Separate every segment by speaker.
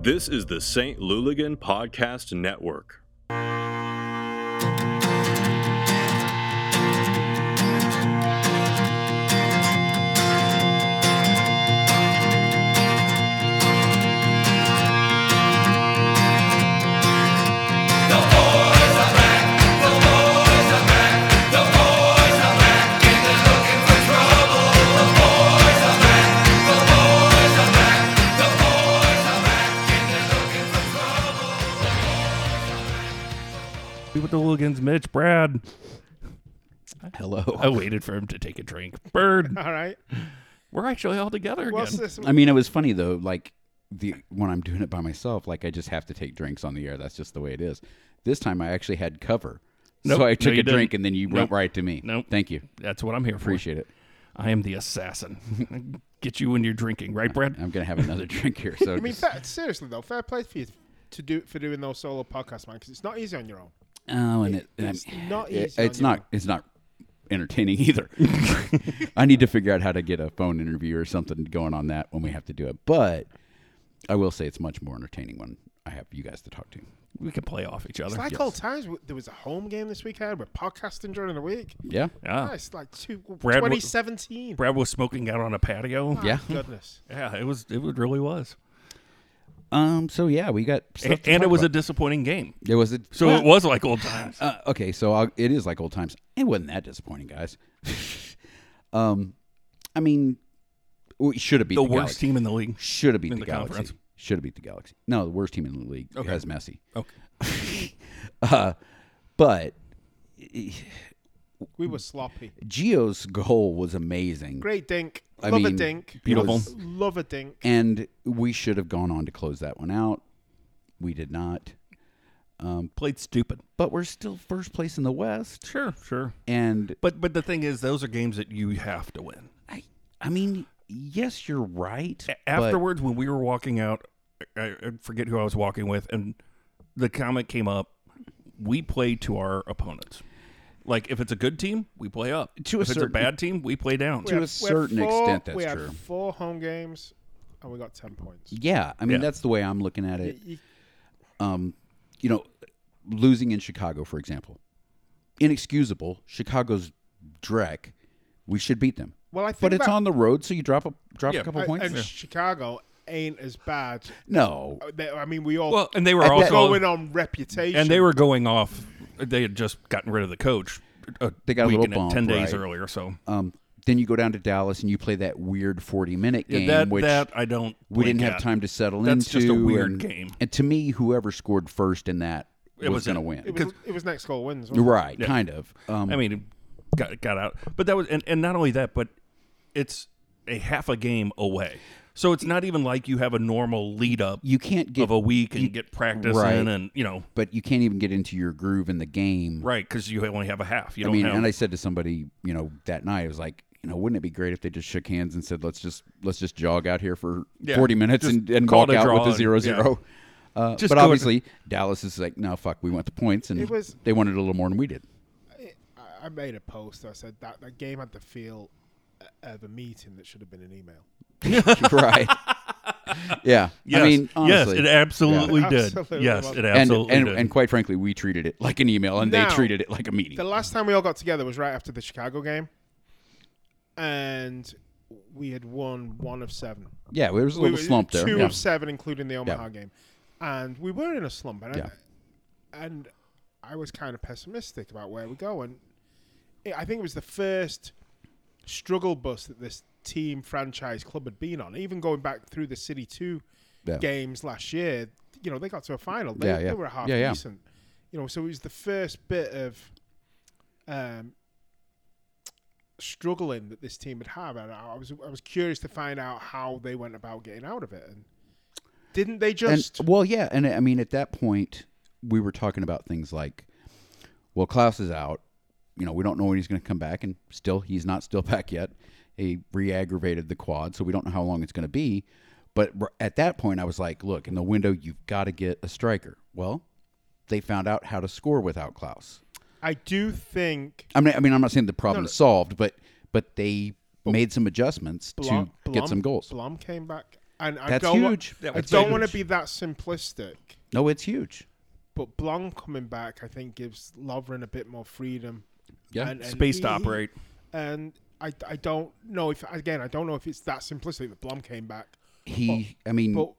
Speaker 1: This is the St. Luligan Podcast Network.
Speaker 2: We went to Logan's Mitch, Brad.
Speaker 3: Hello.
Speaker 2: I waited for him to take a drink. Bird,
Speaker 4: All right.
Speaker 2: we're actually all together
Speaker 4: Well,
Speaker 2: again.
Speaker 4: sis,
Speaker 3: I mean, it was funny though. Like the when I'm doing it by myself, like I just have to take drinks on the air. That's just the way it is. This time I actually had cover,
Speaker 2: Nope.
Speaker 3: so I
Speaker 2: No,
Speaker 3: took
Speaker 2: you
Speaker 3: a drink
Speaker 2: didn't.
Speaker 3: and then you
Speaker 2: Nope.
Speaker 3: went right to me.
Speaker 2: Nope.
Speaker 3: Thank you.
Speaker 2: That's what I'm here for.
Speaker 3: Appreciate it.
Speaker 2: I am the assassin. Get you when you're drinking, right, Brad?
Speaker 3: I'm gonna have another drink here. So
Speaker 4: I mean,
Speaker 3: just-
Speaker 4: fair, seriously though, fair play for you to do for doing those solo podcasts, man, because it's not easy on your own.
Speaker 3: oh, and it,
Speaker 4: It's
Speaker 3: and-
Speaker 4: not
Speaker 3: it-
Speaker 4: easy.
Speaker 3: it's
Speaker 4: on your
Speaker 3: not. It's not entertaining either. I need to figure out how to get a phone interview or something going on that when we have to do it. But I will say it's much more entertaining when I have you guys to talk to.
Speaker 2: We can play off each other.
Speaker 4: It's like old times. w- There was a home game this weekend. We're podcasting during the week.
Speaker 3: Yeah.
Speaker 2: Yeah.
Speaker 4: Yeah, it's like two,
Speaker 2: Brad, what-
Speaker 4: 2017.
Speaker 2: Brad was smoking out on a patio.
Speaker 3: Yeah.
Speaker 4: Goodness.
Speaker 2: Yeah, it was. It was- really was.
Speaker 3: Um. So yeah, we got.
Speaker 2: A-
Speaker 3: stuff
Speaker 2: And,
Speaker 3: to
Speaker 2: it
Speaker 3: talk
Speaker 2: was
Speaker 3: about.
Speaker 2: a disappointing game.
Speaker 3: It was a
Speaker 2: So
Speaker 3: well,
Speaker 2: it was like old times.
Speaker 3: Uh, okay, so I'll, it is like old times. It wasn't that disappointing, guys. um, I mean, we should have beat
Speaker 2: the
Speaker 3: the,
Speaker 2: worst team in the league.
Speaker 3: Should have beat
Speaker 2: in
Speaker 3: the,
Speaker 2: the
Speaker 3: Galaxy.
Speaker 2: conference.
Speaker 3: Should have beat the Galaxy. No, the worst team in the league
Speaker 2: Okay.
Speaker 3: has Messi.
Speaker 2: Okay.
Speaker 3: Uh, but
Speaker 4: We were sloppy.
Speaker 3: Geo's goal was amazing,
Speaker 4: Great dink.
Speaker 3: I
Speaker 4: Love
Speaker 3: mean,
Speaker 4: a dink.
Speaker 3: beautiful.
Speaker 4: Love a dink.
Speaker 3: and we should have gone on to close that one out. We did not,
Speaker 2: Played stupid.
Speaker 3: but we're still first place in the West,
Speaker 2: Sure, sure.
Speaker 3: and
Speaker 2: But but the thing is, those are games that you have to win.
Speaker 3: I, I mean, yes, you're right.
Speaker 2: A-
Speaker 3: but-
Speaker 2: afterwards when we were walking out I, I forget who i was walking with and the comment came up we play to our opponents like if it's a good team we play up
Speaker 3: To a
Speaker 2: if it's a
Speaker 3: certain-
Speaker 2: bad team we play down
Speaker 4: We
Speaker 3: to
Speaker 4: had-
Speaker 3: a
Speaker 4: we had
Speaker 3: certain
Speaker 4: four-
Speaker 3: extent, that's
Speaker 4: we had
Speaker 3: true.
Speaker 4: four home games, and we got 10 points.
Speaker 3: Yeah, I mean
Speaker 2: Yeah.
Speaker 3: that's the way I'm looking at it.
Speaker 4: you-
Speaker 3: Um, you know, losing in Chicago, for example, inexcusable. Chicago's dreck. We should beat them,
Speaker 4: Well, I think
Speaker 3: but it's
Speaker 4: about-
Speaker 3: on the road, so you drop a drop
Speaker 2: Yeah,
Speaker 3: a couple
Speaker 4: and-
Speaker 3: points.
Speaker 4: And Chicago ain't as bad.
Speaker 3: no,
Speaker 4: Uh, they- I mean, we all
Speaker 2: well and they were
Speaker 3: At that-
Speaker 2: also
Speaker 4: going on reputation.
Speaker 2: and they were going off they had just gotten rid of the coach a
Speaker 3: They got a
Speaker 2: week
Speaker 3: little
Speaker 2: and
Speaker 3: bump,
Speaker 2: 10 days
Speaker 3: right.
Speaker 2: earlier so
Speaker 3: um, then you go down to Dallas and you play that weird 40 minute
Speaker 2: Yeah,
Speaker 3: game,
Speaker 2: that,
Speaker 3: which
Speaker 2: that i don't
Speaker 3: we didn't
Speaker 2: blink at.
Speaker 3: have time to settle
Speaker 2: That's
Speaker 3: into.
Speaker 2: just a weird
Speaker 3: and-
Speaker 2: game.
Speaker 3: And to me, whoever scored first in that
Speaker 2: It
Speaker 3: was
Speaker 2: was
Speaker 3: going to
Speaker 2: it.
Speaker 3: win.
Speaker 4: It was, it was next goal wins. wasn't it?
Speaker 3: right, kind of. Um,
Speaker 2: I mean, got got out. But that was, and, and not only that, but it's a half a game away. So it's not even like you have a normal lead up
Speaker 3: you can't get
Speaker 2: of a week and get practice
Speaker 3: right.
Speaker 2: in, and you know,
Speaker 3: but you can't even get into your groove in the game.
Speaker 2: right? Because you only have a half. You
Speaker 3: I
Speaker 2: don't
Speaker 3: mean,
Speaker 2: have.
Speaker 3: and I said to somebody, you know, that night, I was like, you know, wouldn't it be great if they just shook hands and said, let's just let's just jog out here for
Speaker 2: Yeah,
Speaker 3: forty minutes
Speaker 2: just
Speaker 3: and, and
Speaker 2: call
Speaker 3: walk
Speaker 2: it a
Speaker 3: out
Speaker 2: draw
Speaker 3: with a
Speaker 2: and-
Speaker 3: zero zero. Uh,
Speaker 2: Just
Speaker 3: but
Speaker 2: go and-
Speaker 3: obviously, Dallas is like, no, fuck, we want the points, and
Speaker 4: It was-
Speaker 3: they wanted a little more than we did.
Speaker 4: I- I made a post. that said that that game had the feel uh, of a meeting that should have been an email.
Speaker 3: right? Yeah.
Speaker 2: yes,
Speaker 3: I mean, honestly,
Speaker 2: yes, it absolutely
Speaker 4: Yeah.
Speaker 2: did.
Speaker 4: Absolutely
Speaker 2: yes,
Speaker 4: was.
Speaker 2: it
Speaker 3: and,
Speaker 2: absolutely
Speaker 3: and
Speaker 2: did.
Speaker 3: and quite frankly, we treated it like an email, and
Speaker 4: Now-
Speaker 3: they treated it like a meeting.
Speaker 4: The last time we all got together was right after the Chicago game, and we had won one of seven.
Speaker 3: yeah, there was a
Speaker 4: we
Speaker 3: little
Speaker 4: were
Speaker 3: slump there.
Speaker 4: Two
Speaker 3: Yeah.
Speaker 4: of seven, including the Omaha game, and we were in a slump. And,
Speaker 3: Yeah.
Speaker 4: I, and I was kind of pessimistic about where we go. And it, I think it was the first struggle bus that this team, franchise, club had been on. Even going back through the City Two
Speaker 3: Yeah.
Speaker 4: games last year, you know, they got to a final. They,
Speaker 3: Yeah, yeah.
Speaker 4: they were half
Speaker 3: Yeah, yeah.
Speaker 4: decent. You know, so it was the first bit of um, struggling that this team would have, and I was I was curious to find out how they went about getting out of it. And didn't they just?
Speaker 3: And, well, yeah, and I mean at that point we were talking about things like, well, Klaus is out. You know, we don't know when he's going to come back, and still he's not still back yet. He re-aggravated the quad, so we don't know how long it's going to be. But r- at that point, I was like, look, in the window, you've got to get a striker. Well, they found out how to score without Klaus.
Speaker 4: I do think
Speaker 3: I mean, I mean, I'm not saying the problem is solved, but but they made some adjustments
Speaker 4: Blom,
Speaker 3: to get some goals.
Speaker 4: Blom came back. And I
Speaker 3: That's
Speaker 4: don't wa-
Speaker 3: huge.
Speaker 2: That
Speaker 4: I
Speaker 2: was
Speaker 4: don't
Speaker 2: huge.
Speaker 4: want to be that simplistic,
Speaker 3: No, it's huge.
Speaker 4: but Blanc coming back, I think, gives Lovren a bit more freedom.
Speaker 3: Yeah.
Speaker 4: and, and
Speaker 2: Space
Speaker 4: he-
Speaker 2: to operate.
Speaker 4: And I, I don't know if again I don't know if it's that simplistic that Blom came back,
Speaker 3: He, I mean,
Speaker 4: but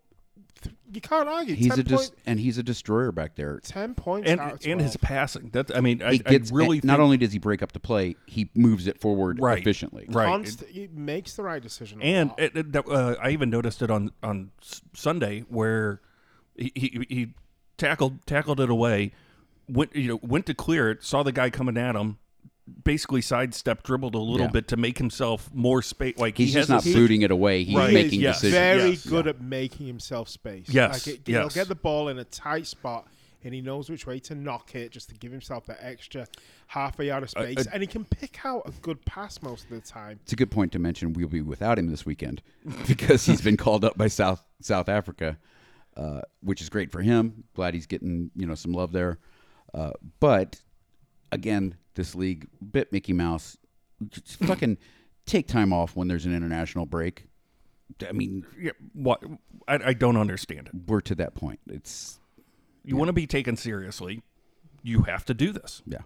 Speaker 4: th- you can't argue.
Speaker 3: Mm. he's
Speaker 4: 10,
Speaker 3: a dis-
Speaker 4: point-
Speaker 3: and he's a destroyer back there.
Speaker 4: 10 points
Speaker 2: And
Speaker 4: out of
Speaker 2: and his
Speaker 4: 12.
Speaker 2: passing. That I mean, I,
Speaker 3: He gets
Speaker 2: I really
Speaker 3: not
Speaker 2: think-
Speaker 3: only does he break up the play, he moves it forward
Speaker 2: Right.
Speaker 3: efficiently.
Speaker 2: Right.
Speaker 4: Const- he makes the right decision. a
Speaker 2: And
Speaker 4: lot.
Speaker 2: it, it, that, uh, I even noticed it on on S- Sunday where he, he, he tackled tackled it away, went you know went to clear it, saw the guy coming at him, basically sidestepped, dribbled a little
Speaker 3: Yeah.
Speaker 2: bit to make himself more space. Like
Speaker 3: He's
Speaker 2: he has
Speaker 3: just not
Speaker 2: this-
Speaker 3: booting it away. He's
Speaker 2: Right.
Speaker 3: making
Speaker 2: Yes.
Speaker 3: decisions.
Speaker 4: very
Speaker 2: Yes.
Speaker 4: good at making himself space.
Speaker 2: Yes,
Speaker 4: like it, he'll
Speaker 2: yes.
Speaker 4: get the ball in a tight spot, and he knows which way to knock it just to give himself that extra half a yard of space, and he can pick out a good pass most of the time.
Speaker 3: It's a good point to mention. We'll be without him this weekend because he's been called up by South South Africa, uh, which is great for him. Glad he's getting you know some love there. Uh, but again, this league bit Mickey Mouse. Just fucking take time off when there's an international break. I mean,
Speaker 2: Yeah, what I, I don't understand it.
Speaker 3: we're to that point. It's
Speaker 2: You want to be taken seriously, you have to do this.
Speaker 3: Yeah,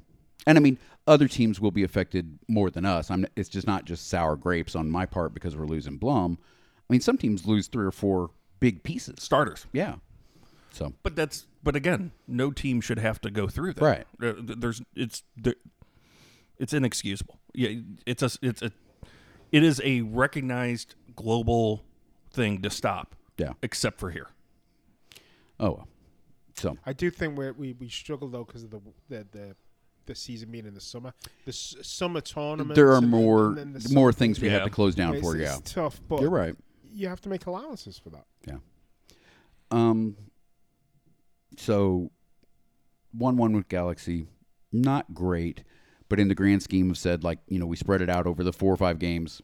Speaker 3: and I mean, other teams will be affected more than us. I'm. It's just not just sour grapes on my part because we're losing Blum. I mean, some teams lose three or four big pieces.
Speaker 2: Starters,
Speaker 3: Yeah. So
Speaker 2: but that's but again, no team should have to go through that.
Speaker 3: Right.
Speaker 2: There- There's it's there, it's inexcusable. Yeah, it's a it's a it is a recognized global thing to stop.
Speaker 3: Yeah.
Speaker 2: Except for here.
Speaker 3: oh well. So
Speaker 4: I do think we we we struggle though because of the the. the the season being in the summer, the s- summer tournament.
Speaker 3: there are more more things we have
Speaker 2: Yeah.
Speaker 3: to close down
Speaker 4: it's,
Speaker 3: for.
Speaker 4: it's
Speaker 3: Yeah,
Speaker 4: tough, but
Speaker 3: you're right.
Speaker 4: You have to make allowances for that.
Speaker 3: Yeah. Um. So, one one with Galaxy, not great, but in the grand scheme of said, like you know, we spread it out over the four or five games,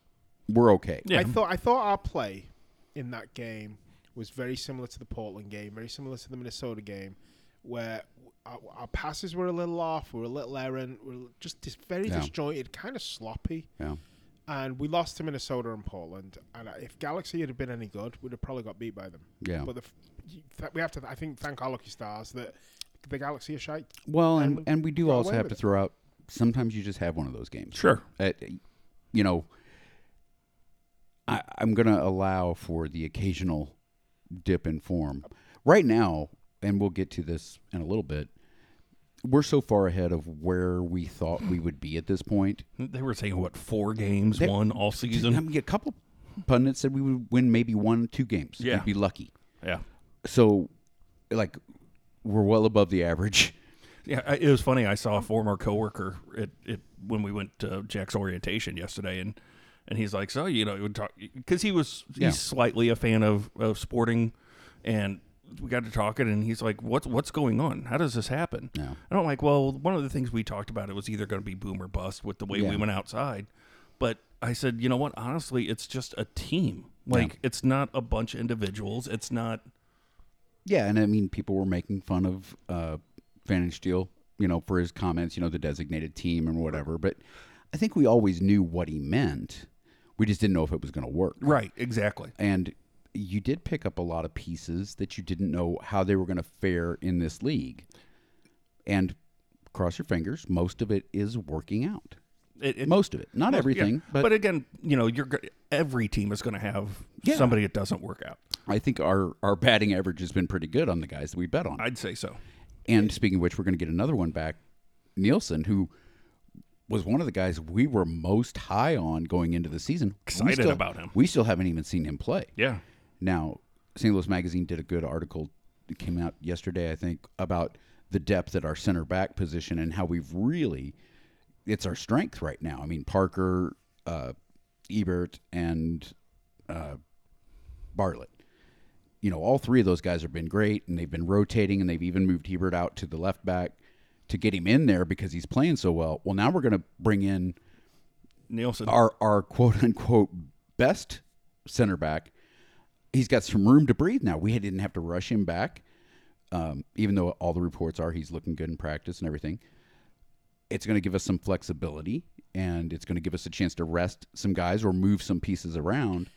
Speaker 3: we're okay.
Speaker 2: Yeah.
Speaker 4: I thought I thought our play in that game was very similar to the Portland game, very similar to the Minnesota game, where our, our passes were a little off, we were a little errant, we were just dis- very
Speaker 3: Yeah.
Speaker 4: disjointed, kind of sloppy,
Speaker 3: Yeah.
Speaker 4: and we lost to Minnesota and Portland. And if Galaxy had been any good, we'd have probably got beat by them.
Speaker 3: Yeah.
Speaker 4: But the, f- you- th- we have to, I think, thank our lucky stars that the Galaxy are shite.
Speaker 3: Well, and
Speaker 4: And
Speaker 3: and we do
Speaker 4: got
Speaker 3: also
Speaker 4: away
Speaker 3: have
Speaker 4: with
Speaker 3: to
Speaker 4: it.
Speaker 3: throw out. Sometimes you just have one of those games.
Speaker 2: Sure.
Speaker 3: at, you know, I, I'm going to allow for the occasional dip in form. Right now, and we'll get to this in a little bit, we're so far ahead of where we thought we would be at this point.
Speaker 2: They were saying what four games,
Speaker 3: They-
Speaker 2: one all
Speaker 3: I
Speaker 2: season.
Speaker 3: mean, a couple pundits said we would win maybe one, two games.
Speaker 2: Yeah.
Speaker 3: We'd be lucky.
Speaker 2: Yeah.
Speaker 3: So, like, we're well above the average.
Speaker 2: Yeah, I- it was funny. I
Speaker 3: Oh.
Speaker 2: saw a former coworker at, at when we went to Jack's orientation yesterday, and and he's like, "So you know, would talk because he was
Speaker 3: Yeah.
Speaker 2: he's slightly a fan of, of sporting, and we got to talking, and he's like, "What's what's going on? How does this happen?"
Speaker 3: Yeah.
Speaker 2: And I'm like, "Well, one of the things we talked about it was either going to be boom or bust with the way
Speaker 3: Yeah.
Speaker 2: we went outside, but I said, you know what? Honestly, it's just a team. Like, it's not a bunch of individuals. It's not."
Speaker 3: Yeah, and I mean, people were making fun of uh, Van Steele, you know, for his comments, you know, the designated team and whatever. But I think we always knew what he meant. We just didn't know if it was going to work.
Speaker 2: Right, exactly.
Speaker 3: And you did pick up a lot of pieces that you didn't know how they were going to fare in this league. And cross your fingers, most of it is working out.
Speaker 2: It, it,
Speaker 3: Most of it, not
Speaker 2: Yeah.
Speaker 3: everything, but,
Speaker 2: again, you know, you're go- every team is going to have
Speaker 3: Yeah.
Speaker 2: somebody that doesn't work out.
Speaker 3: I think our our batting average has been pretty good on the guys that we bet on.
Speaker 2: I'd say so.
Speaker 3: And speaking of which, we're going to get another one back. Nielsen, who was one of the guys we were most high on going into the season. We
Speaker 2: Excited
Speaker 3: still-
Speaker 2: about him.
Speaker 3: We still haven't even seen him play.
Speaker 2: Yeah,
Speaker 3: Now, St. Louis Magazine did a good article that came out yesterday, I think, about the depth at our center back position and how we've really, it's our strength right now. I mean, Parker, uh, Ebert, and uh, Bartlett. You know, all three of those guys have been great, and they've been rotating, and they've even moved Hebert out to the left back to get him in there because he's playing so well. Well, now we're going to bring in
Speaker 2: Nielsen.
Speaker 3: our our quote unquote best center back. He's got some room to breathe now. We didn't have to rush him back, um, even though all the reports are he's looking good in practice and everything. It's going to give us some flexibility, and it's going to give us a chance to rest some guys or move some pieces around.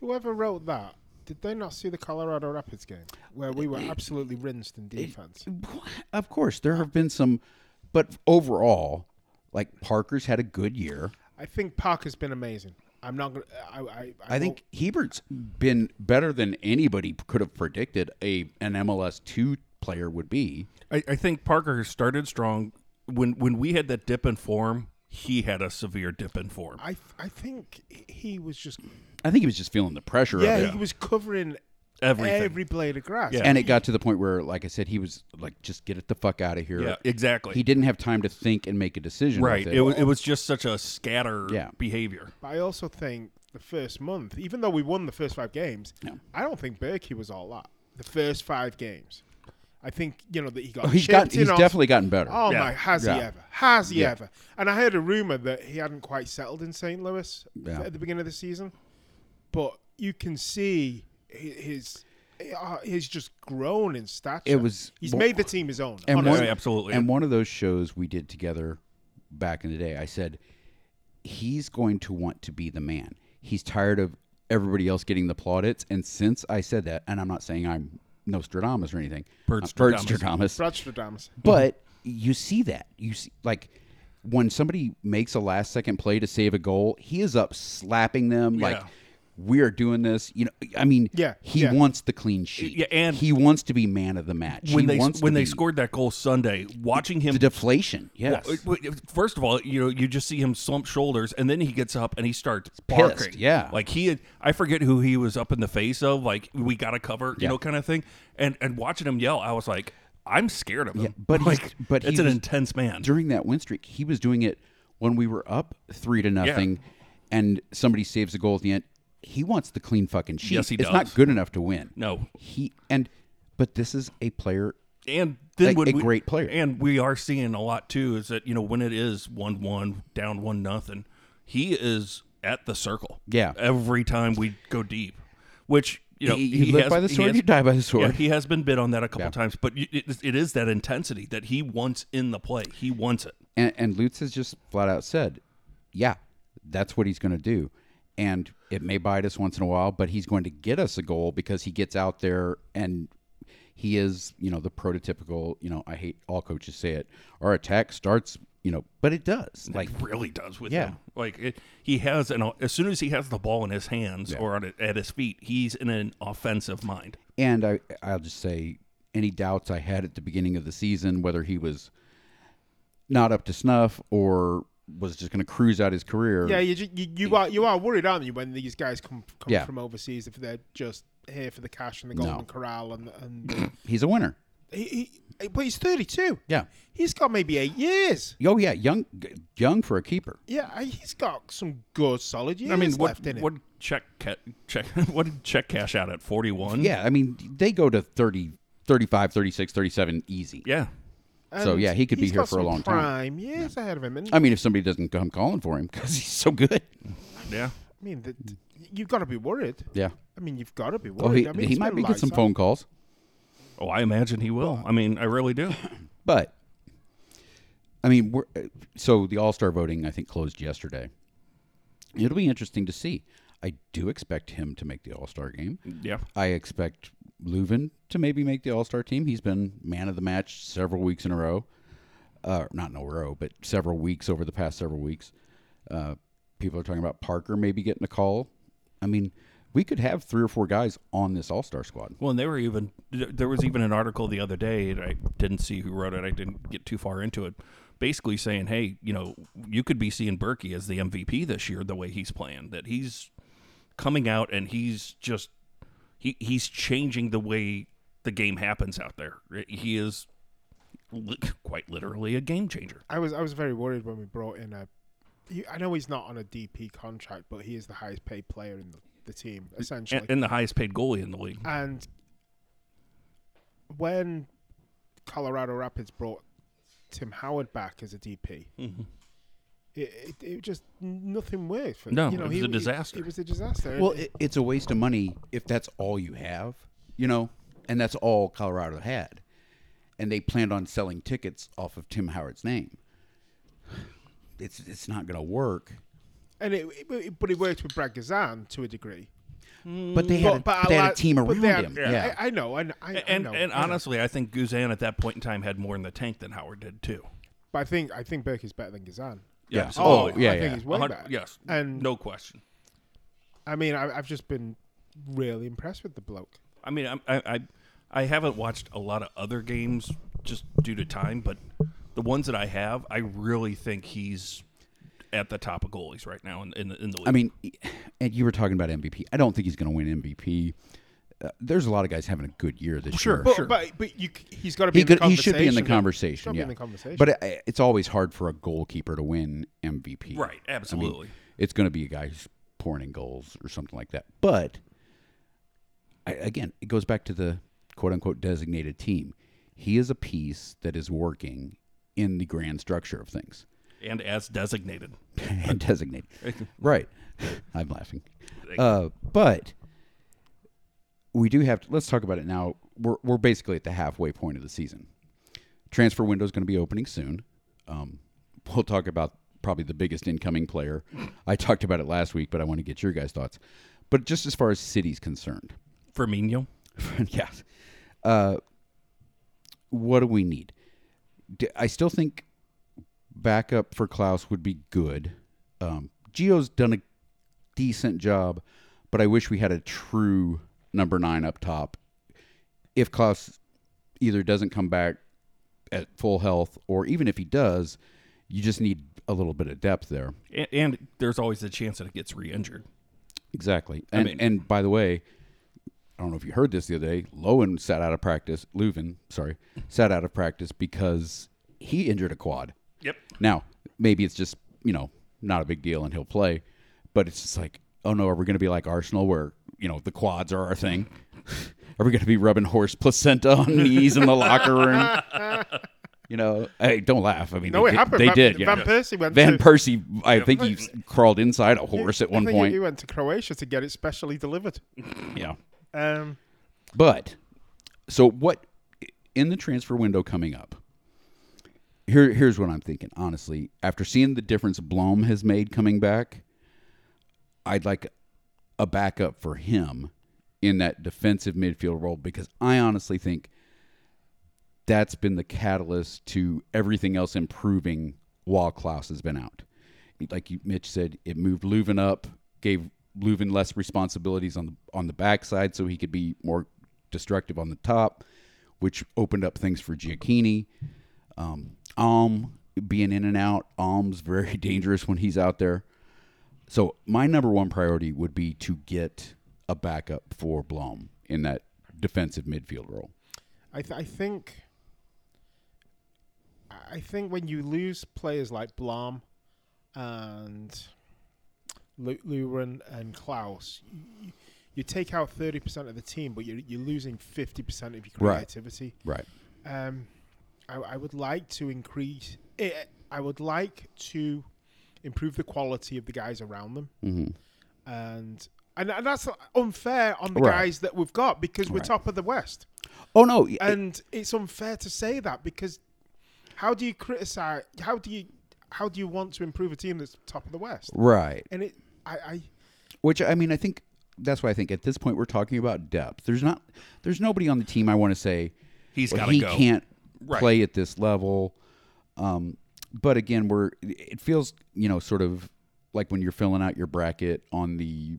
Speaker 4: Whoever wrote that Did they not see the Colorado Rapids game where we were absolutely rinsed in defense?
Speaker 3: Of course, there have been some, but overall, like Parker's had a good year.
Speaker 4: I think Parker's been amazing. I'm not gonna. I I, I,
Speaker 3: I think Hebert's been better than anybody could have predicted a an MLS two player would be.
Speaker 2: I, I think Parker started strong when when we had that dip in form. He had a severe dip in form.
Speaker 4: won't- I I think he was just.
Speaker 3: I think he was just feeling the pressure
Speaker 4: Yeah,
Speaker 3: of it.
Speaker 4: he was covering
Speaker 2: Everything.
Speaker 4: every blade of grass.
Speaker 2: Yeah.
Speaker 3: And it got to the point where, like I said, he was like, "Just get it the fuck out of here."
Speaker 2: yeah, exactly.
Speaker 3: He didn't have time to think and make a decision. with
Speaker 2: right. It, was, it was just such a scatter
Speaker 3: Yeah.
Speaker 2: behavior.
Speaker 4: But I also think the first month, even though we won the first five games, I don't think Berkey was all that. The first five games, I think you know that he got.
Speaker 3: Oh, he's
Speaker 4: chipped
Speaker 3: got.
Speaker 4: in
Speaker 3: He's
Speaker 4: off-
Speaker 3: definitely gotten better.
Speaker 4: Oh
Speaker 2: Yeah.
Speaker 4: my, has
Speaker 3: Yeah.
Speaker 4: he ever? Has he ever? And I heard a rumor that he hadn't quite settled in St. Louis
Speaker 3: Yeah.
Speaker 4: at the beginning of the season, but you can see hi- his uh, he's just grown in stature.
Speaker 3: It was-
Speaker 4: he's made the team his own.
Speaker 3: and
Speaker 4: honestly.
Speaker 3: one,
Speaker 2: Yeah, absolutely.
Speaker 3: And one of those shows we did together back in the day, I said, he's going to want to be the man. He's tired of everybody else getting the plaudits. And since I said that, and I'm not saying I'm Nostradamus or anything,
Speaker 2: Birdstradamus.
Speaker 3: Birdstradamus,
Speaker 4: Bradstradamus.
Speaker 3: but you see that you see like when somebody makes a last second play to save a goal he is up slapping them like
Speaker 2: Yeah.
Speaker 3: we are doing this you know i mean
Speaker 4: Yeah,
Speaker 3: he
Speaker 4: yeah.
Speaker 3: wants the clean sheet
Speaker 2: Yeah, and-
Speaker 3: he wants to be man of the match
Speaker 2: When
Speaker 3: he
Speaker 2: they
Speaker 3: wants to
Speaker 2: when they
Speaker 3: be
Speaker 2: scored that goal Sunday, watching him
Speaker 3: the deflation yes
Speaker 2: Well, w- w- First of all, you know, you just see him slump shoulders, and then he gets up and he starts barking.
Speaker 3: pissed, yeah.
Speaker 2: like he, had, I forget who he was up in the face of, like we got to cover, you know, kind of thing. And and watching him yell, I was like, I'm scared of him.
Speaker 3: but he's-
Speaker 2: like,
Speaker 3: but
Speaker 2: it's
Speaker 3: he
Speaker 2: an
Speaker 3: was-
Speaker 2: intense man.
Speaker 3: during that win streak he was doing it when we were up three to nothing and somebody saves a goal at the end he wants the clean fucking sheet
Speaker 2: Yes, he
Speaker 3: it's
Speaker 2: does.
Speaker 3: not good enough to win
Speaker 2: No.
Speaker 3: he and but this is a player
Speaker 2: and then
Speaker 3: Like,
Speaker 2: when
Speaker 3: a
Speaker 2: we-
Speaker 3: great player.
Speaker 2: And we are seeing a lot too is that you know when it is one one down one nothing, he is at the circle.
Speaker 3: Yeah.
Speaker 2: every time we go deep, which you know
Speaker 3: You-
Speaker 2: he
Speaker 3: you live
Speaker 2: has-
Speaker 3: by the
Speaker 2: he
Speaker 3: sword,
Speaker 2: has-
Speaker 3: you die by the sword.
Speaker 2: Yeah, he has been bit on that a couple times, but you- it, it is that intensity that he wants in the play. He wants it.
Speaker 3: And, and Lutz has just flat out said, yeah, that's what he's going to do. And it may bite us once in a while, but he's going to get us a goal because he gets out there and he is, you know, the prototypical, you know, I hate all coaches say it, our attack starts, you know, but it does. Like,
Speaker 2: really does with
Speaker 3: Yeah.
Speaker 2: him. Like it, he has an as soon as he has the ball in his hands or on, at his feet, he's in an offensive mind.
Speaker 3: and I, I'll just say any doubts I had at the beginning of the season, whether he was not up to snuff or was just going to cruise out his career.
Speaker 4: Yeah, you, ju- you you are you are worried, aren't you, when these guys come come
Speaker 3: Yeah.
Speaker 4: from overseas if they're just here for the cash and the golden corral and and
Speaker 3: He's a winner.
Speaker 4: he, he but he's thirty two.
Speaker 3: Yeah.
Speaker 4: he's got maybe eight years.
Speaker 3: Oh, yeah. Young, young for a keeper.
Speaker 4: Yeah, I- he's got some good solid years
Speaker 2: I mean, what
Speaker 4: left in it.
Speaker 2: what check ca- check what did check cash out at forty
Speaker 4: Mm-hmm.
Speaker 2: one?
Speaker 3: Yeah, I mean, they go to 30, 35, 36, 37 easy.
Speaker 2: yeah.
Speaker 3: so, yeah, he could be
Speaker 4: He's
Speaker 3: here
Speaker 4: got
Speaker 3: for a
Speaker 4: some
Speaker 3: long time.
Speaker 4: prime years ahead of him. And
Speaker 3: I mean, if somebody doesn't come calling for him because he's so good.
Speaker 2: Yeah.
Speaker 4: I mean, the, you've got to be worried.
Speaker 3: Mm. Yeah.
Speaker 4: I mean, you've got to be worried.
Speaker 3: Oh, he,
Speaker 4: I mean,
Speaker 3: he
Speaker 4: it's
Speaker 3: might
Speaker 4: been
Speaker 3: be getting some
Speaker 4: lights out.
Speaker 3: phone calls,
Speaker 2: Oh, I imagine he will. I mean, I really do.
Speaker 3: but I mean, we're, uh, so the All Star voting I think closed yesterday. It'll be interesting to see. I do expect him to make the All Star game.
Speaker 2: Yeah.
Speaker 3: I expect Leuven to maybe make the All Star team. He's been man of the match several weeks in a row. Uh, not in a row, but several weeks over the past several weeks. Uh, people are talking about Parker maybe getting a call. I mean, we could have three or four guys on this All Star squad.
Speaker 2: Well, and they were even th- there was even an article the other day, and I didn't see who wrote it. I didn't get too far into it. Basically saying, hey, you know, you could be seeing Berkey as the MVP this year the way he's playing. That he's coming out and he's just he he's changing the way the game happens out there. He is li- quite literally a game changer.
Speaker 4: I was I was very worried when we brought in a. He, I know he's not on a DP contract, but he is the highest paid player in the, the team essentially.
Speaker 2: and, and the highest paid goalie in the league.
Speaker 4: And when Colorado Rapids brought Tim Howard back as a DP,
Speaker 3: Mm-hmm.
Speaker 4: it, it, it just nothing worked. For,
Speaker 2: No,
Speaker 4: you know,
Speaker 2: it was
Speaker 4: he-
Speaker 2: a disaster.
Speaker 4: It, was a disaster.
Speaker 3: Well, it, it's a waste of money if that's all you have, you know, and that's all Colorado had. And they planned on selling tickets off of Tim Howard's name. It's it's not going to work.
Speaker 4: and it, it- but it worked with Brad Gazan to a degree.
Speaker 3: But they had, a,
Speaker 4: But- but
Speaker 3: but they had
Speaker 4: allow-
Speaker 3: a team
Speaker 4: but
Speaker 3: around
Speaker 4: they
Speaker 3: him.
Speaker 4: had-
Speaker 3: Yeah.
Speaker 4: I, I know, and I, I
Speaker 2: And
Speaker 4: know,
Speaker 2: and
Speaker 4: I know.
Speaker 2: honestly, I think Guzan at that point in time had more in the tank than Howard did too.
Speaker 4: but I think I think Burke is better than Gazan.
Speaker 2: Yeah,
Speaker 3: Yeah.
Speaker 2: absolutely.
Speaker 3: Oh, yeah,
Speaker 4: I
Speaker 3: yeah.
Speaker 4: think he's way
Speaker 2: A hun-
Speaker 4: better.
Speaker 2: Yes,
Speaker 4: and
Speaker 2: no question.
Speaker 4: I mean, I, I've just been really impressed with the bloke.
Speaker 2: I mean, I'm- I, I I haven't watched a lot of other games just due to time, but the ones that I have, I really think he's at the top of goalies right now in in, the- in the league.
Speaker 3: I mean, and you were talking about MVP. I don't think he's going to win MVP. Uh, there's a lot of guys having a good year this year.
Speaker 4: But but, but you, c- he's got to be.
Speaker 3: He,
Speaker 4: in the
Speaker 3: could, he should be in the
Speaker 4: He's gotta
Speaker 3: conversation.
Speaker 4: be
Speaker 3: Yeah.
Speaker 4: in the conversation.
Speaker 3: But it- it, it's always hard for a goalkeeper to win MVP.
Speaker 2: right? Absolutely.
Speaker 3: It's going to be a guy who's pouring in goals or something like that. But I, again, it goes back to the quote unquote designated team. He is a piece that is working in the grand structure of things
Speaker 2: and as designated,
Speaker 3: and designated. Right. I'm laughing.
Speaker 2: Thank
Speaker 3: Uh, but we do have to, let's talk about it now. We're, we're basically at the halfway point of the season. Transfer window is going to be opening soon. Um, we'll talk about probably the biggest incoming player. I talked about it last week, but I want to get your guys' thoughts. But just as far as city's concerned,
Speaker 2: Firmino.
Speaker 3: yes. Uh, what do we need? D- I still think backup for Klaus would be good. Um, Gio's done a decent job, but I wish we had a true number nine up top. If Klaus either doesn't come back at full health, or even if he does, you just need a little bit of depth there.
Speaker 2: And, and there's always a chance that it gets re-injured.
Speaker 3: Exactly. And
Speaker 2: mean-
Speaker 3: and by the way, I don't know if you heard this the other day. Lowen sat out of practice. Leuven, sorry, sat out of practice because he injured a quad.
Speaker 2: Yep.
Speaker 3: Now maybe it's just you know not a big deal and he'll play, but it's just like oh no, are we going to be like Arsenal where you know the quads are our thing? Are we going to be rubbing horse placenta on knees in the locker room? You know, hey, don't laugh. I mean,
Speaker 4: no,
Speaker 3: they
Speaker 4: it
Speaker 3: did,
Speaker 4: happened.
Speaker 3: They
Speaker 4: Van,
Speaker 3: did.
Speaker 4: Van
Speaker 3: yeah.
Speaker 4: Persie went.
Speaker 3: Van
Speaker 4: to,
Speaker 3: Persie, I think he crawled inside a horse at
Speaker 4: I
Speaker 3: one
Speaker 4: think he-
Speaker 3: point.
Speaker 4: He went to Croatia to get it specially delivered.
Speaker 3: Yeah.
Speaker 4: Um,
Speaker 3: But so what in the transfer window coming up? Here, here's what I'm thinking. Honestly, after seeing the difference Blom has made coming back, I'd like a backup for him in that defensive midfield role because I honestly think that's been the catalyst to everything else improving while Klaus has been out. Like you, Mitch said, it moved Leuven up, gave Leuven less responsibilities on the on the backside, so he could be more destructive on the top, which opened up things for Giacchini. Um, Alm being in and out, Alm's very dangerous when he's out there. So my number one priority would be to get a backup for Blom in that defensive midfield role.
Speaker 4: I, th- I think I think when you lose players like Blom and Lu- Luren and Klaus, you, you take out thirty percent of the team, but you're, you're losing fifty percent of your
Speaker 3: Right.
Speaker 4: creativity.
Speaker 3: Right.
Speaker 4: Um, I, I would like to increase. eh, I would like to improve the quality of the guys around them,
Speaker 3: Mhm.
Speaker 4: and and, and that's unfair on the
Speaker 3: Right.
Speaker 4: guys that we've got because we're
Speaker 3: Right.
Speaker 4: top of the West.
Speaker 3: Oh no, it-
Speaker 4: and it's unfair to say that because how do you criticize how do you how do you want to improve a team that's top of the west
Speaker 3: right.
Speaker 4: and it i i
Speaker 3: Which I mean, I think that's why I think at this point we're talking about depth. There's not, there's nobody on the team I want to say
Speaker 2: He's
Speaker 3: well,
Speaker 2: gotta
Speaker 3: he
Speaker 2: go.
Speaker 3: can't
Speaker 2: Right.
Speaker 3: play at this level. Um, but again, we're it feels you know sort of like when you're filling out your bracket on the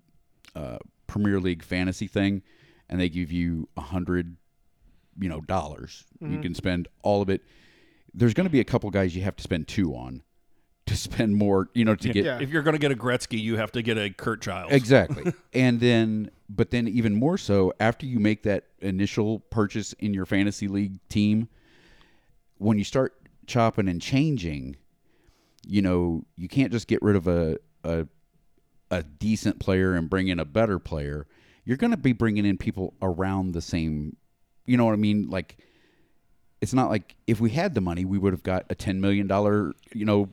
Speaker 3: uh, Premier League fantasy thing, and they give you a hundred, you know, dollars.
Speaker 2: Mm-hmm.
Speaker 3: You can spend all of it. There's going to be a couple guys you have to spend two on to spend more, you know, to get
Speaker 4: Yeah.
Speaker 2: If you're going to get a Gretzky, you have to get a Kurt Giles.
Speaker 3: Exactly. and then, but then even more so, after you make that initial purchase in your fantasy league team, when you start chopping and changing, you know, you can't just get rid of a, a, a decent player and bring in a better player. You're going to be bringing in people around the same, you know what I mean? Like, it's not like if we had the money, we would have got a $10 million, you know,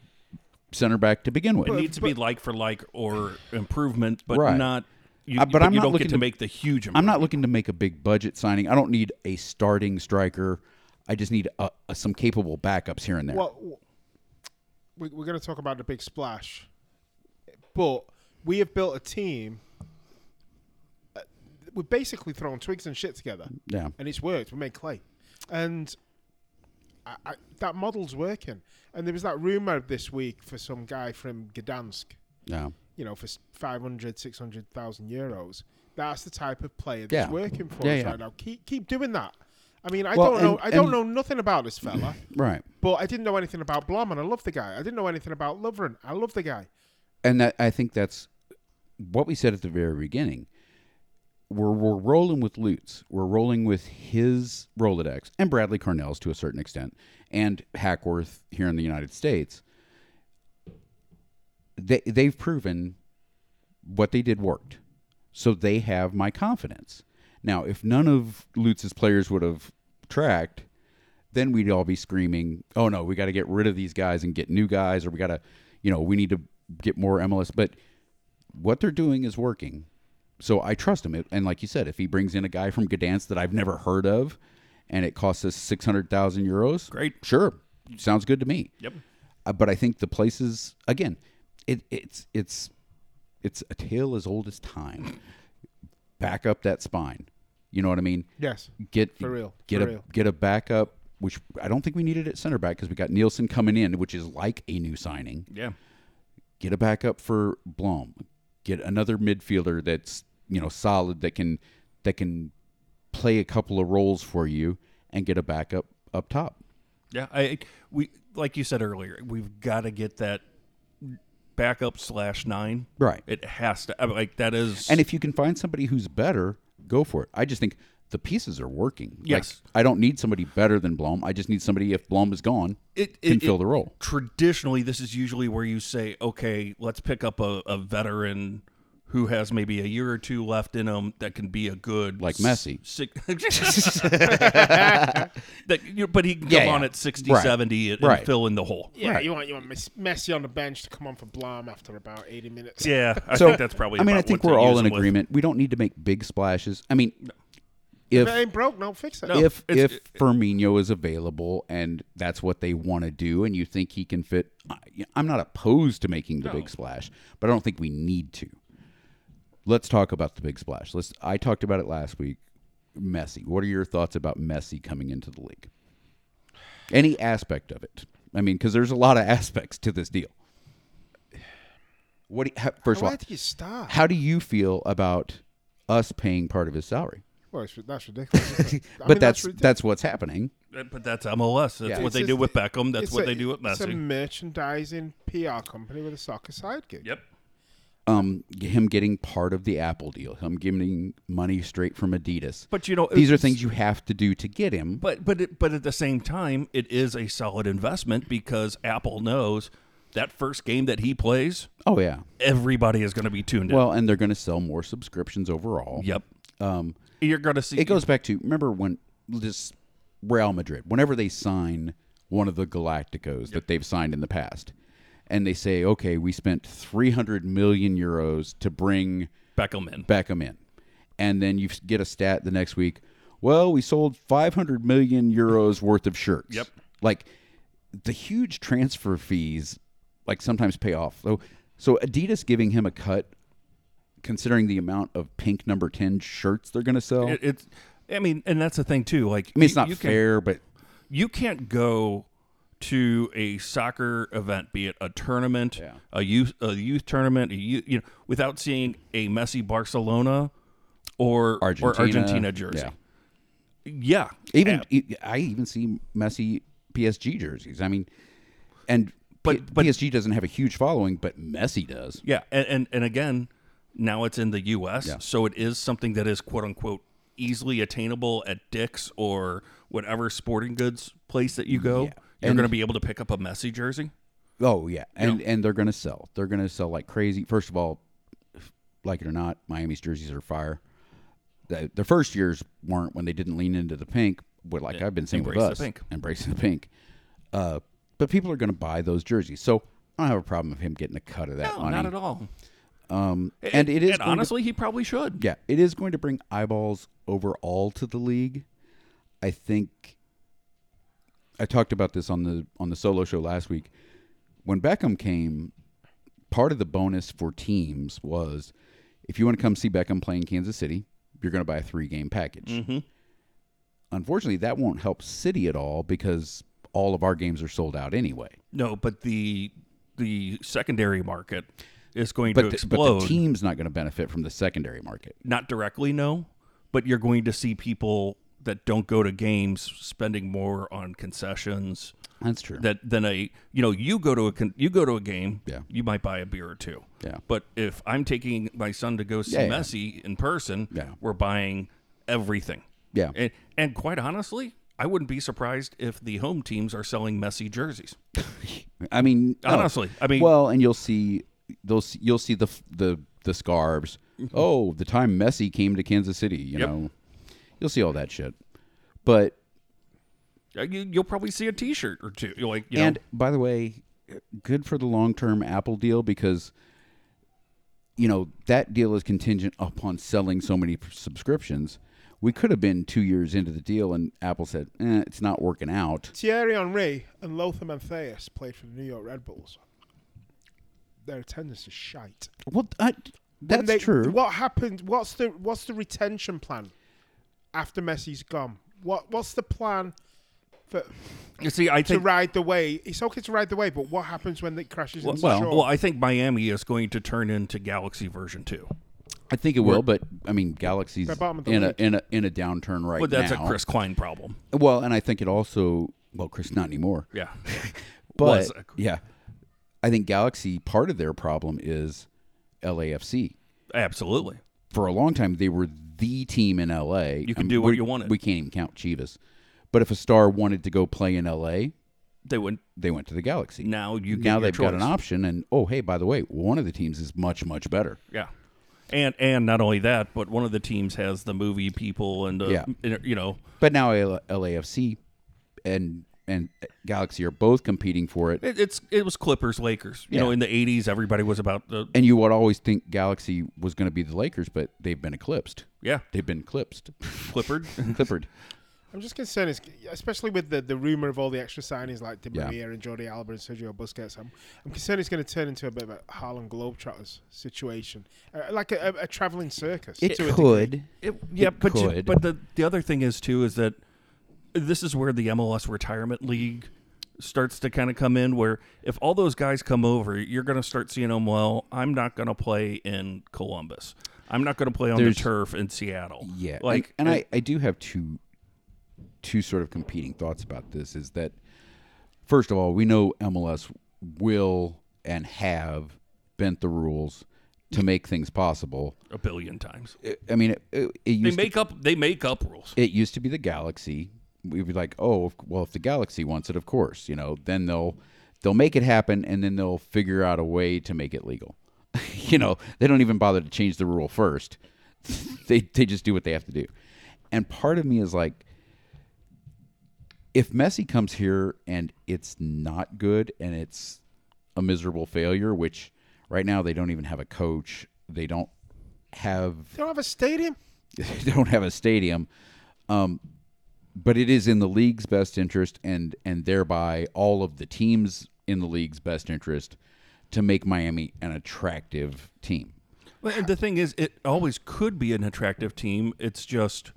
Speaker 3: center back to begin with.
Speaker 2: It needs to be like for like or improvement, but
Speaker 3: Right.
Speaker 2: not. You,
Speaker 3: Uh, but
Speaker 2: but
Speaker 3: I'm
Speaker 2: you
Speaker 3: not
Speaker 2: don't
Speaker 3: looking
Speaker 2: get to
Speaker 3: to-
Speaker 2: make the huge. Improvement.
Speaker 3: I'm not looking to make a big budget signing. I don't need a starting striker. I just need uh uh some capable backups here and there.
Speaker 4: well w- we, we're going to talk about the big splash but we have built a team uh, we're basically throwing twigs and shit together,
Speaker 3: Yeah.
Speaker 4: and it's worked. We made clay, and I, I, that model's working. And there was that rumor this week for some guy from Gdansk,
Speaker 3: Yeah.
Speaker 4: you know, for s- 500, 600,000 euros. That's the type of player
Speaker 3: Yeah.
Speaker 4: that's working for
Speaker 3: Yeah,
Speaker 4: us
Speaker 3: yeah.
Speaker 4: right now. Keep keep doing that. I mean, I
Speaker 3: Well,
Speaker 4: don't know.
Speaker 3: and-
Speaker 4: I don't
Speaker 3: and-
Speaker 4: know nothing about this fella.
Speaker 3: Right.
Speaker 4: But I didn't know anything about Blom, and I love the guy. I didn't know anything about Lovren. I love the guy.
Speaker 3: and that, I think that's what we said at the very beginning. We're we're rolling with Lutz. We're rolling with his Rolodex and Bradley Cornell's to a certain extent, and Hackworth here in the United States. They they've proven what they did worked, so they have my confidence. Now, if none of Lutz's players would have tracked, then we'd all be screaming, "Oh no, we got to get rid of these guys and get new guys, or we got to, you know, we need to get more MLS." But what they're doing is working, so I trust him. It- And like you said, if he brings in a guy from Gdansk that I've never heard of, and it costs us six hundred thousand euros,
Speaker 2: Great.
Speaker 3: sure, sounds good to me.
Speaker 2: Yep.
Speaker 3: Uh, but I think the places again, it, it's it's it's a tale as old as time. Back up that spine. You know what I mean?
Speaker 4: Yes.
Speaker 3: get
Speaker 4: For real,
Speaker 3: get
Speaker 4: for
Speaker 3: a
Speaker 4: real.
Speaker 3: get a backup which i don't think we needed at center back because we got nielsen coming in which is like a new signing
Speaker 2: Yeah.
Speaker 3: get a backup for blom get another midfielder that's you know solid that can that can play a couple of roles for you and get a backup up top
Speaker 2: Yeah, I we like you said earlier, we've got to get that backup slash nine.
Speaker 3: Right.
Speaker 2: It has to I mean, like that is
Speaker 3: and if you can find somebody who's better go for it i just think the pieces are working
Speaker 2: Yes.
Speaker 3: like, i don't need somebody better than blom i just need somebody if blom is gone
Speaker 2: it,
Speaker 3: can fill the role.
Speaker 2: Traditionally, this is usually where you say, okay, let's pick up a, a veteran who has maybe a year or two left in them that can be a good
Speaker 3: Like
Speaker 2: s-
Speaker 3: Messi.
Speaker 2: six, that, you know, but he can
Speaker 3: Yeah,
Speaker 2: come on
Speaker 3: yeah.
Speaker 2: at 60,
Speaker 3: Right.
Speaker 2: 70 and,
Speaker 3: Right.
Speaker 2: fill in the hole.
Speaker 4: Yeah,
Speaker 3: Right.
Speaker 4: you want you want Mes- Messi on the bench to come on for Blom after about eighty minutes.
Speaker 2: Yeah, I
Speaker 3: so
Speaker 2: think that's probably.
Speaker 3: i mean i
Speaker 2: about
Speaker 3: think
Speaker 2: what
Speaker 3: we're
Speaker 2: to
Speaker 3: all
Speaker 2: use
Speaker 3: in
Speaker 2: him with.
Speaker 3: agreement we don't need to make big splashes i mean if
Speaker 4: If it ain't broke, don't fix it.
Speaker 3: if
Speaker 2: it's-
Speaker 3: if Firmino is available and that's what they want to do, and you think he can fit, I, I'm not opposed to making the big splash, but I don't think we need to. Let's talk about the big splash. Let's. I talked about it last week. Messi. What are your thoughts about Messi coming into the league? Any aspect of it? I mean, because there's a lot of aspects to this deal. What? Do you, how, first of
Speaker 4: Where
Speaker 3: all,
Speaker 4: do you start?
Speaker 3: how do you feel about us paying part of his salary?
Speaker 4: Well, it's, that's ridiculous. isn't it? I
Speaker 3: But
Speaker 4: mean,
Speaker 3: that's
Speaker 4: ridiculous.
Speaker 3: that's what's happening.
Speaker 2: But that's MLS. That's
Speaker 3: Yeah.
Speaker 2: what
Speaker 4: It's
Speaker 2: they do
Speaker 4: just-
Speaker 2: with Beckham. That's
Speaker 4: it's
Speaker 2: what
Speaker 4: a-
Speaker 2: they do with
Speaker 4: It's a
Speaker 2: Messi.
Speaker 4: merchandising PR company with a soccer side gig.
Speaker 2: Yep.
Speaker 3: um, him getting part of the Apple deal, him getting money straight from Adidas.
Speaker 2: But, you know,
Speaker 3: these are
Speaker 2: it's-
Speaker 3: things you have to do to get him.
Speaker 2: But but it, but at the same time, it is a solid investment because Apple knows that first game that he plays,
Speaker 3: oh yeah.
Speaker 2: everybody is going to be tuned
Speaker 3: Well, and they're going to sell more subscriptions overall.
Speaker 2: in. Yep,
Speaker 3: Um,
Speaker 2: you're going to see.
Speaker 3: it goes back to remember when this Real Madrid, whenever they sign one of the Galacticos that they've signed in the past, and they say, okay, we spent three hundred million euros to bring
Speaker 2: Beckham in.
Speaker 3: Beckham in. And then you get a stat the next week. Well, we sold 500 million euros worth of shirts.
Speaker 2: Yep.
Speaker 3: Like the huge transfer fees, like sometimes pay off. So, so Adidas giving him a cut, considering the amount of pink number 10 shirts they're going to sell.
Speaker 2: It, it's, I mean, and that's the thing too. Like,
Speaker 3: I mean, it's
Speaker 2: you-
Speaker 3: not
Speaker 2: you can-
Speaker 3: fair, but
Speaker 2: you can't go to a soccer event, be it a tournament, a youth a youth tournament, a youth, you know, without seeing a Messi Barcelona or or Argentina jersey.
Speaker 3: yeah.
Speaker 2: Yeah,
Speaker 3: Even e, I even see Messi PSG jerseys. I mean, and
Speaker 2: But-
Speaker 3: P-
Speaker 2: but-
Speaker 3: PSG doesn't have a huge following, but Messi does.
Speaker 2: Yeah, and and, and again, now it's in the U.S.,
Speaker 3: Yeah.
Speaker 2: so it is something that is quote unquote easily attainable at Dick's or whatever sporting goods place that you go.
Speaker 3: Yeah.
Speaker 2: You're
Speaker 3: And-
Speaker 2: going to be able to pick up a Messi jersey.
Speaker 3: Oh yeah, and and they're gonna sell. They're gonna sell like crazy. First of all, like it or not, Miami's jerseys are fire. The, the first years weren't when they didn't lean into the pink, but like I've been saying with
Speaker 2: embrace the
Speaker 3: us,
Speaker 2: pink.
Speaker 3: embracing the pink. Uh, but people are gonna buy those jerseys, so I don't have a problem with him getting a cut of that
Speaker 2: No,
Speaker 3: money.
Speaker 2: not at all.
Speaker 3: Um, and it is
Speaker 2: and
Speaker 3: going to-
Speaker 2: honestly, he probably should.
Speaker 3: yeah, it is going to bring eyeballs overall to the league. I think I talked about this on the on the solo show last week. When Beckham came, part of the bonus for teams was if you want to come see Beckham play in Kansas City, you're going to buy a three game package. Unfortunately, that won't help City at all because all of our games are sold out anyway.
Speaker 2: No, but the the secondary market is going to
Speaker 3: But the,
Speaker 2: explode.
Speaker 3: but the team's not going to benefit from the secondary market.
Speaker 2: Not directly, no, but you're going to see people that don't go to games spending more on concessions
Speaker 3: That's true.
Speaker 2: that than a you know you go to a con- you go to a game
Speaker 3: Yeah.
Speaker 2: you might buy a beer or two
Speaker 3: Yeah.
Speaker 2: but if I'm taking my son to go see
Speaker 3: Yeah, yeah.
Speaker 2: Messi in person
Speaker 3: Yeah.
Speaker 2: we're buying everything
Speaker 3: Yeah.
Speaker 2: and, and quite honestly I wouldn't be surprised if the home teams are selling Messi jerseys
Speaker 3: I mean, no.
Speaker 2: Honestly, I mean-
Speaker 3: well, and you'll see those. You'll see the the the scarves. Oh, the time Messi came to Kansas City. You
Speaker 2: Mm-hmm. Yep.
Speaker 3: know, you'll see all that shit. But
Speaker 2: Uh, you, you'll probably see a T-shirt or two You're like you know
Speaker 3: and by the way, good for the long term Apple deal because you know that deal is contingent upon selling so many subscriptions. We could have been two years into the deal, and Apple said, eh, "It's not working out."
Speaker 4: Thierry Henry and Lothar Matthäus played for the New York Red Bulls. Their attendance is shite.
Speaker 3: Well, I, that's
Speaker 4: When they-
Speaker 3: true.
Speaker 4: What happened? What's the what's the retention plan after Messi's gone? What what's the plan for
Speaker 2: You see, I
Speaker 4: to
Speaker 2: think
Speaker 4: ride the wave? It's okay to ride the wave, but what happens when it crashes into
Speaker 2: well,
Speaker 4: shore?
Speaker 2: well, I think Miami is going to turn into Galaxy version two.
Speaker 3: I think it will, but I mean, Galaxy's
Speaker 4: They're bottom of the
Speaker 3: in a,
Speaker 4: league.
Speaker 3: in a in a downturn right
Speaker 2: But that's
Speaker 3: now.
Speaker 2: a Chris Klein problem.
Speaker 3: Well, and I think it also well, Chris not anymore.
Speaker 2: Yeah,
Speaker 3: But
Speaker 2: Was a-
Speaker 3: yeah, I think Galaxy part of their problem is LAFC.
Speaker 2: absolutely.
Speaker 3: For a long time, they were the team in LA.
Speaker 2: You could
Speaker 3: Um,
Speaker 2: do what
Speaker 3: we-
Speaker 2: you wanted.
Speaker 3: We can't even count Chivas. But if a star wanted to go play in LA,
Speaker 2: They went
Speaker 3: they went to the Galaxy.
Speaker 2: now. You get
Speaker 3: now
Speaker 2: your
Speaker 3: they've got an
Speaker 2: choice.
Speaker 3: option, and oh hey, by the way, one of the teams is much much better.
Speaker 2: Yeah, and and not only that, but one of the teams has the movie people and uh,
Speaker 3: Yeah.
Speaker 2: and, you know
Speaker 3: But now L- LAFC and and Galaxy are both competing for it.
Speaker 2: it, it's it was Clippers Lakers. You know,
Speaker 3: Yeah.
Speaker 2: in the '80s, everybody was about the
Speaker 3: And you would always think Galaxy was going to be the Lakers, but they've been eclipsed.
Speaker 2: yeah
Speaker 3: They've been eclipsed.
Speaker 2: Clippard.
Speaker 3: Clifford.
Speaker 4: I'm just concerned, is, especially with the, the rumor of all the extra signings like Di
Speaker 3: Yeah.
Speaker 4: Maria and Jordi Alba and Sergio Busquets. I'm, I'm concerned it's going to turn into a bit of a Harlem Globetrotters situation, uh, like a, a, a traveling circus.
Speaker 3: It
Speaker 4: to a
Speaker 3: could.
Speaker 2: It, yeah,
Speaker 3: It
Speaker 2: but you-
Speaker 3: could.
Speaker 2: but the the other thing is too is that this is where the MLS retirement league starts to kind of come in. Where if all those guys come over, you're going to start seeing them. Well, I'm not going to play in Columbus. I'm not going to play on
Speaker 3: There's-
Speaker 2: the turf in Seattle.
Speaker 3: Yeah.
Speaker 2: like
Speaker 3: and, and I, I do have two two sort of competing thoughts about this is that first of all, we know MLS will and have bent the rules to make things possible.
Speaker 2: a billion times
Speaker 3: I- I mean, it, it, it
Speaker 2: they
Speaker 3: used to
Speaker 2: make up they make up rules.
Speaker 3: it used to be the galaxy we'd be like oh if- well if the galaxy wants it of course you know then they'll they'll make it happen and then they'll figure out a way to make it legal you know they don't even bother to change the rule first they they just do what they have to do and part of me is like if messi comes here and it's not good and it's a miserable failure which right now they don't even have a coach they don't have
Speaker 4: They don't have a stadium.
Speaker 3: they don't have a stadium. Um, but it is in the league's best interest and and thereby all of the teams in the league's best interest to make Miami an attractive team.
Speaker 2: Well, and the thing is, it always could be an attractive team. It's just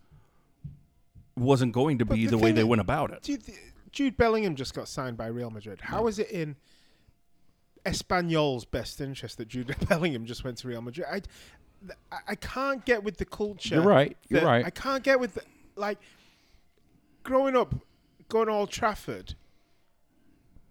Speaker 2: wasn't going to be
Speaker 4: the
Speaker 2: the, way
Speaker 4: thing
Speaker 2: they
Speaker 4: is-
Speaker 2: went about it.
Speaker 4: Dude, Jude Bellingham just got signed by Real Madrid. How is it in Espanol's best interest that Jude Bellingham just went to Real Madrid? I, I- I can't get with the culture.
Speaker 3: You're right, you're
Speaker 4: that-
Speaker 3: right.
Speaker 4: I can't get with the, like growing up, going to Old Trafford.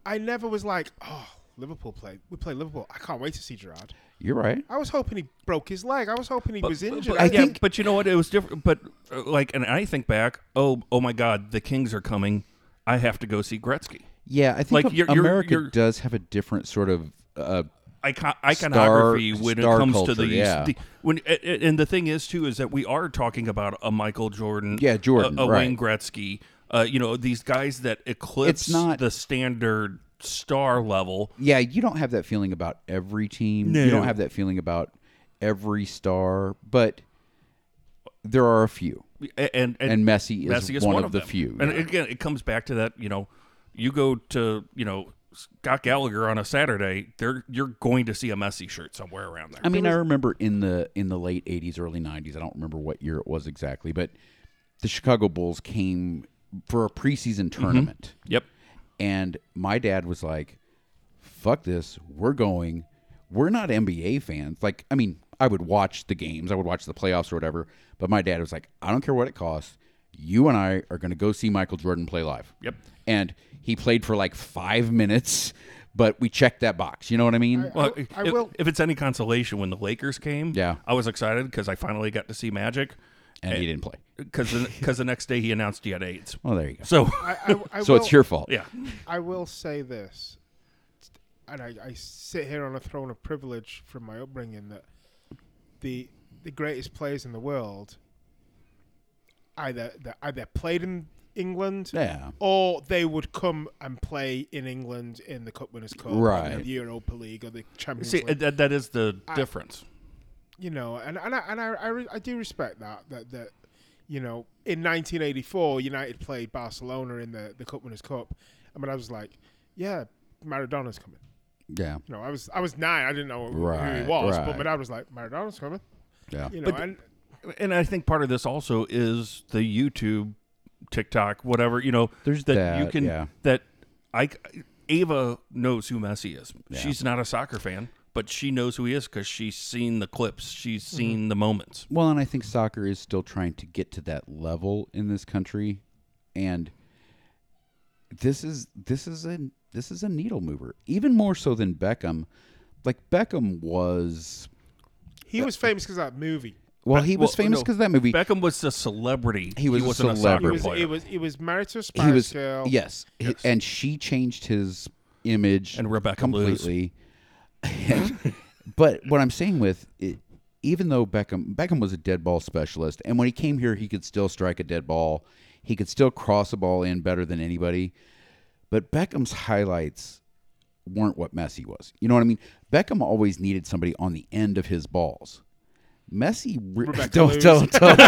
Speaker 4: I never was like, oh, Liverpool play. We play Liverpool. I can't wait to see Gerard.
Speaker 3: You're right.
Speaker 4: I was hoping he broke his leg. I was hoping he was injured.
Speaker 2: But,
Speaker 3: I
Speaker 2: I yeah,
Speaker 3: think-
Speaker 2: but you know what? It was different. But uh, like, and I think back. Oh, oh my God! The Kings are coming. I have to go see Gretzky.
Speaker 3: Yeah, I think
Speaker 2: Like, you're- you're-
Speaker 3: America
Speaker 2: you're-
Speaker 3: does have a different sort of uh,
Speaker 2: Icon- iconography
Speaker 3: Star-
Speaker 2: when
Speaker 3: star
Speaker 2: it comes to
Speaker 3: culture,
Speaker 2: these.
Speaker 3: yeah.
Speaker 2: the- when a- a- and the thing is too is that we are talking about a Michael Jordan.
Speaker 3: Yeah, Jordan,
Speaker 2: A, a Wayne
Speaker 3: right.
Speaker 2: Gretzky. Uh, you know these guys that eclipse
Speaker 3: It's not-
Speaker 2: the standard star level.
Speaker 3: yeah, you don't have that feeling about every team. You
Speaker 2: No.
Speaker 3: don't have that feeling about every star, but there are a few.
Speaker 2: A- And and,
Speaker 3: And Messi is
Speaker 2: Messi is
Speaker 3: one,
Speaker 2: one
Speaker 3: of the
Speaker 2: them.
Speaker 3: few.
Speaker 2: And
Speaker 3: yeah.
Speaker 2: again, it comes back to that. You know, you go to you know Scott Gallagher on a Saturday, they're you're going to see a messy shirt somewhere around there.
Speaker 3: I mean, I remember in the in the late '80s, early '90s. I don't remember what year it was exactly, but the Chicago Bulls came for a preseason
Speaker 2: Mm-hmm.
Speaker 3: tournament,
Speaker 2: yep.
Speaker 3: and my dad was like, "Fuck this, we're going. We're not NBA fans. Like, I mean, I would watch the games, I would watch the playoffs or whatever, but my dad was like, I don't care what it costs. You and I are going to go see Michael Jordan play live.
Speaker 2: Yep.
Speaker 3: And he played for like five minutes, but we checked that box. You know what I mean?
Speaker 2: Well,
Speaker 4: I-
Speaker 2: if,
Speaker 4: I will-
Speaker 2: if it's any consolation, when the Lakers came,
Speaker 3: Yeah.
Speaker 2: I was excited because I finally got to see Magic.
Speaker 3: and he didn't play.
Speaker 2: Because because the next day he announced he had AIDS.
Speaker 3: Well, there you go.
Speaker 2: So
Speaker 4: I, I, I
Speaker 3: So
Speaker 4: will,
Speaker 3: it's your fault.
Speaker 2: yeah,
Speaker 4: I will say this, and I, I sit here on a throne of privilege from my upbringing that the the greatest players in the world either they either played in England
Speaker 3: Yeah.
Speaker 4: or they would come and play in England in the Cup Winners' Cup, or
Speaker 3: Right.
Speaker 4: the Europa League, or the Champions
Speaker 2: see
Speaker 4: League.
Speaker 2: that, that is the difference.
Speaker 4: you know, and and I and I, I, re- I do respect that that that you know in 1984 United played Barcelona in the the Cup Winners' Cup. I mean, I was like, yeah, Maradona's coming.
Speaker 3: Yeah.
Speaker 4: You know, I was I was nine. I didn't know who- who
Speaker 3: Right,
Speaker 4: he was,
Speaker 3: right.
Speaker 4: but my dad was like, Maradona's coming.
Speaker 3: Yeah.
Speaker 4: You know,
Speaker 2: But-
Speaker 4: and
Speaker 2: And I think part of this also is the YouTube, TikTok, whatever you know.
Speaker 3: There's
Speaker 2: that,
Speaker 3: that,
Speaker 2: you can
Speaker 3: yeah.
Speaker 2: that I Ava knows who Messi is. She's not a soccer fan, but she knows who he is because she's seen the clips. She's
Speaker 4: Mm-hmm.
Speaker 2: seen the moments.
Speaker 3: Well, and I think soccer is still trying to get to that level in this country, and this is this is a this is a needle mover, even more so than Beckham. Like Beckham was,
Speaker 4: he was famous because that movie.
Speaker 3: well, he was
Speaker 2: Well,
Speaker 3: famous
Speaker 2: no,
Speaker 3: because that movie.
Speaker 2: Beckham was a celebrity.
Speaker 3: He was a
Speaker 2: wasn't
Speaker 3: celebrity.
Speaker 2: soccer
Speaker 4: He was
Speaker 2: player.
Speaker 4: he was he was married to a Spice
Speaker 3: he was
Speaker 4: Girl.
Speaker 3: yes, He- and she changed his image
Speaker 2: And Rebecca Blues.
Speaker 3: completely. And- but what I'm saying with it, even though Beckham Beckham was a dead ball specialist, and when he came here, he could still strike a dead ball. He could still cross a ball in better than anybody. But Beckham's highlights weren't what Messi was. You know what I mean? Beckham always needed somebody on the end of his balls. Messi, re-
Speaker 4: Rebecca
Speaker 3: don't,
Speaker 4: Lewis.
Speaker 3: don't, don't,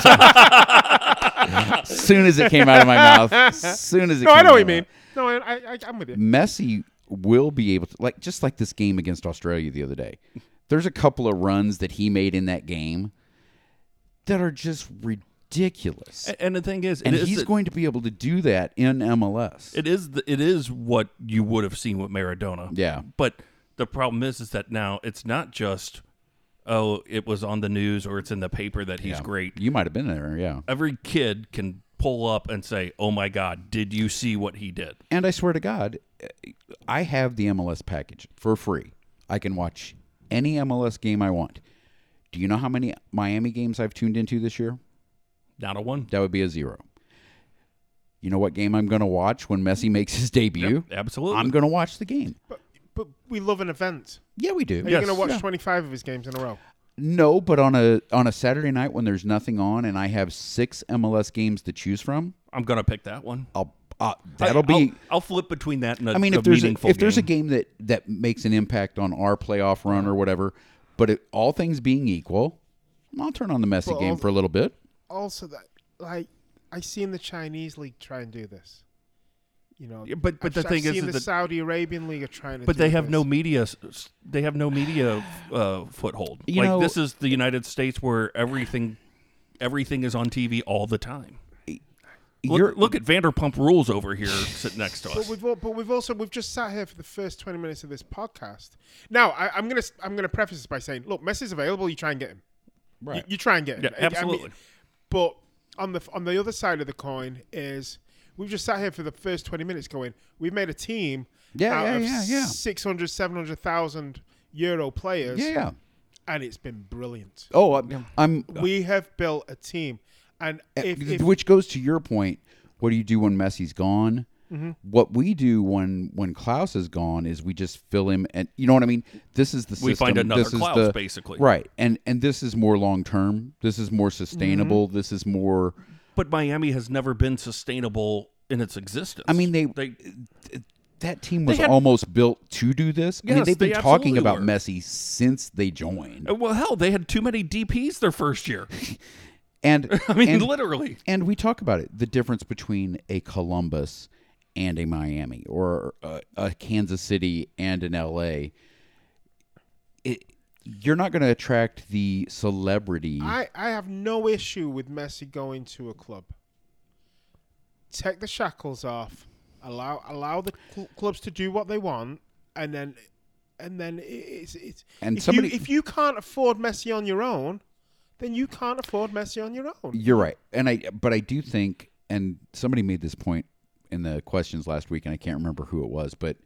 Speaker 3: soon as it came out of my mouth, soon as it
Speaker 4: No,
Speaker 3: came
Speaker 4: I know
Speaker 3: out
Speaker 4: what you
Speaker 3: of my
Speaker 4: mean. No, I, I I'm with you.
Speaker 3: Messi will be able to like just like this game against Australia the other day. There's a couple of runs that he made in that game that are just ridiculous.
Speaker 2: A- And the thing is,
Speaker 3: and
Speaker 2: it is
Speaker 3: he's
Speaker 2: the-
Speaker 3: going to be able to do that in MLS.
Speaker 2: It is the, it is what you would have seen with Maradona.
Speaker 3: Yeah.
Speaker 2: But the problem is is that now it's not just oh it was on the news or it's in the paper that he's
Speaker 3: Yeah.
Speaker 2: great.
Speaker 3: You might have been there, yeah.
Speaker 2: Every kid can pull up and say, "Oh my god, did you see what he did?"
Speaker 3: And I swear to God, I have the MLS package for free. I can watch any MLS game I want. Do you know how many Miami games I've tuned into this year?
Speaker 2: Not a one.
Speaker 3: That would be a zero. You know what game I'm going to watch when Messi makes his debut?
Speaker 2: Absolutely.
Speaker 3: I'm going to watch the game.
Speaker 4: But but we love an event.
Speaker 3: Yeah, we do.
Speaker 4: Are
Speaker 2: Yes.
Speaker 4: you going to watch
Speaker 3: Yeah.
Speaker 4: 25 of his games in a row?
Speaker 3: No, but on a on a Saturday night when there's nothing on and I have six MLS games to choose from,
Speaker 2: I'm gonna pick that one.
Speaker 3: I'll, uh, that'll be.
Speaker 4: oh,
Speaker 2: I'll, I'll flip between that and a,
Speaker 3: I mean,
Speaker 2: a
Speaker 3: if there's a, if
Speaker 2: meaningful
Speaker 3: there's a
Speaker 2: game.
Speaker 3: game that that makes an impact on our playoff run or whatever, but it, all things being equal, I'll turn on the Messi
Speaker 4: Well,
Speaker 3: game
Speaker 4: all-
Speaker 3: for a little bit.
Speaker 4: also that like I seen the Chinese league try and do this. You know,
Speaker 2: Yeah, but- but
Speaker 4: I've,
Speaker 2: the thing is
Speaker 4: I've seen
Speaker 2: that
Speaker 4: the
Speaker 2: the-
Speaker 4: Saudi Arabian league are trying to.
Speaker 2: but
Speaker 4: do
Speaker 2: they have
Speaker 4: this.
Speaker 2: no media. s- s- They have no media uh, foothold.
Speaker 3: You
Speaker 2: like
Speaker 3: know-
Speaker 2: this is the United States where everything, everything is on TV all the time.
Speaker 3: You're-
Speaker 2: Look, look at Vanderpump Rules over here sitting next to
Speaker 4: But
Speaker 2: us.
Speaker 4: we've al- but we've also we've just sat here for the first twenty minutes of this podcast. Now I, I'm gonna s- I'm gonna preface this by saying, look, Messi's available. You try and get him. Right. You, you try and get him.
Speaker 2: Yeah,
Speaker 4: I- I mean,
Speaker 2: absolutely.
Speaker 4: but on the on the other side of the coin is we've just sat here for the first twenty minutes going, we've made a team
Speaker 3: Yeah,
Speaker 4: out
Speaker 3: yeah,
Speaker 4: of
Speaker 3: yeah, yeah.
Speaker 4: 600, 700,000 euro players.
Speaker 3: Yeah, yeah.
Speaker 4: and it's been brilliant.
Speaker 3: Oh, I'm, I'm
Speaker 4: We have built a team, and
Speaker 3: Eh,
Speaker 4: if, if
Speaker 3: which goes to your point. What do you do when Messi's gone?
Speaker 4: Mm-hmm.
Speaker 3: What we do when when Klaus is gone is we just fill him, and you know what I mean. This is the
Speaker 2: We find
Speaker 3: system,
Speaker 2: another
Speaker 3: this is
Speaker 2: Klaus,
Speaker 3: the-
Speaker 2: basically.
Speaker 3: right? And and this is more long term. This is
Speaker 4: Mm-hmm.
Speaker 3: more sustainable. This is more.
Speaker 2: But Miami has never been sustainable in its existence.
Speaker 3: I mean, they,
Speaker 2: they
Speaker 3: that team was
Speaker 2: had-
Speaker 3: almost built to do this. I mean,
Speaker 2: Yes,
Speaker 3: they've been
Speaker 2: they
Speaker 3: talking
Speaker 2: absolutely
Speaker 3: about
Speaker 2: were. Oh,
Speaker 3: Messi since they joined,
Speaker 2: well, hell, they had too many DPS their first year.
Speaker 3: and
Speaker 2: I mean,
Speaker 3: and,
Speaker 2: literally.
Speaker 3: and we talk about it the difference between a Columbus and a Miami or a, a Kansas City and an LA, it, you're not going to attract the celebrity.
Speaker 4: I, I have no issue with Messi going to a club. Take the shackles off, allow allow the cl- clubs to do what they want, and then and then i- it's it's
Speaker 3: And
Speaker 4: if
Speaker 3: somebody-
Speaker 4: you, if you can't afford Messi on your own, then you can't afford Messi on your own.
Speaker 3: You're right, and I but I do think, and somebody made this point in the questions last week, and I can't remember who it was, but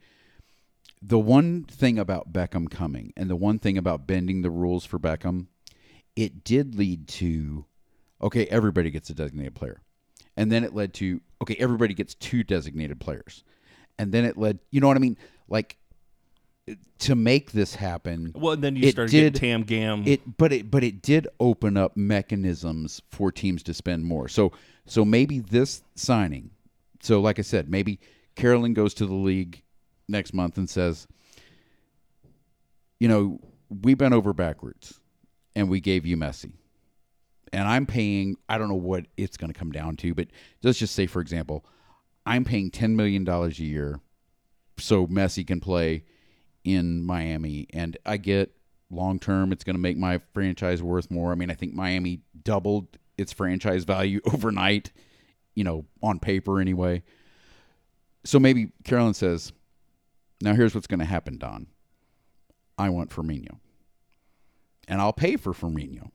Speaker 3: the one thing about Beckham coming, and the one thing about bending the rules for Beckham, it did lead to, okay, everybody gets a designated player, and then it led to, okay, everybody gets two designated players, and then it led, you know what I mean, like to make this happen.
Speaker 2: Well, and then you
Speaker 3: it
Speaker 2: started
Speaker 3: did-
Speaker 2: getting Tam Gam.
Speaker 3: It, but it, but it did open up mechanisms for teams to spend more. So, so maybe this signing. So, like I said, maybe Carolyn goes to the league next month and says, "You know, we bent over backwards, and we gave you Messi, and I'm paying. I don't know what it's going to come down to, but let's just say, for example, I'm paying ten million dollars a year so Messi can play in Miami. And I get long term, it's going to make my franchise worth more. I mean, I think Miami doubled its franchise value overnight, you know, on paper anyway. So maybe Carolyn says, now here's what's going to happen, Don. I want Firmino. And I'll pay for Firmino.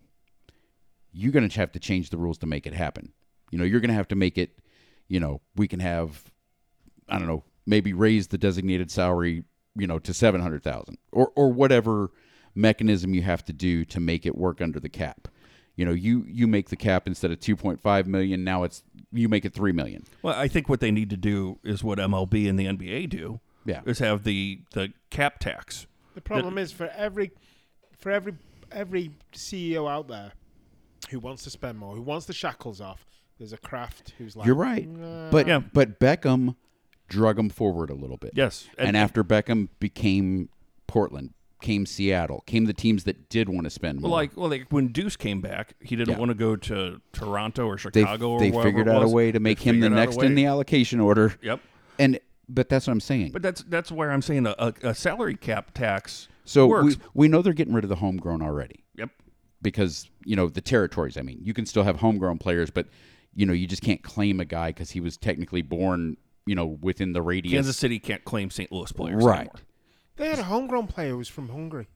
Speaker 3: You're going to have to change the rules to make it happen. You know, you're going to have to make it, you know, we can have I don't know, maybe raise the designated salary, you know, to 700,000 or or whatever mechanism you have to do to make it work under the cap. You know, you you make the cap instead of 2.5 million, now it's you make it 3 million.
Speaker 2: Well, I think what they need to do is what MLB and the NBA do.
Speaker 3: Yeah.
Speaker 2: Is have the the cap tax.
Speaker 4: The problem is for every for every every CEO out there who wants to spend more, who wants the shackles off, there's a craft who's like
Speaker 3: You're right. But
Speaker 2: Yeah.
Speaker 3: but Beckham drug him forward a little bit.
Speaker 2: Yes.
Speaker 3: And,
Speaker 2: And-
Speaker 3: after Beckham became Portland, came Seattle, came the teams that did want to spend more.
Speaker 2: Well, like well, like when Deuce came back, he didn't
Speaker 3: Yeah.
Speaker 2: want to go to Toronto or Chicago
Speaker 3: they
Speaker 2: or
Speaker 3: they
Speaker 2: wherever
Speaker 3: figured
Speaker 2: it
Speaker 3: out a
Speaker 2: was.
Speaker 3: way to
Speaker 2: They
Speaker 3: make him the
Speaker 2: figured out a
Speaker 3: next in
Speaker 2: way.
Speaker 3: the allocation order.
Speaker 2: Yep.
Speaker 3: And but that's what I'm saying.
Speaker 2: But that's that's where I'm saying a, a, a salary cap tax
Speaker 3: So
Speaker 2: works.
Speaker 3: we, we know they're getting rid of the homegrown already
Speaker 2: yep.
Speaker 3: because you know the territories. I mean, you can still have homegrown players, but you know you just can't claim a guy because he was technically born you know within the radius.
Speaker 2: Kansas City can't claim St. Louis players
Speaker 3: Right.
Speaker 2: anymore.
Speaker 4: They had a homegrown player who was from Hungary.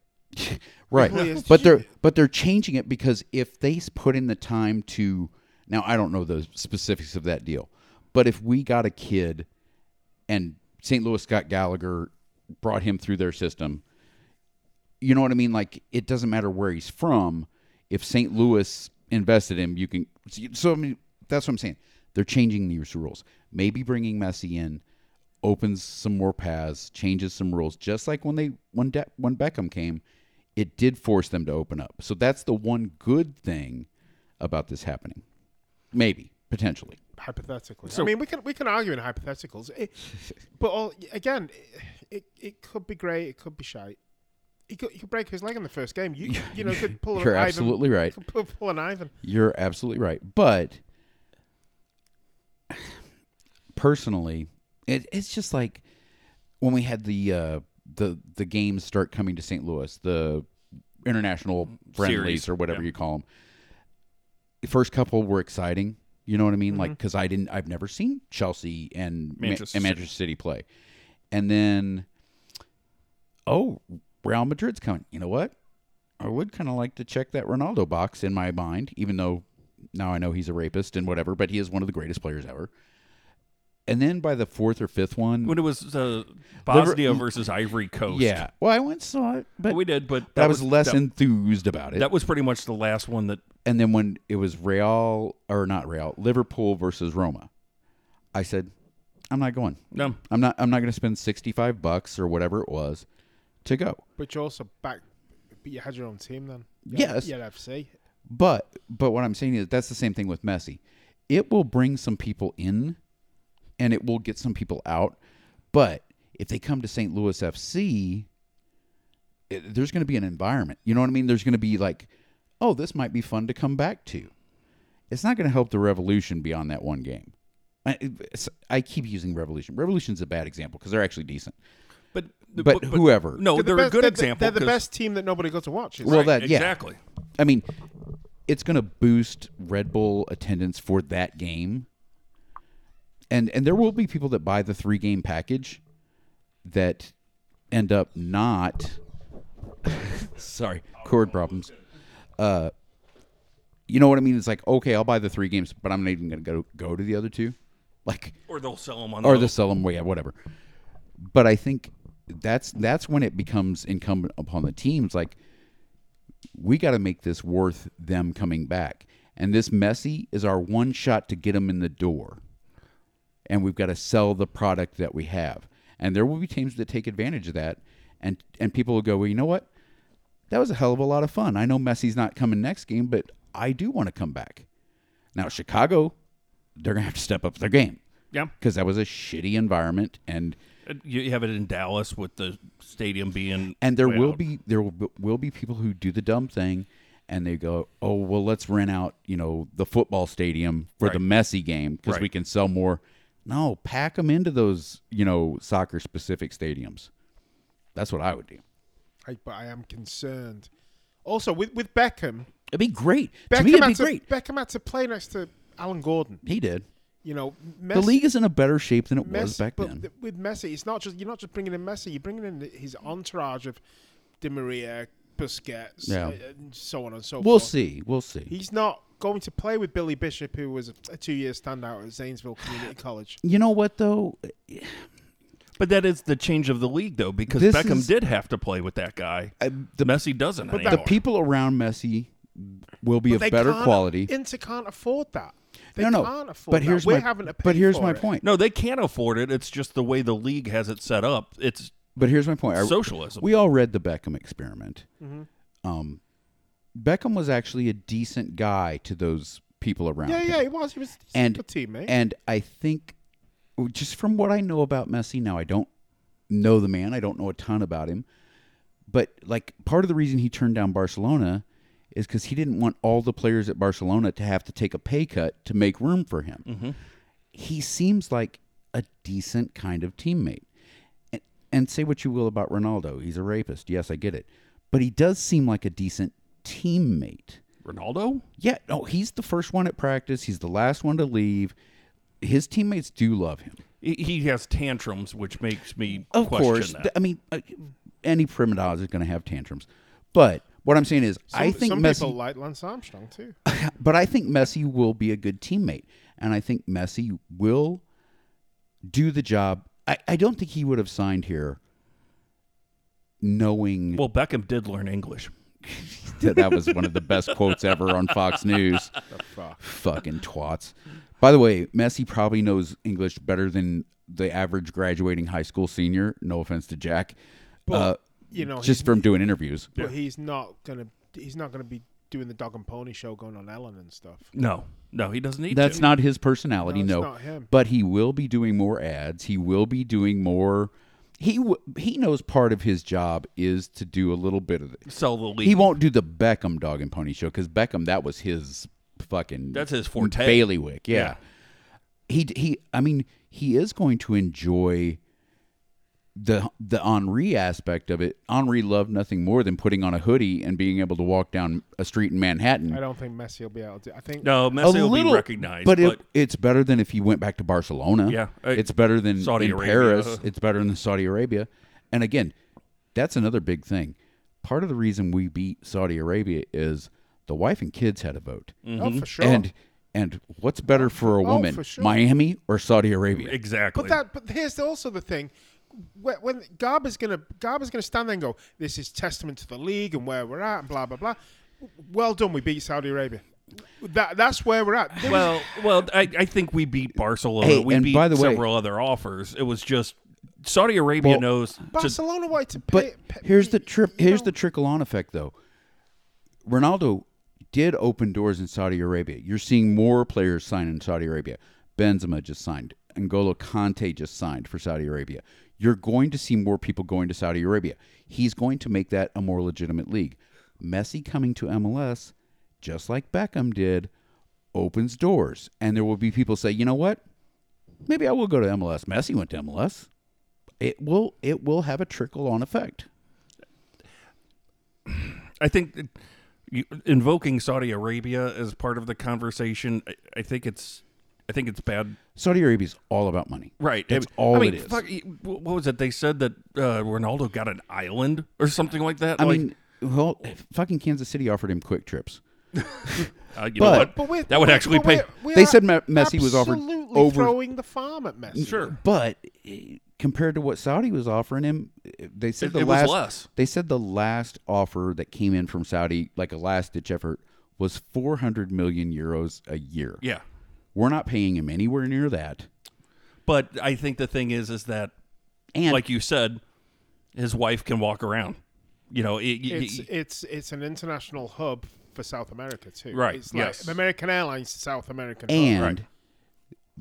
Speaker 3: right?
Speaker 4: Really is
Speaker 3: But they're
Speaker 4: cheap.
Speaker 3: but they're changing it because if they s- put in the time to now, I don't know the specifics of that deal, but if we got a kid and St. Louis got Gallagher, brought him through their system, you know what I mean? Like it doesn't matter where he's from. If St. Louis invested him, you can. So I mean, that's what I'm saying. They're changing these rules. Maybe bringing Messi in opens some more paths, changes some rules. Just like when they when De- when Beckham came, it did force them to open up. So that's the one good thing about this happening. Maybe potentially.
Speaker 4: hypothetically.
Speaker 2: So-
Speaker 4: I mean, we can we can argue in hypotheticals, it, but all, again, it, it could be great, it could be shite. He could, he could break his leg in the first game. You you know could pull an
Speaker 3: You're
Speaker 4: Ivan,
Speaker 3: absolutely right.
Speaker 4: Could pull, pull an Ivan.
Speaker 3: You're absolutely right. But personally, it, it's just like when we had the uh, the the games start coming to St. Louis, the international friendlies
Speaker 2: Series,
Speaker 3: or whatever
Speaker 2: yeah.
Speaker 3: you call them. The first couple were exciting. You know what I mean? Like 'cause Like because I didn't, I've never seen Chelsea and Ma-
Speaker 2: Manchester City.
Speaker 3: and Manchester City play, and then oh, Real Madrid's coming. You know what? I would kind of like to check that Ronaldo box in my mind, even though now I know he's a rapist and whatever, but he is one of the greatest players ever. And then by the fourth or fifth one,
Speaker 2: When it was uh, Bosnia versus Ivory Coast.
Speaker 3: yeah, well, I once saw it, but,
Speaker 2: we did, but that,
Speaker 3: I was, less
Speaker 2: that,
Speaker 3: enthused about it.
Speaker 2: that was pretty much the last one that
Speaker 3: and then when it was Real or not Real, Liverpool versus Roma, I said, "I'm not going.
Speaker 2: no.
Speaker 3: I'm not. I'm not going to spend sixty-five bucks or whatever it was to go."
Speaker 4: But you also back, but you had your own team then.
Speaker 3: Yes.
Speaker 4: yeah, FC.
Speaker 3: But but what I'm saying is that's the same thing with Messi. It will bring some people in and it will get some people out. But if they come to St. Louis FC, it, there's going to be an environment. You know what I mean? There's going to be like, "Oh, this might be fun to come back to." It's not going to help the revolution beyond that one game. I, it's- I keep using Revolution. Revolution's a bad example because they're actually decent.
Speaker 2: But,
Speaker 3: But whoever.
Speaker 2: No,
Speaker 4: the
Speaker 2: they're
Speaker 4: best-
Speaker 2: a good
Speaker 4: they're the-
Speaker 2: example.
Speaker 4: They're the
Speaker 2: 'cause-
Speaker 4: best team that nobody got to watch. is
Speaker 3: Well,
Speaker 4: right.
Speaker 3: that yeah.
Speaker 2: Exactly.
Speaker 3: I mean, it's going to boost Red Bull attendance for that game, and and there will be people that buy the three game package that end up not. sorry, cord problems. Uh, you know what I mean? It's like okay, I'll buy the three games, but I'm not even going to go go to the other two. Like
Speaker 2: Or they'll sell them on
Speaker 3: or
Speaker 2: their
Speaker 3: the
Speaker 2: own.
Speaker 3: sell them, yeah, whatever. But I think that's that's when it becomes incumbent upon the teams. Like we got to make this worth them coming back, and this Messi is our one shot to get them in the door, and we've got to sell the product that we have. And there will be teams that take advantage of that, and and people will go, well, you know what? That was a hell of a lot of fun. I know Messi's not coming next game, but I do want to come back. Now Chicago, they're gonna have to step up their game
Speaker 2: Yeah.
Speaker 3: because that was a shitty environment and
Speaker 2: And You have it in Dallas with the stadium being
Speaker 3: and there
Speaker 2: way
Speaker 3: will
Speaker 2: out.
Speaker 3: be there will, will be people who do the dumb thing and they go oh well let's rent out you know the football stadium for the messy game because we
Speaker 2: Right.
Speaker 3: can sell more no pack them into those you know soccer specific stadiums that's what i would do
Speaker 4: I, but I am concerned. Also, with with Beckham,
Speaker 3: it'd be great
Speaker 4: Beckham
Speaker 3: to me it'd
Speaker 4: had
Speaker 3: be
Speaker 4: to,
Speaker 3: great
Speaker 4: Beckham had to play next to Alan Gordon.
Speaker 3: he did
Speaker 4: You know, Messi,
Speaker 3: the league is in a better shape than it was
Speaker 4: Messi,
Speaker 3: back
Speaker 4: but
Speaker 3: then
Speaker 4: th- with Messi, it's not just you're not just bringing in Messi. You're bringing in his entourage of Di Maria, Busquets,
Speaker 3: Yeah.
Speaker 4: uh, and so on and so
Speaker 3: we'll
Speaker 4: forth.
Speaker 3: see we'll see
Speaker 4: He's not going to play with Billy Bishop, who was a, a two-year standout at Zanesville Community College.
Speaker 3: you know what though
Speaker 2: But that is the change of the league, though, because
Speaker 3: This
Speaker 2: Beckham
Speaker 3: is-
Speaker 2: did have to play with that guy. the Messi doesn't.
Speaker 4: But that-
Speaker 2: anymore.
Speaker 3: the people around messi will be
Speaker 4: They
Speaker 3: of better
Speaker 4: can't-
Speaker 3: quality
Speaker 4: Inter can't afford that. They
Speaker 3: no, no.
Speaker 4: can't afford
Speaker 3: but
Speaker 4: that.
Speaker 3: here's
Speaker 4: We're
Speaker 3: my
Speaker 4: having to pay
Speaker 3: but here's
Speaker 4: for
Speaker 3: my
Speaker 4: it.
Speaker 3: point.
Speaker 2: no, they can't afford it. It's just the way the league has it set up. It's
Speaker 3: But here's my point. I-
Speaker 2: socialism.
Speaker 3: we all read the Beckham experiment.
Speaker 4: Mm-hmm.
Speaker 3: Um, Beckham was actually a decent guy to those people around
Speaker 4: Yeah,
Speaker 3: him.
Speaker 4: yeah, he was. He was he's
Speaker 3: And
Speaker 4: a good teammate.
Speaker 3: and I think just from what I know about Messi now, I don't know the man. I don't know a ton about him. But like part of the reason he turned down Barcelona is because he didn't want all the players at Barcelona to have to take a pay cut to make room for him.
Speaker 4: Mm-hmm.
Speaker 3: He seems like a decent kind of teammate. And, and say what you will about Ronaldo, he's a rapist. Yes, I get it. But he does seem like a decent teammate.
Speaker 2: Ronaldo.
Speaker 3: Yeah, no, he's the first one at practice. He's the last one to leave. His teammates do love him.
Speaker 2: He, he has tantrums, which makes me
Speaker 3: Of
Speaker 2: question
Speaker 3: course.
Speaker 2: that.
Speaker 3: th- I mean, uh, any primadonna is going to have tantrums. But what I'm saying is, I
Speaker 4: Some-
Speaker 3: think
Speaker 4: some
Speaker 3: Messi.
Speaker 4: people like Lance Armstrong too.
Speaker 3: But I think Messi will be a good teammate, and I think Messi will do the job. I, I don't think he would have signed here, knowing
Speaker 2: well, Beckham did learn English.
Speaker 3: that, that was one of the best quotes ever on Fox News. Fucking twats. By the way, Messi probably knows English better than the average graduating high school senior. No offense to Jack. uh,
Speaker 4: you know,
Speaker 3: just
Speaker 4: he's-
Speaker 3: from doing interviews.
Speaker 4: But he's not gonna. He's not gonna be doing the dog and pony show going on Ellen and stuff.
Speaker 2: No, no, he doesn't need
Speaker 3: That's
Speaker 2: to.
Speaker 3: not his personality,
Speaker 4: No,
Speaker 3: no.
Speaker 4: it's not him.
Speaker 3: But he will be doing more ads. He will be doing more. He w- he knows part of his job is to do a little bit of it.
Speaker 2: sell the league.
Speaker 3: He won't do the Beckham dog and pony show because Beckham that was his fucking
Speaker 2: That's his forte.
Speaker 3: bailiwick. Yeah. he he. I mean, he is going to enjoy the the Henri aspect of it. Henri loved nothing more than putting on a hoodie and being able to walk down a street in Manhattan.
Speaker 4: I don't think Messi will be able to. I think oh,
Speaker 2: no,
Speaker 3: a
Speaker 2: Messi will
Speaker 3: little
Speaker 2: be recognized,
Speaker 3: but,
Speaker 2: but,
Speaker 3: it, it's better than if he went back to Barcelona.
Speaker 2: Yeah, I-
Speaker 3: it's better than
Speaker 2: Saudi
Speaker 3: in
Speaker 2: Arabia.
Speaker 3: Paris. It's better than Saudi Arabia. And again, that's another big thing. Part of the reason we beat Saudi Arabia is the wife and kids had a vote,
Speaker 2: Mm. Mm-hmm.
Speaker 4: oh, for sure.
Speaker 3: and and what's better for a
Speaker 4: Oh,
Speaker 3: woman,
Speaker 4: for sure.
Speaker 3: Miami or Saudi Arabia?
Speaker 2: exactly.
Speaker 4: but that. But here's also the thing. When, when Garber's gonna Garber's gonna stand there and go, "This is testament to the league and where we're at and blah blah blah." Well done, we beat Saudi Arabia. That that's where we're at. There was-
Speaker 2: well, well, I, I think we beat Barcelona.
Speaker 3: Hey,
Speaker 2: we
Speaker 3: and
Speaker 2: beat
Speaker 3: by the way-
Speaker 2: several other offers. It was just Saudi Arabia
Speaker 3: Well-
Speaker 2: knows to
Speaker 4: Barcelona wanted to pay.
Speaker 3: But
Speaker 4: pay-
Speaker 3: here's the trip.
Speaker 4: you
Speaker 3: Here's
Speaker 4: know-
Speaker 3: the trickle on effect, though. Ronaldo did open doors in Saudi Arabia. You're seeing more players sign in Saudi Arabia. Benzema just signed. N'Golo Kante just signed for Saudi Arabia. You're going to see more people going to Saudi Arabia. He's going to make that a more legitimate league. Messi coming to MLS, just like Beckham did, opens doors, and there will be people say, you know what? maybe I will go to MLS. Messi went to MLS. It will it will have a trickle on effect.
Speaker 2: I think that you, invoking Saudi Arabia as part of the conversation, I, I think it's, I think it's bad.
Speaker 3: Saudi Arabia's all about money.
Speaker 2: Right.
Speaker 3: That's
Speaker 2: I mean,
Speaker 3: all
Speaker 2: I mean,
Speaker 3: it is.
Speaker 2: fuck, you- wh- what was it? They said that uh, Ronaldo got an island or something like that.
Speaker 3: I
Speaker 2: like,
Speaker 3: mean, well, fucking Kansas City offered him quick trips.
Speaker 2: uh, you know
Speaker 3: but-
Speaker 2: what?
Speaker 4: But we're,
Speaker 2: that would
Speaker 4: but-
Speaker 2: actually
Speaker 4: but
Speaker 2: pay.
Speaker 4: we're- we
Speaker 3: They
Speaker 4: are
Speaker 3: said Me- Messi was offered
Speaker 4: absolutely
Speaker 3: over-
Speaker 4: throwing the farm at Messi.
Speaker 2: Sure.
Speaker 3: But eh, compared to what Saudi was offering him, eh, they said
Speaker 2: It-
Speaker 3: the
Speaker 2: it was
Speaker 3: last
Speaker 2: less.
Speaker 3: they said the last offer that came in from Saudi, like a last ditch effort, was 400 million euros a year.
Speaker 2: Yeah.
Speaker 3: We're not paying him anywhere near that.
Speaker 2: But I think the thing is, is that
Speaker 3: And
Speaker 2: like you said, his wife can walk around. You know, it, y-
Speaker 4: It's
Speaker 2: y-
Speaker 4: it's it's an international hub for South America too.
Speaker 2: Right,
Speaker 4: It's like
Speaker 2: yes.
Speaker 4: American Airlines to South American. hub.
Speaker 3: and
Speaker 2: oh, Right.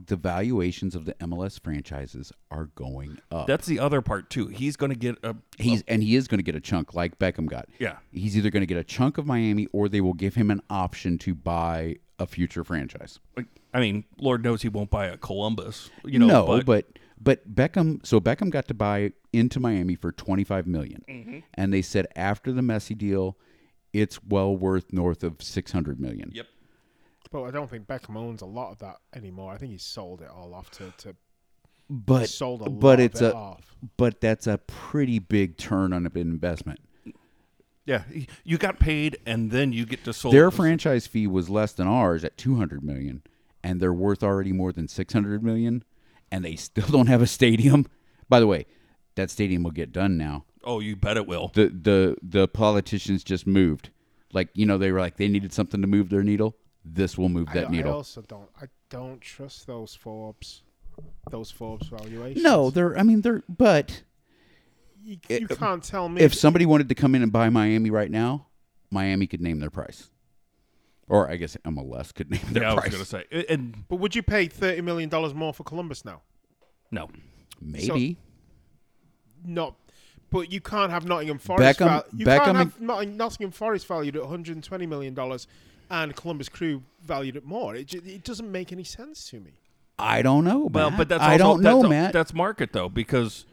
Speaker 3: the valuations of the MLS franchises are going up.
Speaker 2: that's the other part too. He's going to get a
Speaker 3: He's and he is going to get a chunk like Beckham got.
Speaker 2: Yeah.
Speaker 3: He's either going to get a chunk of Miami or they will give him an option to buy a future franchise.
Speaker 2: like, I mean, Lord knows he won't buy a Columbus. You know,
Speaker 3: no, but but Beckham so Beckham got to buy into Miami for 25 million. And they said after the Messi deal it's well worth north of 600 million.
Speaker 2: yep.
Speaker 4: But I don't think Beckham owns a lot of that anymore. I think he sold it all off to. to
Speaker 3: But
Speaker 4: sold a lot
Speaker 3: but it's
Speaker 4: of it
Speaker 3: a
Speaker 4: off.
Speaker 3: but that's a pretty big turn on an investment.
Speaker 2: Yeah, he- you got paid, and then you get to sold.
Speaker 3: Their franchise fee was less than ours at 200 million and they're worth already more than 600 million and they still don't have a stadium. By the way, that stadium will get done now.
Speaker 2: Oh, you bet it will.
Speaker 3: the the the politicians just moved. Like you know, they were like they needed something to move their needle. This will move
Speaker 4: I,
Speaker 3: that
Speaker 4: I
Speaker 3: needle.
Speaker 4: also don't. I don't trust those Forbes. Those Forbes valuations.
Speaker 3: No, they're. I mean, they're. But
Speaker 4: you, you can't tell me.
Speaker 3: if somebody wanted to come in and buy Miami right now, Miami could name their price, or I guess MLS could name their
Speaker 2: yeah, I was
Speaker 3: price.
Speaker 2: going to say, A- and
Speaker 4: but would you pay thirty million dollars more for Columbus now?
Speaker 2: no,
Speaker 3: Maybe
Speaker 4: Not. But you can't have Nottingham Forest.
Speaker 3: Beckham-
Speaker 4: val- you
Speaker 3: Beckham
Speaker 4: can't have Notting- Nottingham Forest valued at one hundred and twenty million dollars, and Columbus Crew valued at more. It, ju- it doesn't make any sense to me.
Speaker 3: I don't know.
Speaker 2: well,
Speaker 3: Matt.
Speaker 2: but that's
Speaker 3: I
Speaker 2: also-
Speaker 3: don't
Speaker 2: that's
Speaker 3: know,
Speaker 2: a-
Speaker 3: Matt.
Speaker 2: That's market though, because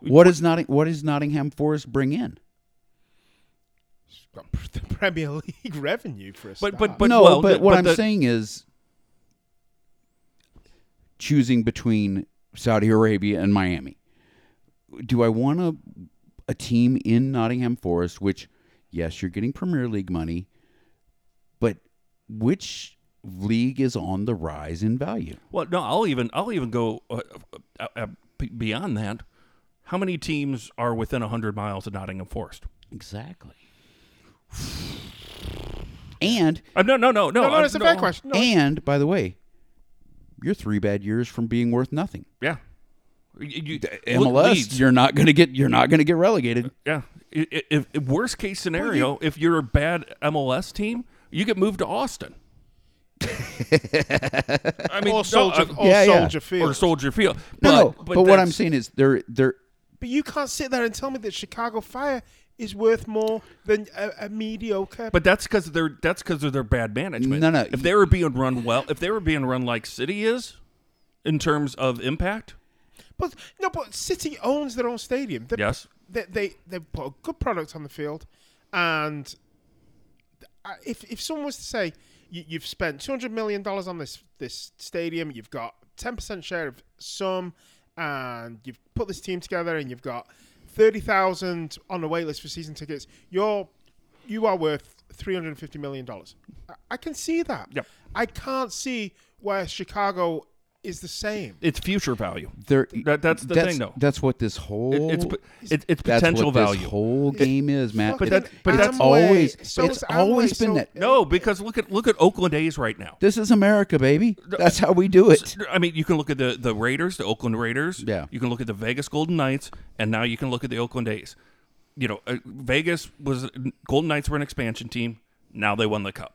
Speaker 3: what does Notting What does Nottingham Forest bring in?
Speaker 4: It's got pr- The Premier League revenue for a
Speaker 2: But-
Speaker 4: start.
Speaker 2: but- but-
Speaker 3: no,
Speaker 2: well,
Speaker 3: but
Speaker 2: the-
Speaker 3: what
Speaker 2: but
Speaker 3: I'm
Speaker 2: the-
Speaker 3: saying is choosing between Saudi Arabia and Miami. Do I want a, a team in Nottingham Forest, which, yes, you're getting Premier League money, but which league is on the rise in value?
Speaker 2: well, no, I'll even I'll even go uh, uh, uh, b- beyond that. How many teams are within hundred miles of Nottingham Forest?
Speaker 3: Exactly. And
Speaker 2: Uh, no, no, no, no.
Speaker 4: no, no,
Speaker 2: uh,
Speaker 4: it's a fair question. No,
Speaker 3: and by the way, you're three bad years from being worth nothing.
Speaker 2: Yeah. You- you- look,
Speaker 3: MLS,
Speaker 2: Leeds.
Speaker 3: you're not gonna get you're not gonna get relegated.
Speaker 2: Yeah. I- i- If, if worst case scenario, if you're a bad MLS team, you get moved to Austin. I mean,
Speaker 4: or Soldier,
Speaker 2: no, uh,
Speaker 4: or
Speaker 3: Yeah, yeah.
Speaker 4: Soldier Field.
Speaker 2: or Soldier Field.
Speaker 3: No, no, but, what I'm
Speaker 2: that's-
Speaker 3: saying is they're they're
Speaker 4: But you can't sit there and tell me that Chicago Fire is worth more than a, a mediocre.
Speaker 2: but that's because they're that's because of their bad management.
Speaker 3: No, no,
Speaker 2: If they were being run well, if they were being run like City is, in terms of impact,
Speaker 4: but no, but City owns their own stadium. They,
Speaker 2: yes,
Speaker 4: they they they put a good product on the field, and I- if if someone was to say you, you've spent two hundred million dollars on this this stadium, you've got ten percent share of some, and you've put this team together, and you've got thirty thousand on the waitlist for season tickets, you're you are worth three hundred and fifty million dollars. I, I can see that.
Speaker 2: Yep.
Speaker 4: I can't see where Chicago is the same.
Speaker 2: it's future value.
Speaker 3: they're
Speaker 2: That- that's the thing, though.
Speaker 3: That's what this whole
Speaker 2: It- it's po- it, it's
Speaker 3: that's
Speaker 2: potential
Speaker 3: what
Speaker 2: value.
Speaker 3: This whole game is, Matt.
Speaker 4: Fucking
Speaker 3: It-
Speaker 2: that- but that's-
Speaker 3: it's
Speaker 4: Amway.
Speaker 3: always
Speaker 4: So
Speaker 3: it's
Speaker 4: is Amway,
Speaker 3: always been
Speaker 4: so-
Speaker 3: that.
Speaker 2: no, because look at look at Oakland A's right now.
Speaker 3: This is America, baby. That's how we do it.
Speaker 2: I mean, you can look at the the Raiders, the Oakland Raiders.
Speaker 3: Yeah.
Speaker 2: You can look at the Vegas Golden Knights, and now you can look at the Oakland A's. You know, uh, Vegas was Golden Knights were an expansion team. Now they won the cup.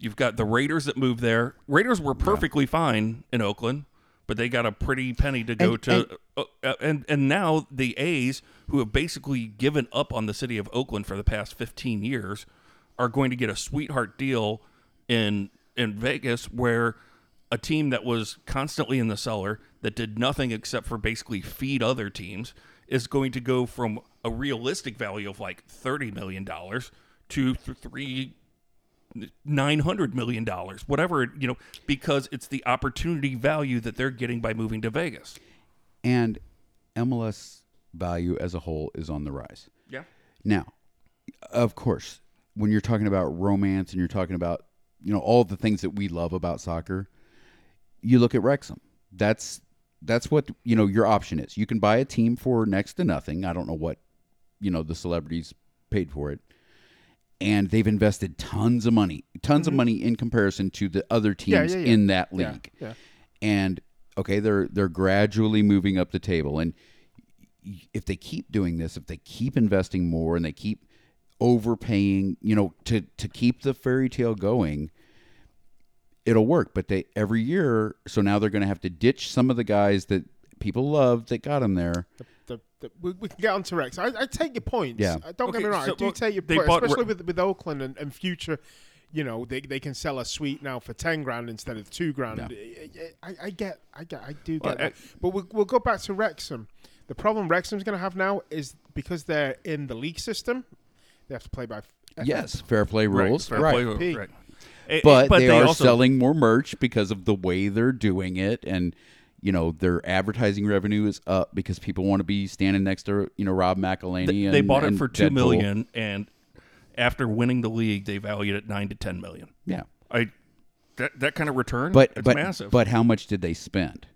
Speaker 2: You've got the Raiders that moved there. Raiders were perfectly fine in Oakland, but they got a pretty penny to go
Speaker 3: And-
Speaker 2: to. uh, uh, and and now the A's, who have basically given up on the city of Oakland for the past 15 years, are going to get a sweetheart deal in in Vegas where a team that was constantly in the cellar that did nothing except for basically feed other teams is going to go from a realistic value of like thirty million dollars to th- three nine hundred million dollars, whatever it- you know, because it's the opportunity value that they're getting by moving to Vegas.
Speaker 3: and MLS value as a whole is on the rise.
Speaker 2: Yeah,
Speaker 3: Now, of course, when you're talking about romance and you're talking about, you know, all the things that we love about soccer, you look at Wrexham. That's that's what, you know, your option is. You can buy a team for next to nothing. I don't know what, you know, the celebrities paid for it. And they've invested tons of money, tons of money in comparison to the other
Speaker 4: Mm-hmm. Yeah,
Speaker 3: teams
Speaker 4: yeah, yeah.
Speaker 3: in that
Speaker 4: Yeah,
Speaker 3: league.
Speaker 4: yeah.
Speaker 3: And okay, they're they're gradually moving up the table and if they keep doing this, if they keep investing more and they keep overpaying, you know, to to keep the fairy tale going, it'll work. But they every year, so now they're going to have to ditch some of the guys that people love that got them there.
Speaker 4: The, the, we, we can get on to Rex. I, I take your points.
Speaker 3: Yeah.
Speaker 4: Uh, Don't
Speaker 2: Okay,
Speaker 4: get me wrong.
Speaker 2: so,
Speaker 4: I do
Speaker 2: well,
Speaker 4: take your
Speaker 2: they
Speaker 4: point,
Speaker 2: bought Re-
Speaker 4: especially with with Oakland and, and future. You know, they, they can sell a suite now for ten grand instead of two grand. I, I, I get, I get, I do get
Speaker 2: Well,
Speaker 4: that.
Speaker 2: I-
Speaker 4: but we'll, we'll go back to Wrexham. The problem Wrexham's going to have now is because they're in the league system, they have to play by.
Speaker 3: Yes, fair play rules, right?
Speaker 2: Fair play rules,
Speaker 4: Pete.
Speaker 2: right. Eh, eh,
Speaker 3: But, they, are
Speaker 2: also-
Speaker 3: selling more merch because of the way they're doing it, and you know their advertising revenue is up because people want to be standing next to you know Rob McElhaney.
Speaker 2: They,
Speaker 3: and,
Speaker 2: they bought it
Speaker 3: and
Speaker 2: for two
Speaker 3: Deadpool.
Speaker 2: million, and after winning the league, they valued it nine to ten million.
Speaker 3: Yeah,
Speaker 2: I that that kind of return,
Speaker 3: but
Speaker 2: it's
Speaker 3: but
Speaker 2: massive.
Speaker 3: but how much did they spend?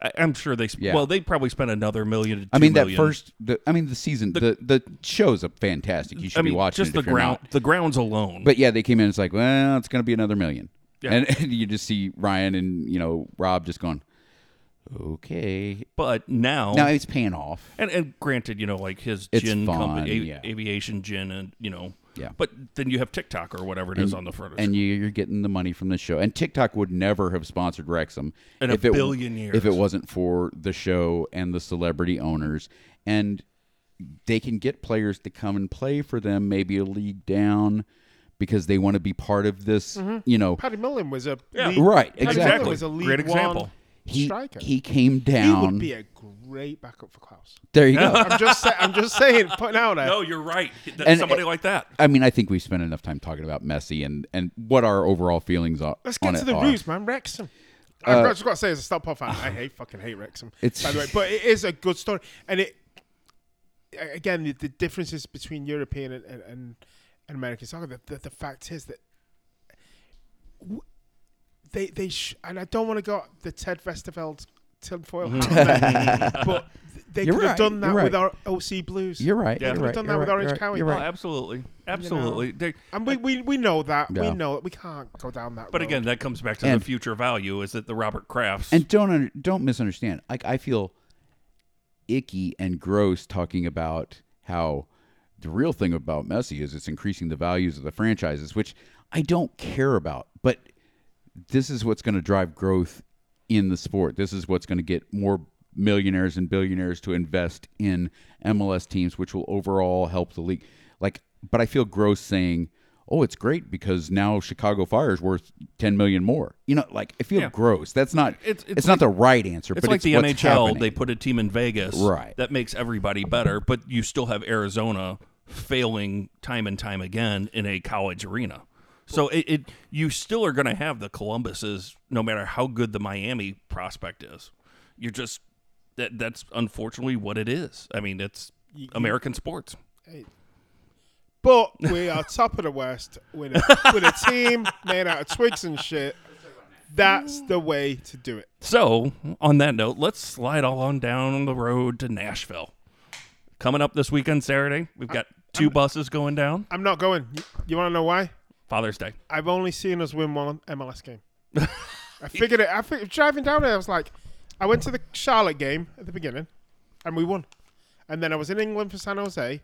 Speaker 2: I, I'm sure they. Sp-
Speaker 3: Yeah.
Speaker 2: Well, they probably spent another million. To
Speaker 3: I
Speaker 2: two
Speaker 3: mean, that
Speaker 2: million.
Speaker 3: first. The, I mean, the season. The, the show's up fantastic. You should
Speaker 2: I mean,
Speaker 3: be watching
Speaker 2: just
Speaker 3: it
Speaker 2: the
Speaker 3: if you're
Speaker 2: ground,
Speaker 3: not.
Speaker 2: the grounds alone.
Speaker 3: But yeah, they came in. It's like, well, it's going to be another million.
Speaker 2: Yeah.
Speaker 3: And, and you just see Ryan and you know Rob just going, okay.
Speaker 2: but now,
Speaker 3: Now it's paying off.
Speaker 2: and, and granted, you know, like his
Speaker 3: It's
Speaker 2: gin
Speaker 3: fun,
Speaker 2: company, a-
Speaker 3: yeah.
Speaker 2: aviation gin, and you know,
Speaker 3: Yeah.
Speaker 2: But then you have TikTok or whatever it is on the front. of it.
Speaker 3: And you, you're getting the money from the show. And TikTok would never have sponsored Wrexham
Speaker 2: In a
Speaker 3: if it,
Speaker 2: billion years.
Speaker 3: if it wasn't for the show and the celebrity owners. And they can get players to come and play for them, maybe a league down, because they want to be part of this. You know,
Speaker 4: Paddy Mullen was a
Speaker 2: Yeah.
Speaker 4: league,
Speaker 3: Right,
Speaker 4: Paddy Mullen
Speaker 3: exactly.
Speaker 4: was a league
Speaker 2: Great
Speaker 4: One
Speaker 2: example.
Speaker 3: he
Speaker 4: striker.
Speaker 3: he came
Speaker 4: He
Speaker 3: down.
Speaker 4: would be a great backup for Klaus.
Speaker 3: there you go.
Speaker 4: I'm just, say, I'm just saying, putting out there.
Speaker 2: no, Oh, you're right. That-
Speaker 3: And-
Speaker 2: somebody like that.
Speaker 3: I mean, I think we've spent enough time talking about Messi and and what our overall feelings are.
Speaker 4: Let's
Speaker 3: on
Speaker 4: get to
Speaker 3: it
Speaker 4: the
Speaker 3: are.
Speaker 4: roots, man. Wrexham. I've just got to say, as a Stockport fan, I hate fucking hate Wrexham.
Speaker 3: It's-
Speaker 4: by the way, but it is a good story, and it a- again the, the differences between European and and, and, and American soccer. The, the, the fact is that w- they they sh- and I don't want to go the Ted Vesterveld tinfoil hat, on it, but they
Speaker 3: Mm-hmm. You're
Speaker 4: could have
Speaker 3: right,
Speaker 4: done that
Speaker 3: you're
Speaker 4: with
Speaker 3: right.
Speaker 4: our OC Blues.
Speaker 3: You're right.
Speaker 2: Yeah.
Speaker 3: You're
Speaker 2: Could've
Speaker 3: right.
Speaker 4: done that
Speaker 3: you're
Speaker 4: with
Speaker 3: right,
Speaker 4: Orange
Speaker 3: you're right,
Speaker 4: County.
Speaker 3: You're
Speaker 2: Oh,
Speaker 3: right.
Speaker 2: absolutely, absolutely. They-
Speaker 4: and we, we we know that
Speaker 3: Yeah.
Speaker 4: we know that we can't go down that.
Speaker 2: but
Speaker 4: road.
Speaker 2: again, that comes back to
Speaker 3: And-
Speaker 2: the future value is that the Robert Crafts
Speaker 3: And don't under, don't misunderstand. Like I feel icky and gross talking about how the real thing about Messi is it's increasing the values of the franchises, which I don't care about. But this is what's going to drive growth in the sport. This is what's going to get more millionaires and billionaires to invest in MLS teams, which will overall help the league. Like, but I feel gross saying, "Oh, it's great because now Chicago Fire is worth ten million more." You know, like I feel
Speaker 2: Yeah.
Speaker 3: gross. That's not
Speaker 2: It's-
Speaker 3: it's,
Speaker 2: it's
Speaker 3: not the right answer.
Speaker 2: It's
Speaker 3: but
Speaker 2: like
Speaker 3: it's
Speaker 2: the
Speaker 3: what's
Speaker 2: NHL.
Speaker 3: Happening.
Speaker 2: They put a team in Vegas,
Speaker 3: Right.
Speaker 2: That makes everybody better, but you still have Arizona failing time and time again in a college arena. So it, it you still are going to have the Columbuses, no matter how good the Miami prospect is. You're just that that's unfortunately what it is. I mean, it's American sports.
Speaker 4: But we are top of the West with a, with a team made out of twigs and shit. That's the way to do it.
Speaker 2: So on that note, let's slide all on down the road to Nashville. Coming up this weekend, Saturday, we've got two buses going down.
Speaker 4: I'm not going. You, want to know why?
Speaker 2: Father's Day.
Speaker 4: I've only seen us win one MLS game. I figured it. I fig- driving down there, I was like, I went to the Charlotte game at the beginning, and we won. And then I was in England for San Jose,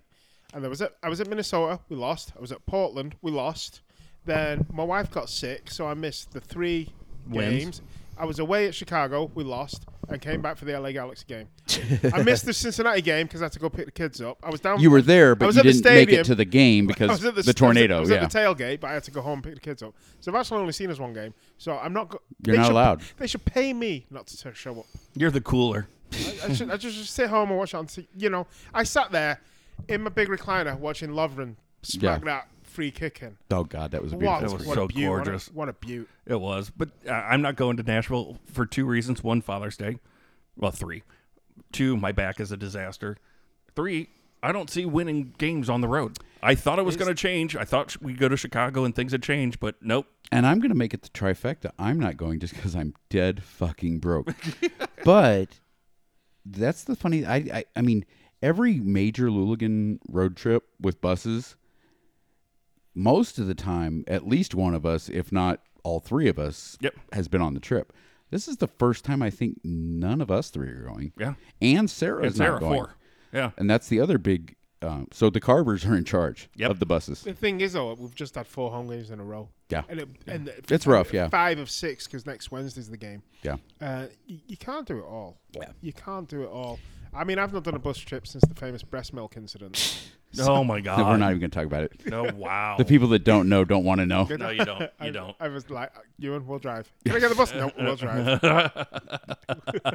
Speaker 4: and there was at, I was at Minnesota, we lost. I was at Portland, we lost. Then my wife got sick, so I missed the three
Speaker 2: Wins.
Speaker 4: games. I was away at Chicago, we lost. and came back for the LA Galaxy game. I missed the Cincinnati game because I had to go pick the kids up. I was down.
Speaker 3: You were there,
Speaker 4: I
Speaker 3: but
Speaker 4: was
Speaker 3: you
Speaker 4: at the
Speaker 3: didn't make
Speaker 4: stadium.
Speaker 3: it to the game
Speaker 4: I
Speaker 3: because
Speaker 4: was at
Speaker 3: the,
Speaker 4: I was at-
Speaker 3: tornado.
Speaker 4: I was
Speaker 3: yeah,
Speaker 4: at the tailgate, but I had to go home and pick the kids up. So I've actually only seen us one game. So I'm not. Go-
Speaker 3: You're
Speaker 4: they
Speaker 3: not
Speaker 4: should-
Speaker 3: allowed.
Speaker 4: They should pay me not to show up.
Speaker 2: You're the cooler.
Speaker 4: I, I should. I just, just sit home and watch it on. T- you know, I sat there in my big recliner watching Lovren smack
Speaker 3: Yeah.
Speaker 4: that free kick in.
Speaker 3: oh god, that was a
Speaker 4: What,
Speaker 3: beautiful.
Speaker 2: was
Speaker 4: what
Speaker 2: so
Speaker 4: a beaut, what a-
Speaker 2: gorgeous.
Speaker 4: What a, beaut.
Speaker 2: It was, but uh, I'm not going to Nashville for two reasons. One, Father's Day. Well, three. Two, my back is a disaster. Three, I don't see winning games on the road. I thought it was going to change. I thought sh- we'd go to Chicago and things had changed, but nope.
Speaker 3: And I'm going to make it the trifecta. I'm not going just because I'm dead fucking broke. but that's the funny. I, I I mean, every major Luligan road trip with buses, most of the time, at least one of us, if not all three of us,
Speaker 2: Yep.
Speaker 3: has been on the trip. This is the first time I think none of us three are going.
Speaker 2: Yeah.
Speaker 3: and Sarah's
Speaker 2: It's there
Speaker 3: not going.
Speaker 2: four. Yeah.
Speaker 3: And that's the other big. Uh, so the Carvers are in charge
Speaker 2: Yep.
Speaker 3: of the buses.
Speaker 4: The thing is, though, we've just had four home games in a row.
Speaker 3: Yeah.
Speaker 4: and, it, and
Speaker 3: It's rough, yeah.
Speaker 4: five of six because next Wednesday's the game.
Speaker 3: Yeah.
Speaker 4: Uh, you, you can't do it all. Yeah. You can't do it all. I mean, I've not done a bus trip since the famous breast milk incident.
Speaker 2: oh my God.
Speaker 3: We're not even going to talk about it.
Speaker 2: No, wow.
Speaker 3: The people that don't know don't want to know.
Speaker 2: no, you don't. You don't.
Speaker 4: I was like, uh, Ewan, we'll drive. Can I get the bus? no, we'll drive.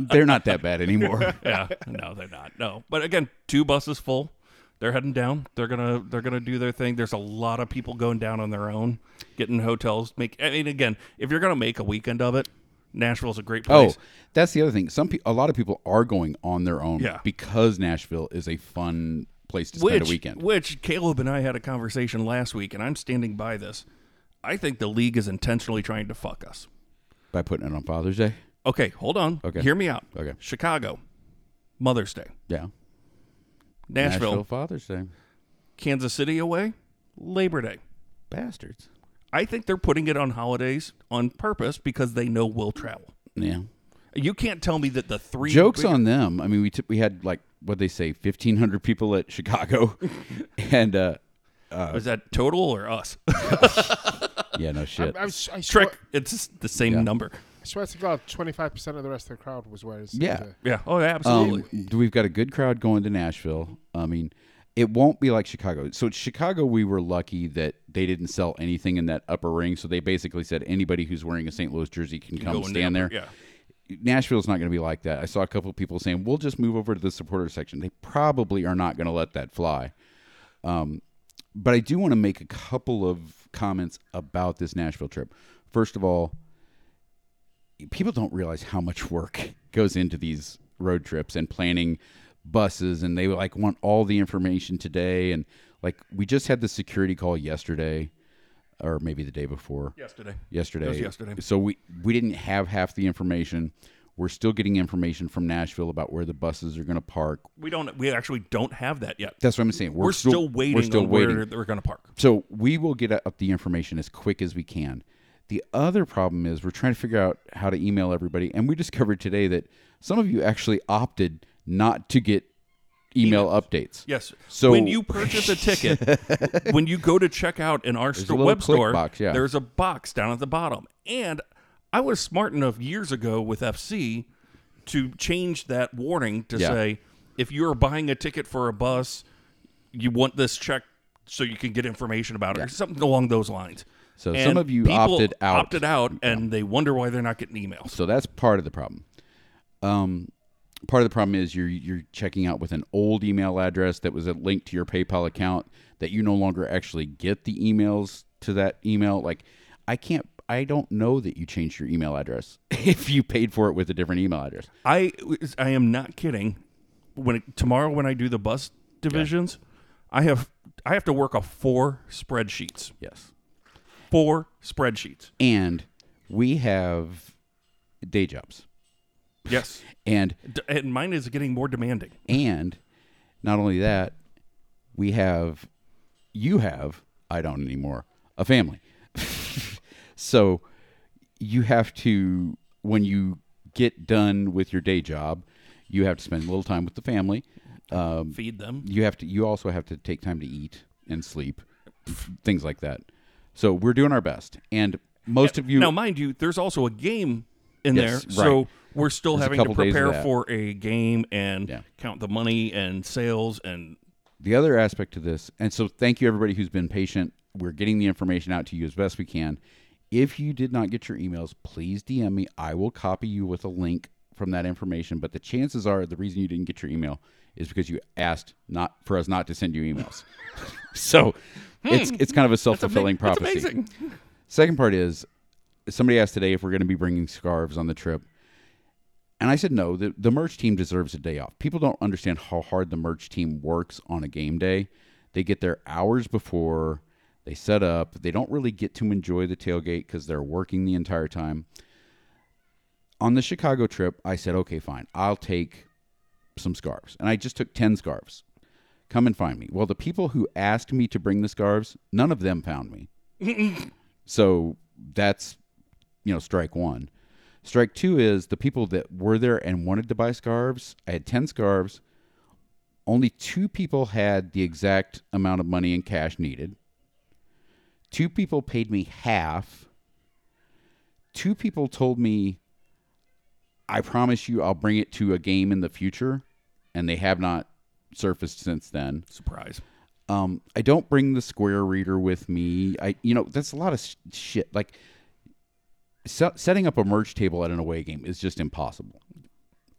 Speaker 3: They're not that bad anymore.
Speaker 2: yeah, no, they're not. No, but again, two buses full. They're heading down. They're gonna they're gonna do their thing. There's a lot of people going down on their own, getting hotels. Make I mean, again, if you're gonna make a weekend of it, Nashville's a great
Speaker 3: Oh,
Speaker 2: place.
Speaker 3: that's the other thing. Some pe- a lot of people are going on their own
Speaker 2: Yeah.
Speaker 3: because Nashville is a fun place to spend
Speaker 2: which
Speaker 3: a weekend.
Speaker 2: which Caleb and I had a conversation last week, and I'm standing by this. I think the league is intentionally trying to fuck us.
Speaker 3: By putting it on Father's Day.
Speaker 2: Okay, hold on.
Speaker 3: Okay.
Speaker 2: hear me out.
Speaker 3: Okay.
Speaker 2: Chicago, Mother's Day,
Speaker 3: Yeah.
Speaker 2: Nashville
Speaker 3: Father's Day.
Speaker 2: Kansas City away, Labor Day.
Speaker 3: Bastards.
Speaker 2: I think they're putting it on holidays on purpose because they know we'll travel.
Speaker 3: Yeah.
Speaker 2: You can't tell me that the three
Speaker 3: Jokes on them. I mean, we t- we had like what they say, fifteen hundred people at Chicago, and uh,
Speaker 2: is that total or us?
Speaker 3: yeah, no shit.
Speaker 4: I, was, I, swear,
Speaker 2: Trick. It's the same number.
Speaker 4: I swear to God, 25% of the rest of the crowd was wearing
Speaker 3: Yeah.
Speaker 4: Santa.
Speaker 2: Yeah. Oh, yeah, absolutely.
Speaker 3: Um, we've got a good crowd going to Nashville. I mean, it won't be like Chicago. So at Chicago, we were lucky that they didn't sell anything in that upper ring. So they basically said anybody who's wearing a St. Louis jersey can
Speaker 2: Go
Speaker 3: come
Speaker 2: in
Speaker 3: stand
Speaker 2: there.
Speaker 3: there.
Speaker 2: Yeah.
Speaker 3: Nashville's not going to be like that. I saw a couple of people saying we'll just move over to the supporter section. They probably are not going to let that fly. Um, but I do want to make a couple of comments about this Nashville trip. First of all, people don't realize how much work goes into these road trips and planning buses and they like want all the information today and like we just had the security call yesterday or maybe the day before
Speaker 2: Yesterday.
Speaker 3: yesterday.
Speaker 2: It was yesterday.
Speaker 3: So we we didn't have half the information. We're still getting information from Nashville about where the buses are going to park.
Speaker 2: We don't. We actually don't have that yet.
Speaker 3: That's what I'm saying.
Speaker 2: We're, still, waiting.
Speaker 3: We're still
Speaker 2: on
Speaker 3: waiting.
Speaker 2: Where we're going to park.
Speaker 3: So we will get up the information as quick as we can. The other problem is we're trying to figure out how to email everybody, and we discovered today that some of you actually opted not to get email updates.
Speaker 2: Yes.
Speaker 3: So-
Speaker 2: when you purchase a ticket, when you go to check out in our sto-
Speaker 3: little
Speaker 2: web
Speaker 3: click
Speaker 2: store,
Speaker 3: box, yeah.
Speaker 2: there's a box down at the bottom. And I was smart enough years ago with FC to change that warning to
Speaker 3: Yeah.
Speaker 2: say if you're buying a ticket for a bus, you want this check so you can get information about it or something along those lines.
Speaker 3: So
Speaker 2: And
Speaker 3: some of you
Speaker 2: people
Speaker 3: opted out.
Speaker 2: opted out, and they wonder why they're not getting emails.
Speaker 3: So that's part of the problem. Um, part of the problem is you're you're checking out with an old email address that was a link to your PayPal account that you no longer actually get the emails to that email. Like I can't I don't know that you changed your email address if you paid for it with a different email address.
Speaker 2: I I am not kidding. When it, tomorrow when I do the bus divisions, I have I have to work off four spreadsheets.
Speaker 3: Yes.
Speaker 2: Four spreadsheets.
Speaker 3: And we have day jobs.
Speaker 2: Yes.
Speaker 3: And
Speaker 2: D- and mine is getting more demanding.
Speaker 3: And not only that, we have, you have, I don't anymore, a family. so you have to, when you get done with your day job, you have to spend a little time with the family. Um,
Speaker 2: Feed them.
Speaker 3: you have to, you also have to take time to eat and sleep, things like that. So we're doing our best. And most of you,
Speaker 2: Now, mind you, there's also a game in
Speaker 3: Yes,
Speaker 2: there. So
Speaker 3: right.
Speaker 2: we're still
Speaker 3: There's a
Speaker 2: having to
Speaker 3: couple days of
Speaker 2: prepare
Speaker 3: that.
Speaker 2: for a game and
Speaker 3: Yeah.
Speaker 2: count the money and sales and
Speaker 3: the other aspect to this, and so thank you everybody who's been patient. We're getting the information out to you as best we can. If you did not get your emails, please DM me. I will copy you with a link from that information. But the chances are the reason you didn't get your email is because you asked not for us not to send you emails. so it's it's kind of a self fulfilling
Speaker 2: Hmm. That's
Speaker 3: prophecy.
Speaker 2: amazing.
Speaker 3: Second part is somebody asked today if we're going to be bringing scarves on the trip. And I said, no, the, the merch team deserves a day off. People don't understand how hard the merch team works on a game day. They get there hours before, they set up, they don't really get to enjoy the tailgate because they're working the entire time. On the Chicago trip, I said, okay, fine, I'll take some scarves. And I just took 10 scarves. Come and find me. Well, the people who asked me to bring the scarves, none of them found me. So that's you know strike one. Strike two is the people that were there and wanted to buy scarves. I had ten scarves. Only two people had the exact amount of money in cash needed. Two people paid me half. Two people told me, "I promise you, I'll bring it to a game in the future," and they have not surfaced since then.
Speaker 2: Surprise.
Speaker 3: Um, I don't bring the square reader with me. I, you know, that's a lot of sh- shit. Like se- setting up a merge table at an away game is just impossible.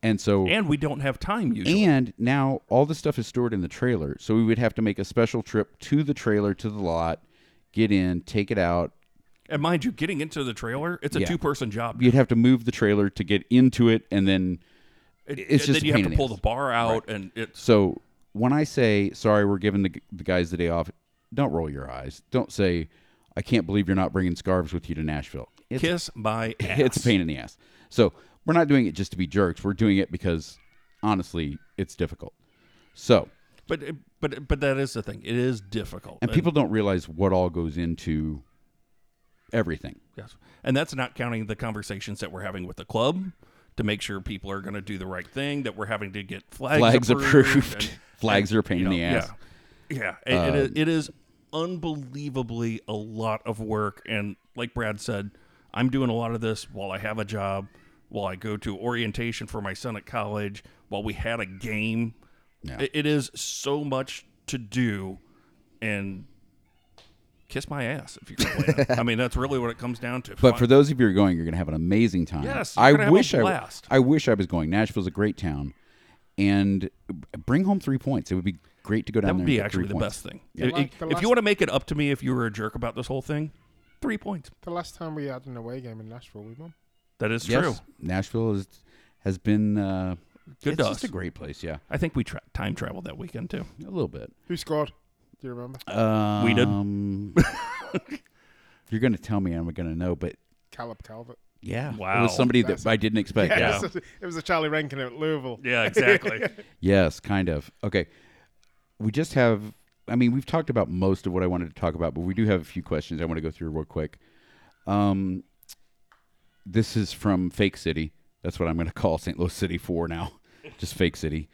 Speaker 3: And so, and,
Speaker 2: And we don't have time usually.
Speaker 3: now all this stuff is stored in the trailer, so we would have to make a special trip to the trailer to the lot, get in, take it out.
Speaker 2: And mind you, getting into the trailer, it's a
Speaker 3: Yeah.
Speaker 2: two person job.
Speaker 3: You'd have to move the trailer to get into it, and then
Speaker 2: It-
Speaker 3: it's
Speaker 2: and
Speaker 3: just a
Speaker 2: then you have
Speaker 3: pain
Speaker 2: to
Speaker 3: in the
Speaker 2: pull
Speaker 3: ass.
Speaker 2: the bar out and it's
Speaker 3: So when I say sorry, we're giving the, g- the guys the day off. Don't roll your eyes. Don't say, "I can't believe you're not bringing scarves with you to Nashville." It's,
Speaker 2: kiss my ass.
Speaker 3: it's a pain in the ass. So we're not doing it just to be jerks. We're doing it because honestly, it's difficult. So
Speaker 2: But but but that is the thing. It is difficult.
Speaker 3: and people don't realize what all goes into everything.
Speaker 2: Yes. And that's not counting the conversations that we're having with the club to make sure people are going to do the right thing, that we're having to get flags,
Speaker 3: Flags
Speaker 2: approved.
Speaker 3: approved. Flags are a pain in the ass.
Speaker 2: Yeah. yeah. It- it
Speaker 3: Um,
Speaker 2: is- it is unbelievably a lot of work. And like Brad said, I'm doing a lot of this while I have a job, while I go to orientation for my son at college, while we had a game. It- it is so much to do. And kiss my ass if you complain. I mean, that's really what it comes down to.
Speaker 3: But for those of you who are going, you're going to have an amazing time.
Speaker 2: Yes, you're
Speaker 3: I
Speaker 2: gonna have a
Speaker 3: wish I.
Speaker 2: blast.
Speaker 3: I wish I was going. Nashville's a great town, and bring home three points. It would be great to go down
Speaker 2: That
Speaker 3: there.
Speaker 2: would
Speaker 3: and
Speaker 2: be
Speaker 3: get three
Speaker 2: actually the
Speaker 3: points.
Speaker 2: best thing.
Speaker 3: Yeah.
Speaker 2: If,
Speaker 4: The last- the
Speaker 2: if
Speaker 4: last-
Speaker 2: you want to make it up to me, if you were a jerk about this whole thing, three points.
Speaker 4: The last time we had an away game in Nashville, we won.
Speaker 2: That is
Speaker 3: Yes,
Speaker 2: true.
Speaker 3: Nashville is, has been uh,
Speaker 2: Good
Speaker 3: It's
Speaker 2: to us.
Speaker 3: just a great place. Yeah,
Speaker 2: I think we tra- time traveled that weekend too.
Speaker 3: a little bit.
Speaker 4: Who scored? Do you remember?
Speaker 2: Uh,
Speaker 3: Um,
Speaker 2: did.
Speaker 3: you're going to tell me, I'm going to know, but
Speaker 4: Caleb Calvert.
Speaker 3: yeah, it
Speaker 2: Wow.
Speaker 3: was somebody
Speaker 4: That's-
Speaker 3: that I didn't expect.
Speaker 2: Yeah.
Speaker 3: Yeah.
Speaker 4: It was a- it was a Charlie Rankin at Louisville.
Speaker 2: Yeah, exactly.
Speaker 3: Yes, kind of. Okay. We just have, I mean, we've talked about most of what I wanted to talk about, but we do have a few questions I want to go through real quick. Um, this is from Fake City. That's what I'm going to call St. Louis City for now. Just Fake City.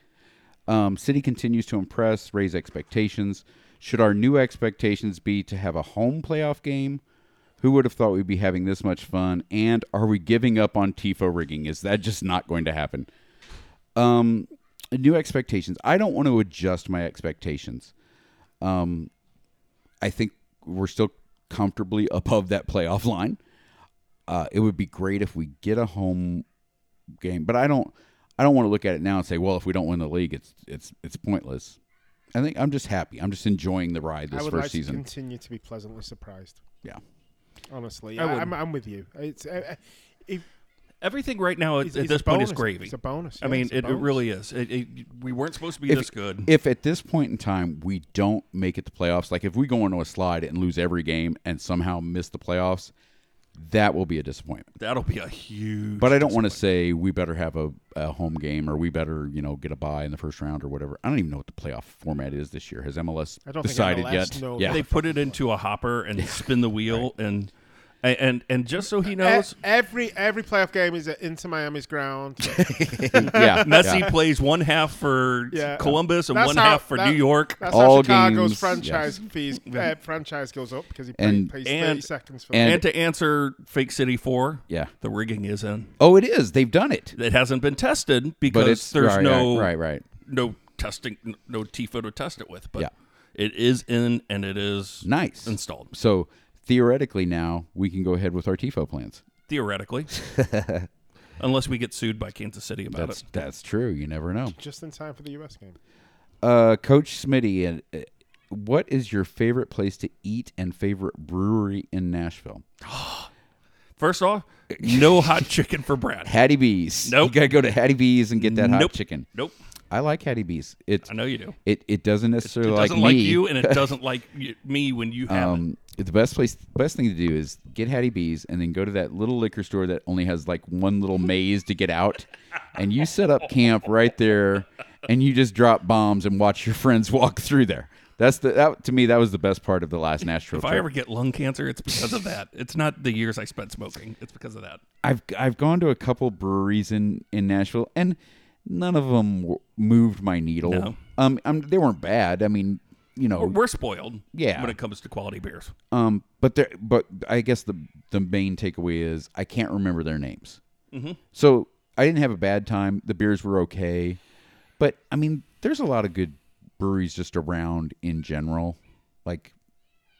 Speaker 3: Um, City continues to impress, raise expectations. Should our new expectations be to have a home playoff game? Who would have thought we'd be having this much fun? And are we giving up on Tifo rigging? Is that just not going to happen? Um, new expectations. I don't want to adjust my expectations. Um, I think we're still comfortably above that playoff line. Uh, it would be great if we get a home game, but I don't. I don't want to look at it now and say, "Well, if we don't win the league, it's it's it's pointless." I think I'm just happy. I'm just enjoying the ride
Speaker 4: I
Speaker 3: this
Speaker 4: would
Speaker 3: first
Speaker 4: like to
Speaker 3: season.
Speaker 4: continue to be pleasantly surprised.
Speaker 3: Yeah.
Speaker 4: Honestly,
Speaker 2: I
Speaker 4: I
Speaker 2: would.
Speaker 4: am I'm with you. It's, uh, uh, if,
Speaker 2: Everything right now at,
Speaker 4: it's,
Speaker 2: at
Speaker 4: it's
Speaker 2: this
Speaker 4: a
Speaker 2: point
Speaker 4: bonus.
Speaker 2: is gravy.
Speaker 4: It's a bonus.
Speaker 2: I
Speaker 4: yeah,
Speaker 2: mean,
Speaker 4: it's a
Speaker 2: it, it
Speaker 4: bonus.
Speaker 2: really is. It, it, we weren't supposed to be
Speaker 3: If-
Speaker 2: this good.
Speaker 3: If at this point in time we don't make it to playoffs, like if we go into a slide and lose every game and somehow miss the playoffs, that will be a disappointment.
Speaker 2: That'll be a huge.
Speaker 3: But uh, I don't want to say we better have a, a home game or we better, you know, get a bye in the first round or whatever. I don't even know what the playoff format is this year. Has MLS
Speaker 4: I don't think
Speaker 3: decided
Speaker 4: MLS
Speaker 3: yet?
Speaker 4: knows.
Speaker 3: yeah.
Speaker 2: They put it into a hopper and spin the wheel, and A- and and just so he
Speaker 4: E-
Speaker 2: knows,
Speaker 4: every every playoff game is at into Miami's ground.
Speaker 3: yeah,
Speaker 2: Messi
Speaker 3: yeah.
Speaker 2: plays one half for
Speaker 4: Yeah.
Speaker 2: Columbus and
Speaker 4: That's
Speaker 2: one
Speaker 4: how-
Speaker 2: half for
Speaker 4: that-
Speaker 2: New York.
Speaker 4: That's
Speaker 3: All
Speaker 4: how Chicago's
Speaker 3: games,
Speaker 4: franchise fees uh, franchise goes up because he play-
Speaker 3: And-
Speaker 4: plays
Speaker 2: and-
Speaker 4: thirty seconds for
Speaker 3: and-
Speaker 2: And to answer Fake City Four,
Speaker 3: Yeah.
Speaker 2: the rigging is in.
Speaker 3: Oh, it is. They've done it,
Speaker 2: It hasn't been tested
Speaker 3: but
Speaker 2: because
Speaker 3: it's
Speaker 2: there's
Speaker 3: right,
Speaker 2: no
Speaker 3: right, right.
Speaker 2: no testing, no TIFO to test it with. But
Speaker 3: Yeah.
Speaker 2: it is in and it is
Speaker 3: Nice.
Speaker 2: installed
Speaker 3: So theoretically, now we can go ahead with our tifo plans.
Speaker 2: theoretically, unless we get sued by Kansas City about
Speaker 3: That's
Speaker 2: it.
Speaker 3: that's true. You never know.
Speaker 4: just in time for the US game.
Speaker 3: Uh, Coach Smitty, and uh, what is your favorite place to eat and favorite brewery in Nashville?
Speaker 2: First off, no hot chicken for Brad.
Speaker 3: Hattie B's.
Speaker 2: Nope.
Speaker 3: You gotta go to Hattie B's and get that hot
Speaker 2: Nope.
Speaker 3: chicken.
Speaker 2: Nope,
Speaker 3: I like Hattie B's. It
Speaker 2: I know you do.
Speaker 3: it, it doesn't
Speaker 2: It
Speaker 3: necessarily
Speaker 2: doesn't
Speaker 3: like,
Speaker 2: like
Speaker 3: me.
Speaker 2: you, and it doesn't like you, me when you have it.
Speaker 3: um, the best place, best thing to do is get Hattie B's and then go to that little liquor store that only has like one little maze to get out, and you set up camp right there, and you just drop bombs and watch your friends walk through there. That's the that to me that was the best part of the last Nashville
Speaker 2: If
Speaker 3: trip.
Speaker 2: I ever get lung cancer, it's because of that. It's not the years I spent smoking. It's because of that.
Speaker 3: I've I've gone to a couple breweries in in Nashville, and none of them w- moved my needle.
Speaker 2: No.
Speaker 3: Um, um, they weren't bad. I mean, you know,
Speaker 2: We're, we're spoiled.
Speaker 3: Yeah.
Speaker 2: When it comes to quality beers.
Speaker 3: Um, but there, but I guess the the main takeaway is I can't remember their names. Mm-hmm. So I didn't have a bad time. The beers were okay, but I mean, there's a lot of good breweries just around in general. Like,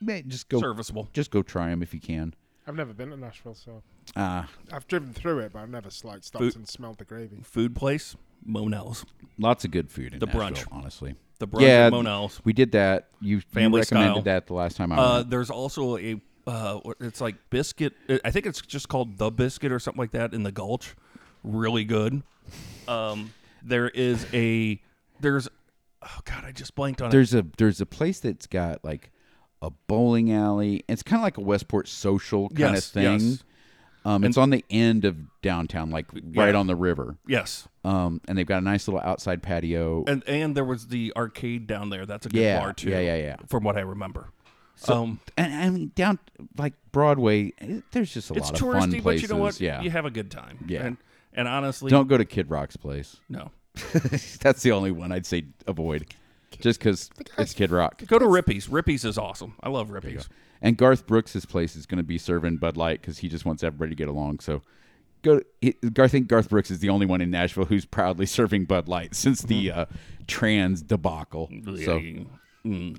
Speaker 3: man, just go,
Speaker 2: Serviceable.
Speaker 3: just go try them if you can.
Speaker 4: I've never been to Nashville, so
Speaker 3: Uh,
Speaker 4: I've driven through it, but I've never like stopped
Speaker 2: Food-
Speaker 4: and smelled the gravy.
Speaker 2: Food place, Monell's.
Speaker 3: lots of good food in
Speaker 2: The brunch.
Speaker 3: Nashville, honestly.
Speaker 2: The brunch
Speaker 3: yeah,
Speaker 2: at Monell's.
Speaker 3: we did that. You, you
Speaker 2: Family
Speaker 3: recommended
Speaker 2: style.
Speaker 3: that the last time I
Speaker 2: Uh,
Speaker 3: went.
Speaker 2: there's also a, uh, what- it's like biscuit. I think it's just called The Biscuit or something like that in the Gulch. Really good. Um, there is a, there's, oh God, I just blanked on it.
Speaker 3: there's a there's a place that's got like a bowling alley. It's kind of like a Westport social kind
Speaker 2: Yes,
Speaker 3: of thing.
Speaker 2: yes.
Speaker 3: Um, it's on the end of downtown, like
Speaker 2: Yeah.
Speaker 3: right on the river.
Speaker 2: Yes.
Speaker 3: Um, and they've got a nice little outside patio.
Speaker 2: And, and there was the arcade down there. That's a good
Speaker 3: Yeah,
Speaker 2: bar too.
Speaker 3: yeah, yeah, yeah.
Speaker 2: From what I remember. um,
Speaker 3: And I mean, down like Broadway, it- there's just a
Speaker 2: it's
Speaker 3: lot of fun
Speaker 2: touristy,
Speaker 3: places.
Speaker 2: but you know what?
Speaker 3: Yeah,
Speaker 2: You have a good time.
Speaker 3: Yeah.
Speaker 2: And, and honestly,
Speaker 3: don't go to Kid Rock's place.
Speaker 2: no.
Speaker 3: that's the only one I'd say avoid, just because it's Kid Rock.
Speaker 2: Go to Rippy's. Rippy's is awesome. I love Rippy's.
Speaker 3: And Garth Brooks' place is going to be serving Bud Light because he just wants everybody to get along. So, go. He, I think Garth Brooks is the only one in Nashville who's proudly serving Bud Light since the
Speaker 2: Mm-hmm.
Speaker 3: uh, trans debacle. So,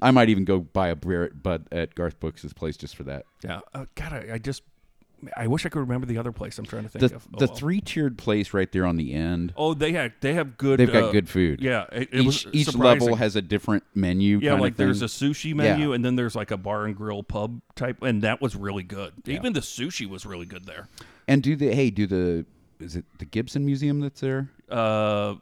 Speaker 3: I might even go buy a beer at Bud at Garth Brooks' place just for that.
Speaker 2: yeah. Uh, God, I, I just, I wish I could remember the other place I'm trying to think
Speaker 3: The
Speaker 2: of. Oh,
Speaker 3: the
Speaker 2: well.
Speaker 3: three tiered place right there on the end.
Speaker 2: Oh, they have they have good.
Speaker 3: They've got
Speaker 2: uh,
Speaker 3: good food.
Speaker 2: Yeah, it, it was
Speaker 3: Each, each
Speaker 2: surprising.
Speaker 3: level has a different menu.
Speaker 2: Yeah,
Speaker 3: kind
Speaker 2: like
Speaker 3: of thing.
Speaker 2: there's a sushi menu, and then there's like a bar and grill pub type, and that was really good. Even the sushi was really good there.
Speaker 3: and do the hey do the is it the Gibson Museum that's there?
Speaker 2: Uh,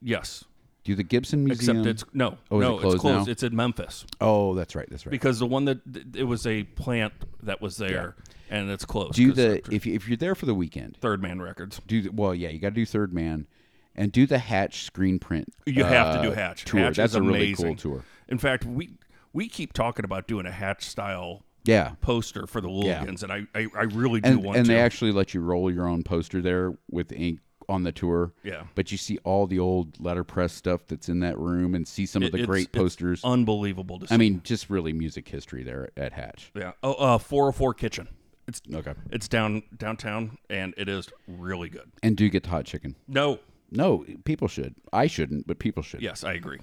Speaker 2: yes,
Speaker 3: Do the Gibson Museum?
Speaker 2: except it's no,
Speaker 3: Oh, is
Speaker 2: no,
Speaker 3: it closed
Speaker 2: it's closed.
Speaker 3: now?
Speaker 2: It's in Memphis.
Speaker 3: oh, that's right. That's right.
Speaker 2: because the one that th- it was a plant that was there and it's closed.
Speaker 3: do
Speaker 2: 'cause
Speaker 3: the
Speaker 2: of
Speaker 3: if you, if you're there for the weekend,
Speaker 2: Third Man Records.
Speaker 3: do the, well. Yeah, you got to do Third Man, and do the Hatch screen print.
Speaker 2: You have
Speaker 3: uh,
Speaker 2: to do Hatch.
Speaker 3: tour.
Speaker 2: Hatch
Speaker 3: That's
Speaker 2: is
Speaker 3: a really
Speaker 2: amazing.
Speaker 3: cool tour.
Speaker 2: In fact, we we keep talking about doing a Hatch style
Speaker 3: Yeah,
Speaker 2: poster for the Looligans, and I, I I really do
Speaker 3: and
Speaker 2: want
Speaker 3: and
Speaker 2: to.
Speaker 3: they actually let you roll your own poster there with ink on the tour.
Speaker 2: Yeah.
Speaker 3: but you see all the old letterpress stuff that's in that room, and see some
Speaker 2: It-
Speaker 3: of the
Speaker 2: it's-
Speaker 3: great
Speaker 2: it's
Speaker 3: posters.
Speaker 2: unbelievable to see.
Speaker 3: I mean, just really music history there at Hatch.
Speaker 2: yeah. Oh, uh, 404 Kitchen. It's
Speaker 3: Okay,
Speaker 2: it's down downtown, and it is really good.
Speaker 3: and do get the hot chicken.
Speaker 2: No,
Speaker 3: No, people should. I shouldn't, but people should.
Speaker 2: yes, I agree.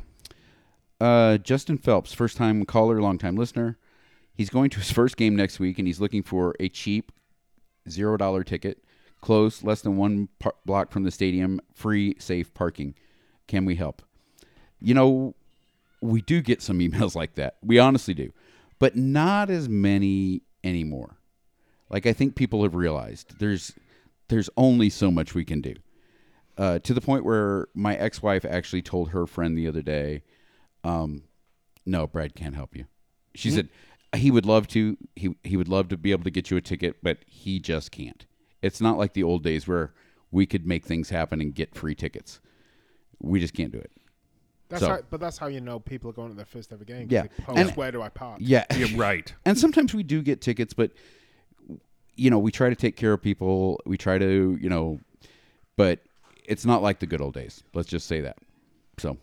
Speaker 3: Uh, Justin Phelps, first time caller, long time listener. He's going to his first game next week, and he's looking for a cheap zero dollar ticket, close, less than one par- block from the stadium, free, safe parking. Can we help? You know, we do get some emails like that. We honestly do, but not as many anymore. Like I think people have realized there's there's only so much we can do. Uh, to the point where my ex-wife actually told her friend the other day, no, Brad can't help you. She said he would love to. He he would love to be able to get you a ticket, but he just can't. It's not like the old days where we could make things happen and get free tickets. We just can't do it.
Speaker 4: That's
Speaker 3: So-
Speaker 4: how, but that's how you know people are going to their first ever game. 'cause
Speaker 3: Yeah.
Speaker 4: they post,
Speaker 3: And-
Speaker 4: where do I park?
Speaker 3: Yeah.
Speaker 2: You're right.
Speaker 3: And sometimes we do get tickets, but you know, we try to take care of people. We try to, you know, but it's not like the good old days. Let's just say that. So,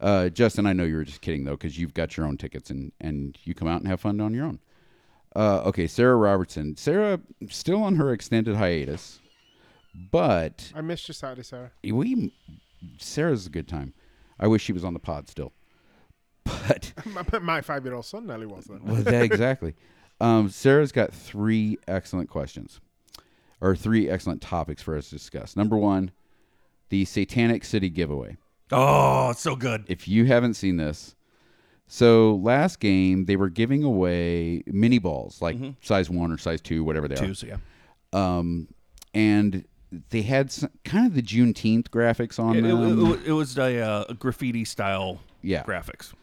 Speaker 3: uh, Justin, I know you were just kidding though, because you've got your own tickets and and you come out and have fun on your own. Uh, okay, Sarah Robertson. Sarah still on her extended hiatus, but
Speaker 4: I missed your Saturday, Sarah.
Speaker 3: we Sarah's a good time. I wish she was on the pod still, but.
Speaker 4: My, my five-year-old son nearly was then.
Speaker 3: Well, that, exactly. Um, Sarah's got three excellent questions, or three excellent topics for us to discuss. Number one, the Satanic City giveaway.
Speaker 2: Oh, it's so good.
Speaker 3: If you haven't seen this, so last game they were giving away mini balls, like size one or size two, whatever they are
Speaker 2: Mm-hmm. Twos, yeah.
Speaker 3: um, and they had some, kind of the Juneteenth graphics on
Speaker 2: It, it-
Speaker 3: them.
Speaker 2: it- it was a uh, graffiti style
Speaker 3: um, Yeah.
Speaker 2: graphics.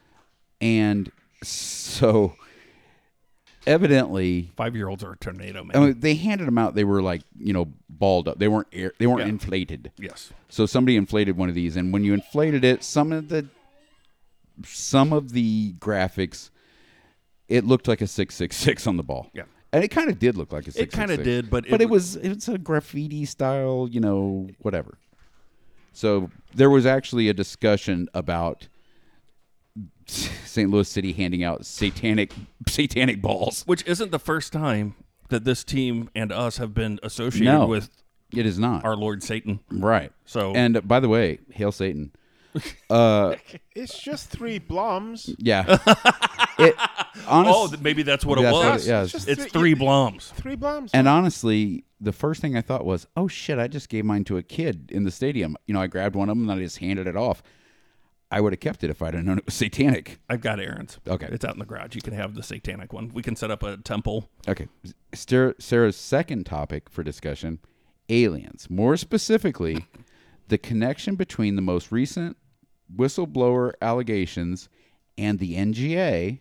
Speaker 3: and so evidently
Speaker 2: Five year olds are a tornado, man.
Speaker 3: I mean, they handed them out. They were like you know balled up. They weren't air, they weren't
Speaker 2: Yeah.
Speaker 3: inflated.
Speaker 2: yes.
Speaker 3: So somebody inflated one of these, and when you inflated it, some of the some of the graphics, it looked like a six six six on the ball.
Speaker 2: Yeah.
Speaker 3: and it kind of did look like a six.
Speaker 2: It kinda did, but it
Speaker 3: but it,
Speaker 2: w-
Speaker 3: was it's a graffiti style, you know, whatever. So there was actually a discussion about St. Louis City handing out satanic satanic balls.
Speaker 2: Which isn't the first time that this team and us have been associated
Speaker 3: No.
Speaker 2: with
Speaker 3: It is not
Speaker 2: our Lord Satan.
Speaker 3: right.
Speaker 2: So-
Speaker 3: and by the way, hail Satan.
Speaker 4: It's just three bloms.
Speaker 3: Yeah. it, honest,
Speaker 2: oh, th- maybe that's what it
Speaker 3: That's
Speaker 2: was.
Speaker 3: what it- yeah,
Speaker 4: It's just
Speaker 2: It's
Speaker 4: three-
Speaker 2: three bloms.
Speaker 4: Three bloms.
Speaker 3: and honestly, the first thing I thought was, "Oh shit, I just gave mine to a kid in the stadium." You know, I grabbed one of them and I just handed it off. I would have kept it if I'd have known it was satanic.
Speaker 2: I've got errands.
Speaker 3: Okay.
Speaker 2: It's out in the garage. You can have the satanic one. We can set up a temple.
Speaker 3: Okay. Sarah- Sarah's second topic for discussion, aliens. More specifically, the connection between the most recent whistleblower allegations and the NGA,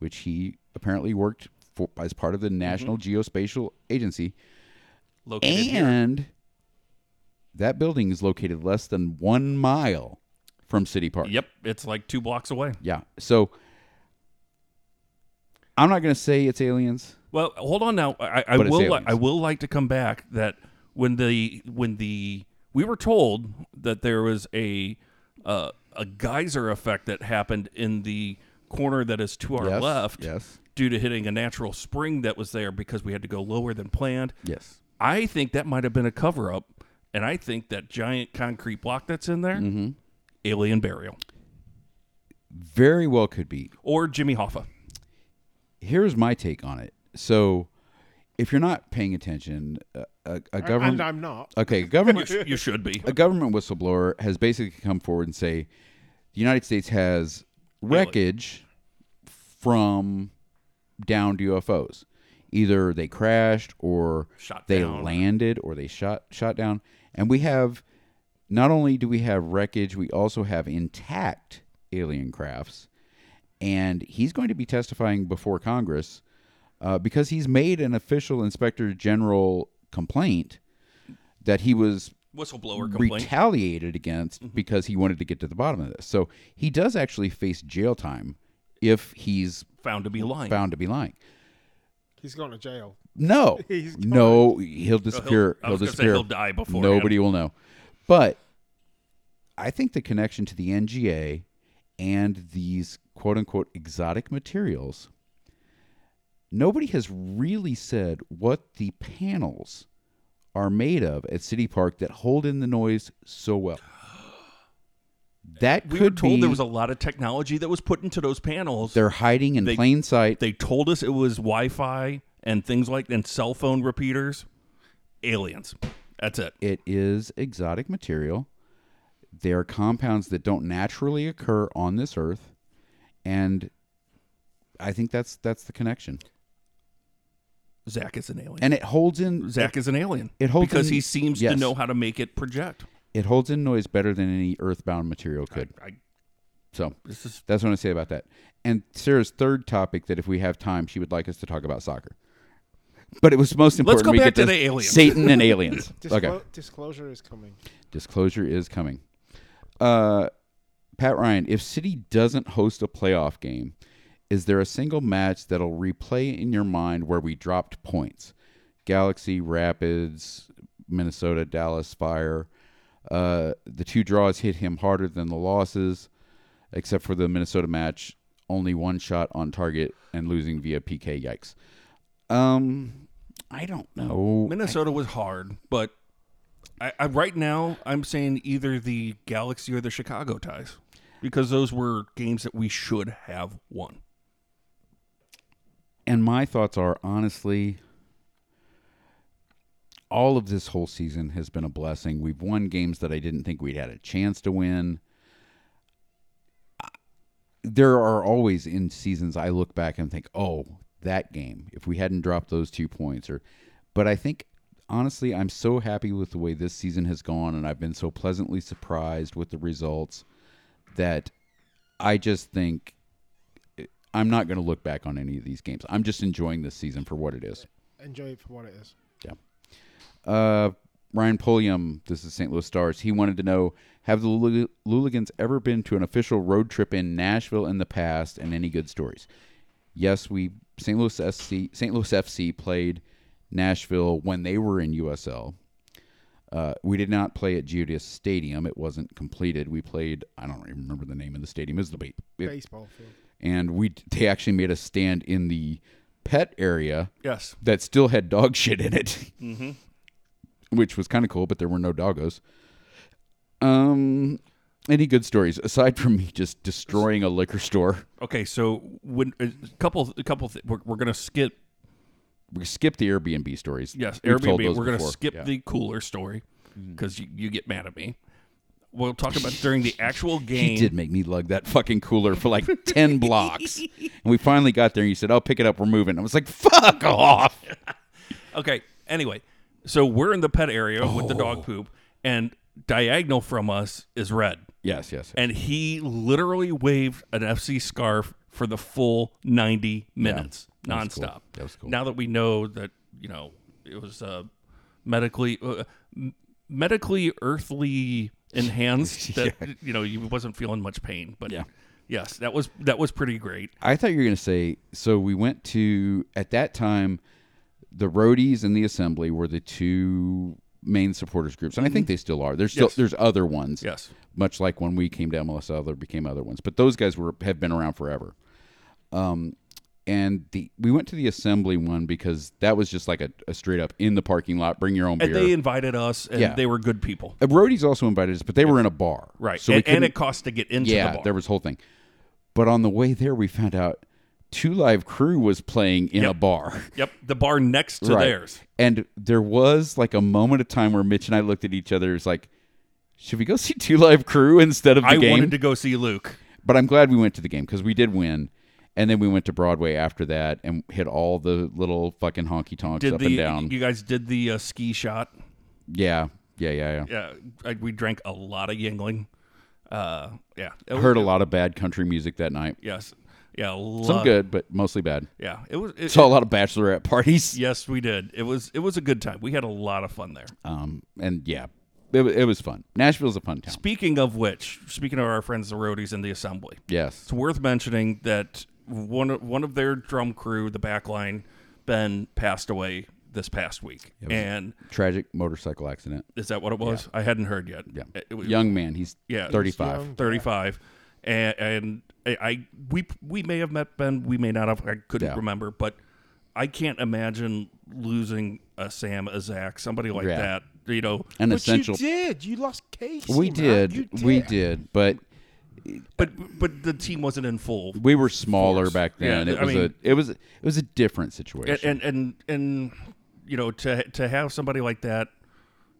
Speaker 3: which he apparently worked for as part of
Speaker 2: Mm-hmm.
Speaker 3: the National Geospatial Agency,
Speaker 2: Located here.
Speaker 3: and that building is located less than one mile from City Park.
Speaker 2: Yep, it's like two blocks away.
Speaker 3: Yeah. So I'm not going to say it's aliens.
Speaker 2: Well, hold on now. I, I
Speaker 3: But it's
Speaker 2: will. Li-
Speaker 3: aliens.
Speaker 2: I will like to come back that when the when the we were told that there was a uh, a geyser effect that happened in the corner that is to our
Speaker 3: Yes,
Speaker 2: left,
Speaker 3: yes.
Speaker 2: due to hitting a natural spring that was there because we had to go lower than planned.
Speaker 3: Yes.
Speaker 2: I think that might have been a cover up, and I think that giant concrete block that's in there,
Speaker 3: Mm-hmm.
Speaker 2: alien burial
Speaker 3: Very well could be.
Speaker 2: or Jimmy Hoffa.
Speaker 3: Here's my take on it. So if you're not paying attention, a, a, a government
Speaker 4: and I'm not.
Speaker 3: Okay, a government
Speaker 2: You should be.
Speaker 3: a government whistleblower has basically come forward and say the United States has wreckage from downed UFOs. Either they crashed or
Speaker 2: Shot
Speaker 3: they
Speaker 2: down.
Speaker 3: landed or they shot shot down. And we have not only do we have wreckage, we also have intact alien crafts. And he's going to be testifying before Congress uh, because he's made an official inspector general complaint that he was
Speaker 2: Whistleblower complaint. Mm-hmm.
Speaker 3: retaliated against because he wanted to get to the bottom of this. So he does actually face jail time if he's
Speaker 2: found to be lying.
Speaker 3: found to be lying.
Speaker 4: He's gone to jail.
Speaker 3: No,
Speaker 4: He's gone.
Speaker 3: no, he'll disappear.
Speaker 2: I was gonna say
Speaker 3: disappear.
Speaker 2: he'll die before
Speaker 3: nobody will know. But I think the connection to the NGA and these quote unquote exotic materials. Nobody has really said what the panels are made of at City Park that hold in the noise so well. That
Speaker 2: we
Speaker 3: could
Speaker 2: were told
Speaker 3: be
Speaker 2: there was a lot of technology that was put into those panels.
Speaker 3: they're hiding in
Speaker 2: They-
Speaker 3: plain sight.
Speaker 2: they told us it was Wi-Fi and things like and cell phone repeaters. Aliens. That's it.
Speaker 3: It is exotic material. They are compounds that don't naturally occur on this earth, and I think that's that's the connection.
Speaker 2: Zach is an alien.
Speaker 3: And it holds in
Speaker 2: Zach is an alien.
Speaker 3: It holds
Speaker 2: because
Speaker 3: in-
Speaker 2: he seems to
Speaker 3: yes.
Speaker 2: know how to make it project.
Speaker 3: it holds in noise better than any earthbound material could.
Speaker 2: I,
Speaker 3: So
Speaker 2: this is
Speaker 3: that's what I say about that. And Sarah's third topic that if we have time, she would like us to talk about soccer. But it was most important.
Speaker 2: go
Speaker 3: we
Speaker 2: back
Speaker 3: get
Speaker 2: to the aliens.
Speaker 3: Satan and aliens.
Speaker 4: Disclo-
Speaker 3: okay.
Speaker 4: Disclosure is coming.
Speaker 3: Disclosure is coming. Uh, Pat Ryan, if City doesn't host a playoff game, is there a single match that'll replay in your mind where we dropped points? Galaxy, Rapids, Minnesota, Dallas Fire. Uh, the two draws hit him harder than the losses, except for the Minnesota match. Only one shot on target and losing via PK. Yikes. Um, I don't know.
Speaker 2: Minnesota was hard, but I, I right now I'm saying either the Galaxy or the Chicago ties because those were games that we should have won.
Speaker 3: And my thoughts are honestly, all of this whole season has been a blessing. We've won games that I didn't think we'd had a chance to win. There are always in seasons I look back and think, oh, that game, if we hadn't dropped those two points, or, but I think honestly, I'm so happy with the way this season has gone, and I've been so pleasantly surprised with the results that I just think I'm not going to look back on any of these games. I'm just enjoying this season for what it is.
Speaker 4: Enjoy it for what it is.
Speaker 3: Uh, Ryan Pulliam, this is St. Louis Stars. He wanted to know: Have the Lul- Luligans ever been to an official road trip in Nashville in the past, and any good stories? Yes, we St. Louis SC, St. Louis FC played Nashville when they were in USL. Uh, we did not play at Judas Stadium; it wasn't completed. We played. I don't even remember the name of the stadium. It was the ba- it-
Speaker 4: Baseball field.
Speaker 3: and we they actually made us stand in the pet area
Speaker 2: Yes.
Speaker 3: that still had dog shit in it,
Speaker 2: Mm-hmm.
Speaker 3: which was kind of cool. But there were no doggos. Um, any good stories aside from me just destroying a liquor store?
Speaker 2: Okay, so when a couple, a couple, th- we're, we're gonna skip.
Speaker 3: We skip the Airbnb stories.
Speaker 2: Yes,
Speaker 3: We've told
Speaker 2: Airbnb.
Speaker 3: those
Speaker 2: We're gonna
Speaker 3: before.
Speaker 2: skip
Speaker 3: Yeah. Mm-hmm.
Speaker 2: the cooler story because you, you get mad at me. We'll talk about during the actual game.
Speaker 3: He did make me lug that fucking cooler for like ten blocks, and we finally got there. And you said, "I'll pick it up. We're moving." I was like, "Fuck off!"
Speaker 2: Okay. Anyway, so we're in the pet area with the
Speaker 3: Oh.
Speaker 2: dog poop, and diagonal from us is red,
Speaker 3: Yes, yes.
Speaker 2: and he literally waved an FC scarf for the full ninety minutes,
Speaker 3: that was cool.
Speaker 2: nonstop.
Speaker 3: That was cool.
Speaker 2: Now that we know that you know it was uh, medically, uh, m- medically earthly enhanced, that you know you wasn't feeling much pain, but
Speaker 3: Yeah.
Speaker 2: Yes, that was that was pretty great.
Speaker 3: I thought you were going to say so. We went to at that time, the roadies and the assembly were the two main supporters groups, and I think they still are. There's still
Speaker 2: Mm-hmm. Yes.
Speaker 3: there's other ones.
Speaker 2: Yes.
Speaker 3: much like when we came to MLSL, there became other ones, but those guys were have been around forever. Um, and the we went to the assembly one because that was just like a, a straight up in the parking lot, bring your own
Speaker 2: And
Speaker 3: beer.
Speaker 2: they invited us, and
Speaker 3: Yeah.
Speaker 2: they were good people,
Speaker 3: Uh, roadies also invited us, but they were in a bar,
Speaker 2: right?
Speaker 3: So
Speaker 2: and,
Speaker 3: we
Speaker 2: and
Speaker 3: couldn't-
Speaker 2: it cost to get into
Speaker 3: yeah,
Speaker 2: the bar.
Speaker 3: there was whole thing. But on the way there, we found out Two Live Crew was playing in a
Speaker 2: Yep.
Speaker 3: bar.
Speaker 2: Yep, the bar next to
Speaker 3: Right.
Speaker 2: theirs.
Speaker 3: And there was like a moment of time where Mitch and I looked at each other. It's like, should we go see Two Live Crew instead of the
Speaker 2: I
Speaker 3: game?
Speaker 2: wanted to go see Luke.
Speaker 3: but I'm glad we went to the game because we did win. And then we went to Broadway after that and hit all the little fucking honky tonks
Speaker 2: Did
Speaker 3: up
Speaker 2: the
Speaker 3: and down.
Speaker 2: you guys did the uh, ski shot?
Speaker 3: yeah, yeah, yeah, yeah.
Speaker 2: Yeah, I, we drank a lot of Yingling. Uh, yeah, it was-
Speaker 3: Heard a lot of bad country music that night.
Speaker 2: Yes, yeah, a
Speaker 3: Some
Speaker 2: lot-
Speaker 3: good, but mostly bad.
Speaker 2: Yeah, it was. It,
Speaker 3: Saw a lot of bachelorette parties.
Speaker 2: yes, we did. It was it was a good time. We had a lot of fun there.
Speaker 3: Um, and yeah, it, wa- it was fun. Nashville's a fun town.
Speaker 2: Speaking of which, speaking of our friends the Roadies and the Assembly,
Speaker 3: Yes.
Speaker 2: it's worth mentioning that one of, one of their drum crew, the backline, Ben passed away this past week, and
Speaker 3: Tragic motorcycle accident.
Speaker 2: is that what it was? I hadn't heard yet.
Speaker 3: Yeah.
Speaker 2: Eh, It- it was-
Speaker 3: Young man. He's
Speaker 2: Yeah.
Speaker 3: 35.
Speaker 4: Young.
Speaker 2: 35 and, and I- I we we may have met Ben we may not have I couldn't
Speaker 3: Yeah.
Speaker 2: remember but I can't imagine losing a Sam a Zach somebody like
Speaker 3: Yeah.
Speaker 2: that you know
Speaker 3: An
Speaker 4: but
Speaker 3: essential.
Speaker 4: you did. You lost Casey.
Speaker 3: we
Speaker 4: man.
Speaker 3: did.
Speaker 4: You
Speaker 3: We did. But
Speaker 2: but but the team wasn't in full
Speaker 3: we were smaller
Speaker 2: Force.
Speaker 3: back then.
Speaker 2: Yeah,
Speaker 3: it
Speaker 2: I
Speaker 3: was a
Speaker 2: mean-
Speaker 3: it was it was a different situation.
Speaker 2: and and and, and you know to to have somebody like that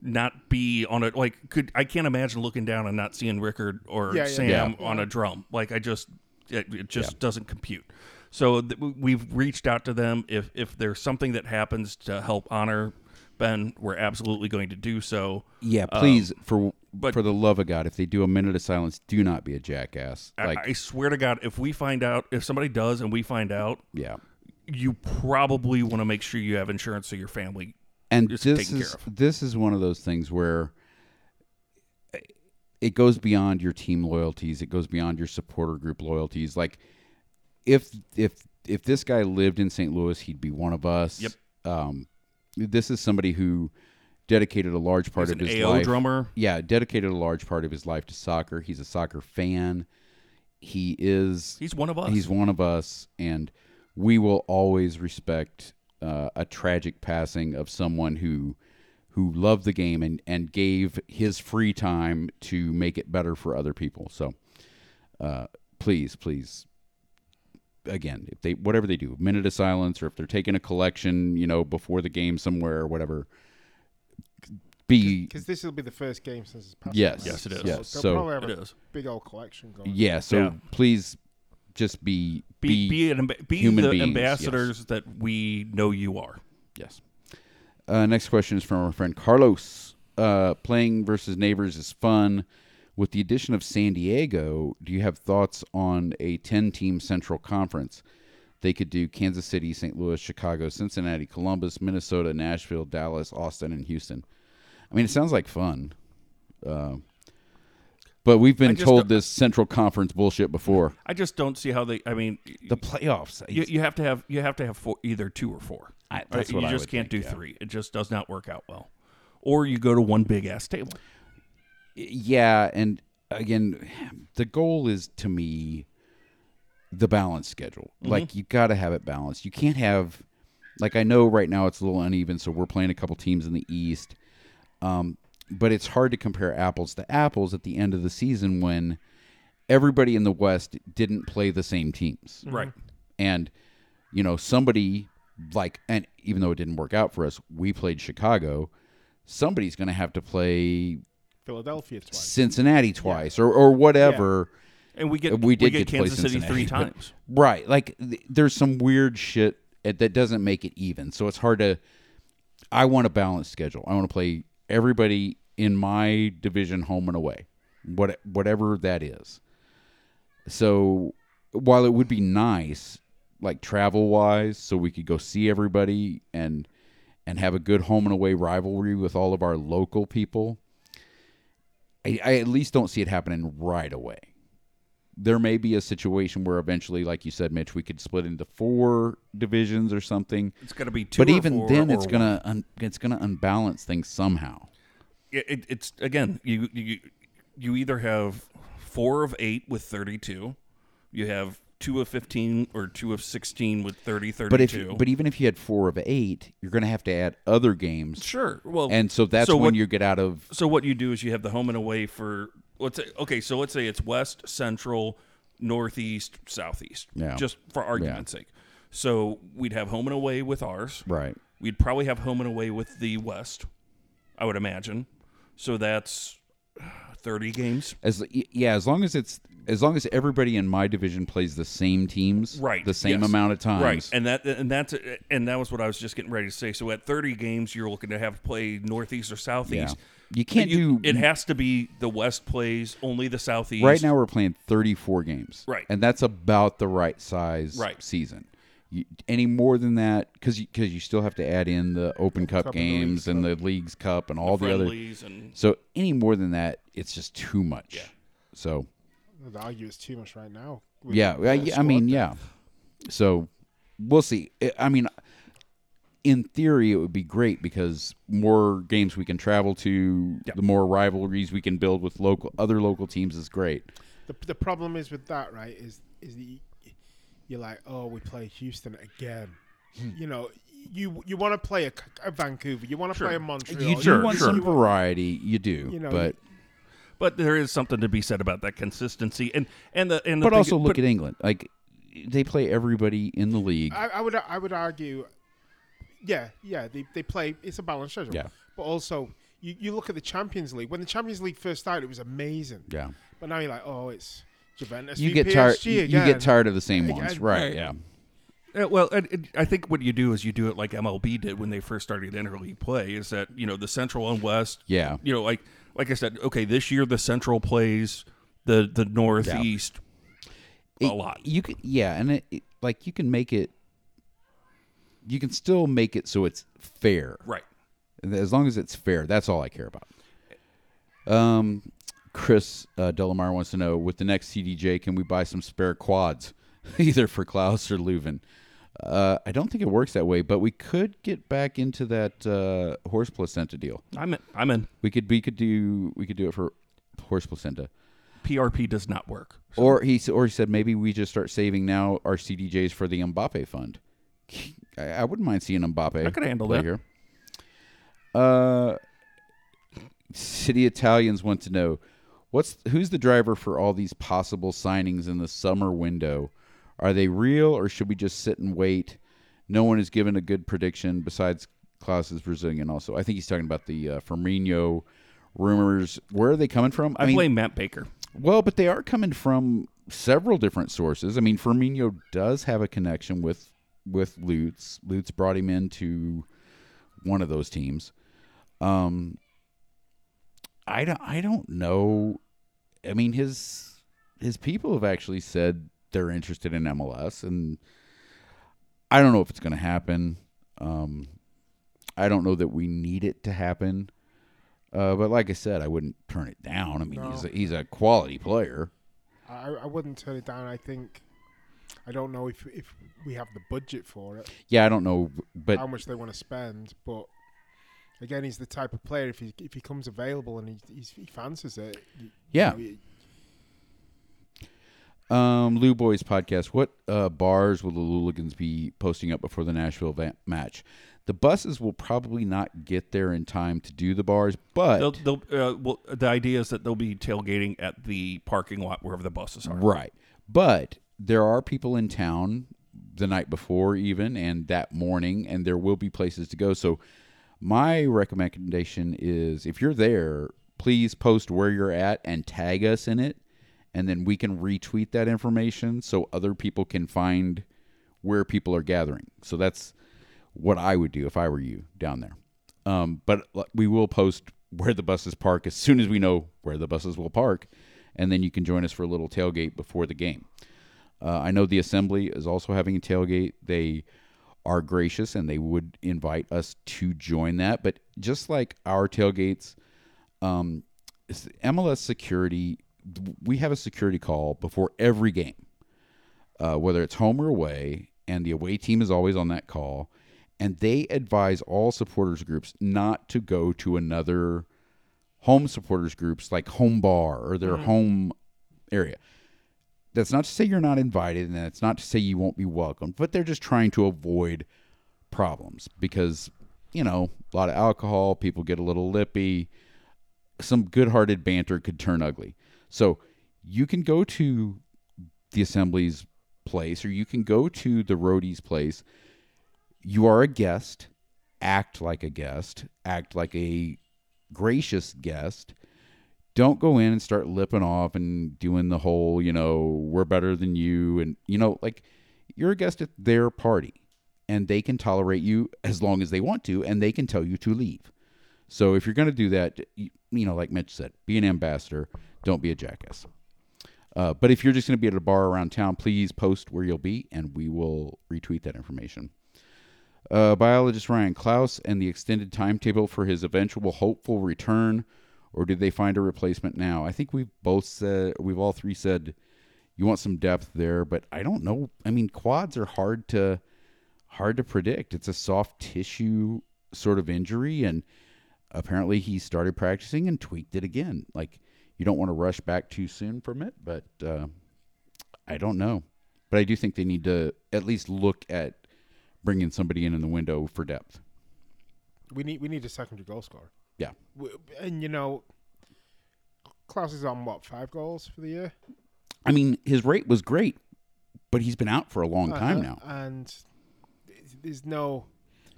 Speaker 2: not be on it like could I can't imagine looking down and not seeing Rickard or
Speaker 4: Yeah, yeah,
Speaker 2: Sam
Speaker 3: yeah.
Speaker 2: on a drum like I just it, it just doesn't compute. So th- we- we've reached out to them if if there's something that happens to help honor Ben, we're absolutely going to do so.
Speaker 3: Yeah, please, for
Speaker 2: um, but-
Speaker 3: for the love of God, if they do a minute of silence, do not be a jackass.
Speaker 2: I-
Speaker 3: Like,
Speaker 2: I swear to God, if we find out if somebody does and we find out,
Speaker 3: yeah,
Speaker 2: you probably want to make sure you have insurance so your family
Speaker 3: and
Speaker 2: It's
Speaker 3: this
Speaker 2: taken care
Speaker 3: is this is one of those things where it goes beyond your team loyalties. It goes beyond your supporter group loyalties. Like, if if if this guy lived in St. Louis, he'd be one of us.
Speaker 2: Yep.
Speaker 3: Um, this is somebody who dedicated a large part
Speaker 2: He's
Speaker 3: of
Speaker 2: an
Speaker 3: his
Speaker 2: AO
Speaker 3: life.
Speaker 2: drummer.
Speaker 3: Yeah, dedicated a large part of his life to soccer. He's a soccer fan. He is
Speaker 2: He's one of us.
Speaker 3: he's one of us, and we will always respect uh, a tragic passing of someone who who loved the game and and gave his free time to make it better for other people. So, uh, please, please. Again, if they whatever they do, minute of silence, or if they're taking a collection, you know, before the game somewhere or whatever, be
Speaker 4: Because this will be the first game since his passing.
Speaker 3: Yes.
Speaker 4: right?
Speaker 2: Yes, it is.
Speaker 4: So
Speaker 3: Yes,
Speaker 4: they'll
Speaker 3: so-
Speaker 4: probably have
Speaker 2: It
Speaker 4: a
Speaker 2: is.
Speaker 4: big old collection going.
Speaker 3: yeah. So
Speaker 2: Yeah.
Speaker 3: please, just be
Speaker 2: Be, be, an, amb- be
Speaker 3: human
Speaker 2: the
Speaker 3: beings,
Speaker 2: ambassadors that we know you are.
Speaker 3: Yes. Uh, next question is from our friend Carlos. Uh, playing versus neighbors is fun. With the addition of San Diego, do you have thoughts on a 10 team Central Conference? They could do Kansas City, St. Louis, Chicago, Cincinnati, Columbus, Minnesota, Nashville, Dallas, Austin, and Houston. I mean, it sounds like fun. Uh, but we've
Speaker 2: I
Speaker 3: been
Speaker 2: just don't-
Speaker 3: told this Central Conference bullshit before.
Speaker 2: I just don't see how they. I mean,
Speaker 3: The playoffs.
Speaker 2: you, you have to have you have to have four, either two or four.
Speaker 3: I- that's
Speaker 2: you
Speaker 3: what I
Speaker 2: just
Speaker 3: would
Speaker 2: can't
Speaker 3: think,
Speaker 2: do
Speaker 3: yeah.
Speaker 2: three. It just does not work out well. Or you go to one big ass table.
Speaker 3: yeah and again the goal is to me the balanced schedule like you got to have it balanced you can't have like i know right now it's a little uneven so we're playing a couple teams in the east um, but it's hard to compare apples to apples at the end of the season when everybody in the west didn't play the same teams
Speaker 2: Right.
Speaker 3: and you know somebody like and even though it didn't work out for us we played chicago somebody's going to have to play
Speaker 4: Philadelphia twice.
Speaker 3: Cincinnati twice or, or whatever.
Speaker 2: And we get
Speaker 3: We
Speaker 2: we,
Speaker 3: did
Speaker 2: get
Speaker 3: get to play
Speaker 2: Kansas City
Speaker 3: Cincinnati,
Speaker 2: three
Speaker 3: but-
Speaker 2: times.
Speaker 3: Right. Like th- there's some weird shit at- that doesn't make it even. So it's hard to. I want a balanced schedule. I want to play everybody in my division home and away, what, whatever that is. So while it would be nice, like travel wise, so we could go see everybody and and have a good home and away rivalry with all of our local people. I, I at least don't see it happening right away. There may be a situation where eventually, like you said, Mitch, we could split into four divisions or something.
Speaker 2: It's going to be two.
Speaker 3: But
Speaker 2: or
Speaker 3: even
Speaker 2: four
Speaker 3: then,
Speaker 2: or
Speaker 3: it's gonna un, it's gonna unbalance things somehow.
Speaker 2: it, it- it's again you you you either have four of eight with 32 you have two of 15 or two of 16 with 30 32
Speaker 3: But if but even if you had four of eight, you're gonna have to add other games,
Speaker 2: sure well
Speaker 3: and so that's when
Speaker 2: what,
Speaker 3: you get out of
Speaker 2: so what you do is you have the home and away for let's say okay so let's say it's west central northeast southeast
Speaker 3: Yeah.
Speaker 2: just for argument's sake so we'd have home and away with ours
Speaker 3: right.
Speaker 2: We'd probably have home and away with the West, I would imagine. So that's uh, 30 games.
Speaker 3: As y- yeah, as long as it's as long as everybody in my division plays the same teams,
Speaker 2: Right.
Speaker 3: the same
Speaker 2: yes.
Speaker 3: amount of times,
Speaker 2: Right. And that and that's and that was what I was just getting ready to say. So at 30 games you're looking to have play northeast or southeast.
Speaker 3: Yeah. You can't do-
Speaker 2: It has to be the west plays only the southeast.
Speaker 3: Right now, we're playing 34 games.
Speaker 2: Right.
Speaker 3: And that's about the right size
Speaker 2: Right.
Speaker 3: season. You, any more than that, because you, 'cause you still have to add in the Open Cup
Speaker 4: Cup and the
Speaker 3: games and the League's Cup and all the, other.
Speaker 2: friendlies and
Speaker 3: So, any more than that, it's just too much. So,
Speaker 4: I'd argue it's too much right now. with
Speaker 3: yeah.
Speaker 4: the
Speaker 3: I, I
Speaker 4: squad
Speaker 3: mean,
Speaker 4: depth.
Speaker 3: yeah. So, we'll see. I- I mean, in theory, it would be great because more games we can travel to, the more rivalries we can build with local other local teams is great.
Speaker 4: The, the problem is with that, right? Is is the you're like, oh, we play Houston again.
Speaker 3: Hmm.
Speaker 4: you know, you you want to play a, a Vancouver, you want to play a Montreal.
Speaker 3: Oh, You do
Speaker 2: Sure,
Speaker 3: want
Speaker 2: sure.
Speaker 3: some variety, you do,
Speaker 4: You know,
Speaker 3: but
Speaker 2: but there is something to be said about that consistency and and the and the
Speaker 3: but
Speaker 2: thing-
Speaker 3: also look
Speaker 2: but-
Speaker 3: at England. Like they play everybody in the league.
Speaker 4: I, I would I would argue, yeah, yeah, they, they play. It's a balanced schedule.
Speaker 3: Yeah.
Speaker 4: But also, you, you look at the Champions League. When the Champions League first started, it was amazing.
Speaker 3: yeah,
Speaker 4: But now you're like, oh, it's Juventus.
Speaker 3: you
Speaker 4: v
Speaker 3: get
Speaker 4: PSG
Speaker 3: tired. You, you
Speaker 4: again.
Speaker 3: get tired of the same
Speaker 4: Again.
Speaker 3: ones, right?
Speaker 2: Right.
Speaker 3: Yeah,
Speaker 2: Uh, well, and, and I think what you do is you do it like MLB did when they first started interleague play. Is that you know the Central and West?
Speaker 3: Yeah.
Speaker 2: You know, like like I said, okay, this year the Central plays the the Northeast
Speaker 3: It-
Speaker 2: a lot.
Speaker 3: You can, yeah, and it, it- like you can make it. You can still make it so it's fair,
Speaker 2: Right.
Speaker 3: as long as it's fair. That's all I care about. Um, Chris uh, Delamar wants to know: With the next CDJ, can we buy some spare quads, either for Klaus or Leuven? Uh, I don't think it works that way, but we could get back into that uh, horse placenta deal.
Speaker 2: I'm in. I'm in.
Speaker 3: We could we could do we could do it for horse placenta.
Speaker 2: PRP does not work.
Speaker 3: Or he s- or he said maybe we just start saving now our CDJs for the Mbappe fund. I, I wouldn't mind seeing Mbappe.
Speaker 2: I could handle
Speaker 3: play
Speaker 2: that.
Speaker 3: Here. Uh, City Italians want to know what's who's the driver for all these possible signings in the summer window? Are they real or should we just sit and wait? No one is given a good prediction besides Klaus's Brazilian. Also, I think he's talking about the uh, Firmino rumors. Where are they coming from?
Speaker 2: I,
Speaker 3: mean-
Speaker 2: blame Matt Baker.
Speaker 3: well, but they are coming from several different sources. I mean, Firmino does have a connection with with Lutz. Lutz brought him into one of those teams. Um, I don't. I don't know. I mean, his his people have actually said they're interested in MLS, and I don't know if it's going to happen. Um, I don't know that we need it to happen. Uh, but like I said, I wouldn't turn it down. I mean, he's, a, he's a quality player.
Speaker 4: I, I wouldn't turn it down. I think I don't know if if we have the budget for it,
Speaker 3: Yeah, I don't know, but
Speaker 4: how much they want to spend, but. Again, he's the type of player. If he if he comes available and he he's, he fancies it, you-
Speaker 3: yeah.
Speaker 4: you-
Speaker 3: Um, Lou Boys podcast. What uh, bars will the Luligans be posting up before the Nashville va- match? The buses will probably not get there in time to do the bars, but
Speaker 2: They'll, they'll, uh, well, the idea is that they'll be tailgating at the parking lot wherever the buses are.
Speaker 3: Right. But there are people in town the night before, even and that morning, and there will be places to go. So, my recommendation is if you're there, please post where you're at and tag us in it, and then we can retweet that information so other people can find where people are gathering. So, that's what I would do if I were you down there. Um, but l- we will post where the buses park as soon as we know where the buses will park, and then you can join us for a little tailgate before the game. Uh, I know the assembly is also having a tailgate. They are gracious and they would invite us to join that. But just like our tailgates, um, s- MLS security, we have a security call before every game uh, whether it's home or away, and the away team is always on that call. And they advise all supporters groups not to go to another home supporters groups like home bar or their home area. That's not to say you're not invited, and that's not to say you won't be welcomed, but they're just trying to avoid problems because, you know, a lot of alcohol, people get a little lippy some good-hearted banter could turn ugly. So you can go to the assembly's place, or you can go to the roadie's place. You are a guest. Act like a guest. Act like a gracious guest. Don't go in and start lipping off and doing the whole, you know, we're better than you, and you know, like you're a guest at their party, and they can tolerate you as long as they want to, and they can tell you to leave. So if you're going to do that, you, you know, like Mitch said, be an ambassador. Don't be a jackass. Uh, but if you're just going to be at a bar around town, please post where you'll be, and we will retweet that information. Uh, biologist Ryan Klaus and the extended timetable for his eventual hopeful return, or did they find a replacement now? I think we've both said we've all three said you want some depth there, but I don't know. I mean, quads are hard to hard to predict. It's a soft tissue sort of injury, and apparently he started practicing and tweaked it again. Like you don't want to rush back too soon from it, but uh, I don't know. But I do think they need to at least look at bringing somebody in in the window for depth.
Speaker 4: we need we need a secondary goal scorer.
Speaker 3: Yeah,
Speaker 4: W- And you know, Klaus is on what five goals for the year
Speaker 3: I mean his rate was great, but he's been out for a long time
Speaker 4: Uh,
Speaker 3: now.
Speaker 4: and th- there's no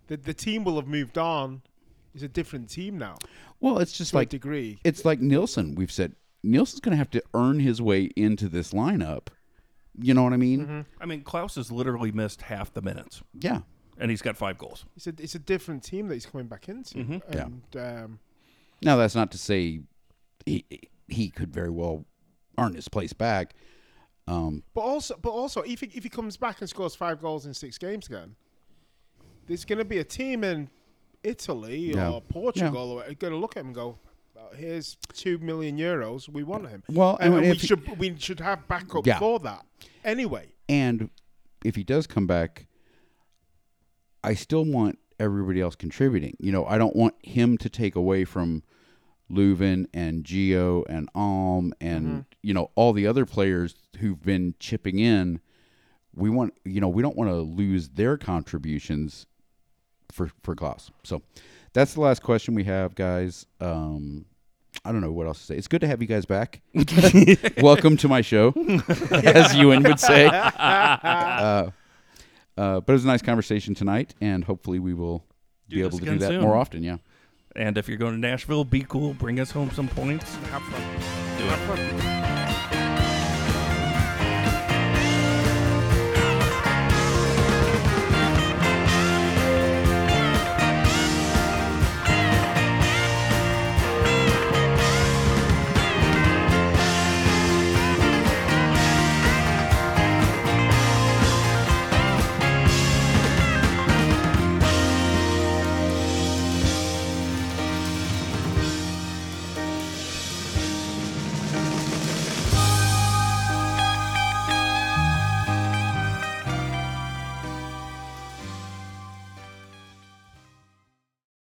Speaker 4: the the team will have moved on. It's a different team now
Speaker 3: Well, it's just
Speaker 4: to a
Speaker 3: like
Speaker 4: degree.
Speaker 3: it's like Nielsen. We've said Nielsen's going to have to earn his way into this lineup. You know what I mean?
Speaker 4: Mm-hmm.
Speaker 2: I mean, Klaus has literally missed half the minutes,
Speaker 3: Yeah.
Speaker 2: and he's got five goals.
Speaker 4: It's a it's a different team that he's coming back into.
Speaker 3: Mm-hmm.
Speaker 4: And um,
Speaker 3: Now, that's not to say he he could very well earn his place back. Um,
Speaker 4: but also but also if he, if he comes back and scores five goals in six games again, there's going to be a team in Italy
Speaker 3: Yeah.
Speaker 4: or Portugal or going to look at him and go. "Oh, Here's two million euros. We want him.
Speaker 3: Well,
Speaker 4: and,
Speaker 3: I mean,
Speaker 4: and we
Speaker 3: if he-
Speaker 4: should we should have backup
Speaker 3: Yeah.
Speaker 4: for that anyway.
Speaker 3: and if he does come back, I still want everybody else contributing. You know, I don't want him to take away from Leuven and Geo and Alm and you know all the other players who've been chipping in. We want you know we don't want to lose their contributions for for Klaus. So that's the last question we have, guys. Um, I don't know what else to say. It's good to have you guys back. Welcome to my show, as Ewan would say. Uh, uh, but it was a nice conversation tonight, and hopefully we will
Speaker 2: Do
Speaker 3: be
Speaker 2: this
Speaker 3: able to do
Speaker 2: again
Speaker 3: that
Speaker 2: soon.
Speaker 3: more often. Yeah.
Speaker 2: And if you're going to Nashville, be cool. Bring us home some points.
Speaker 4: Have fun. Have fun.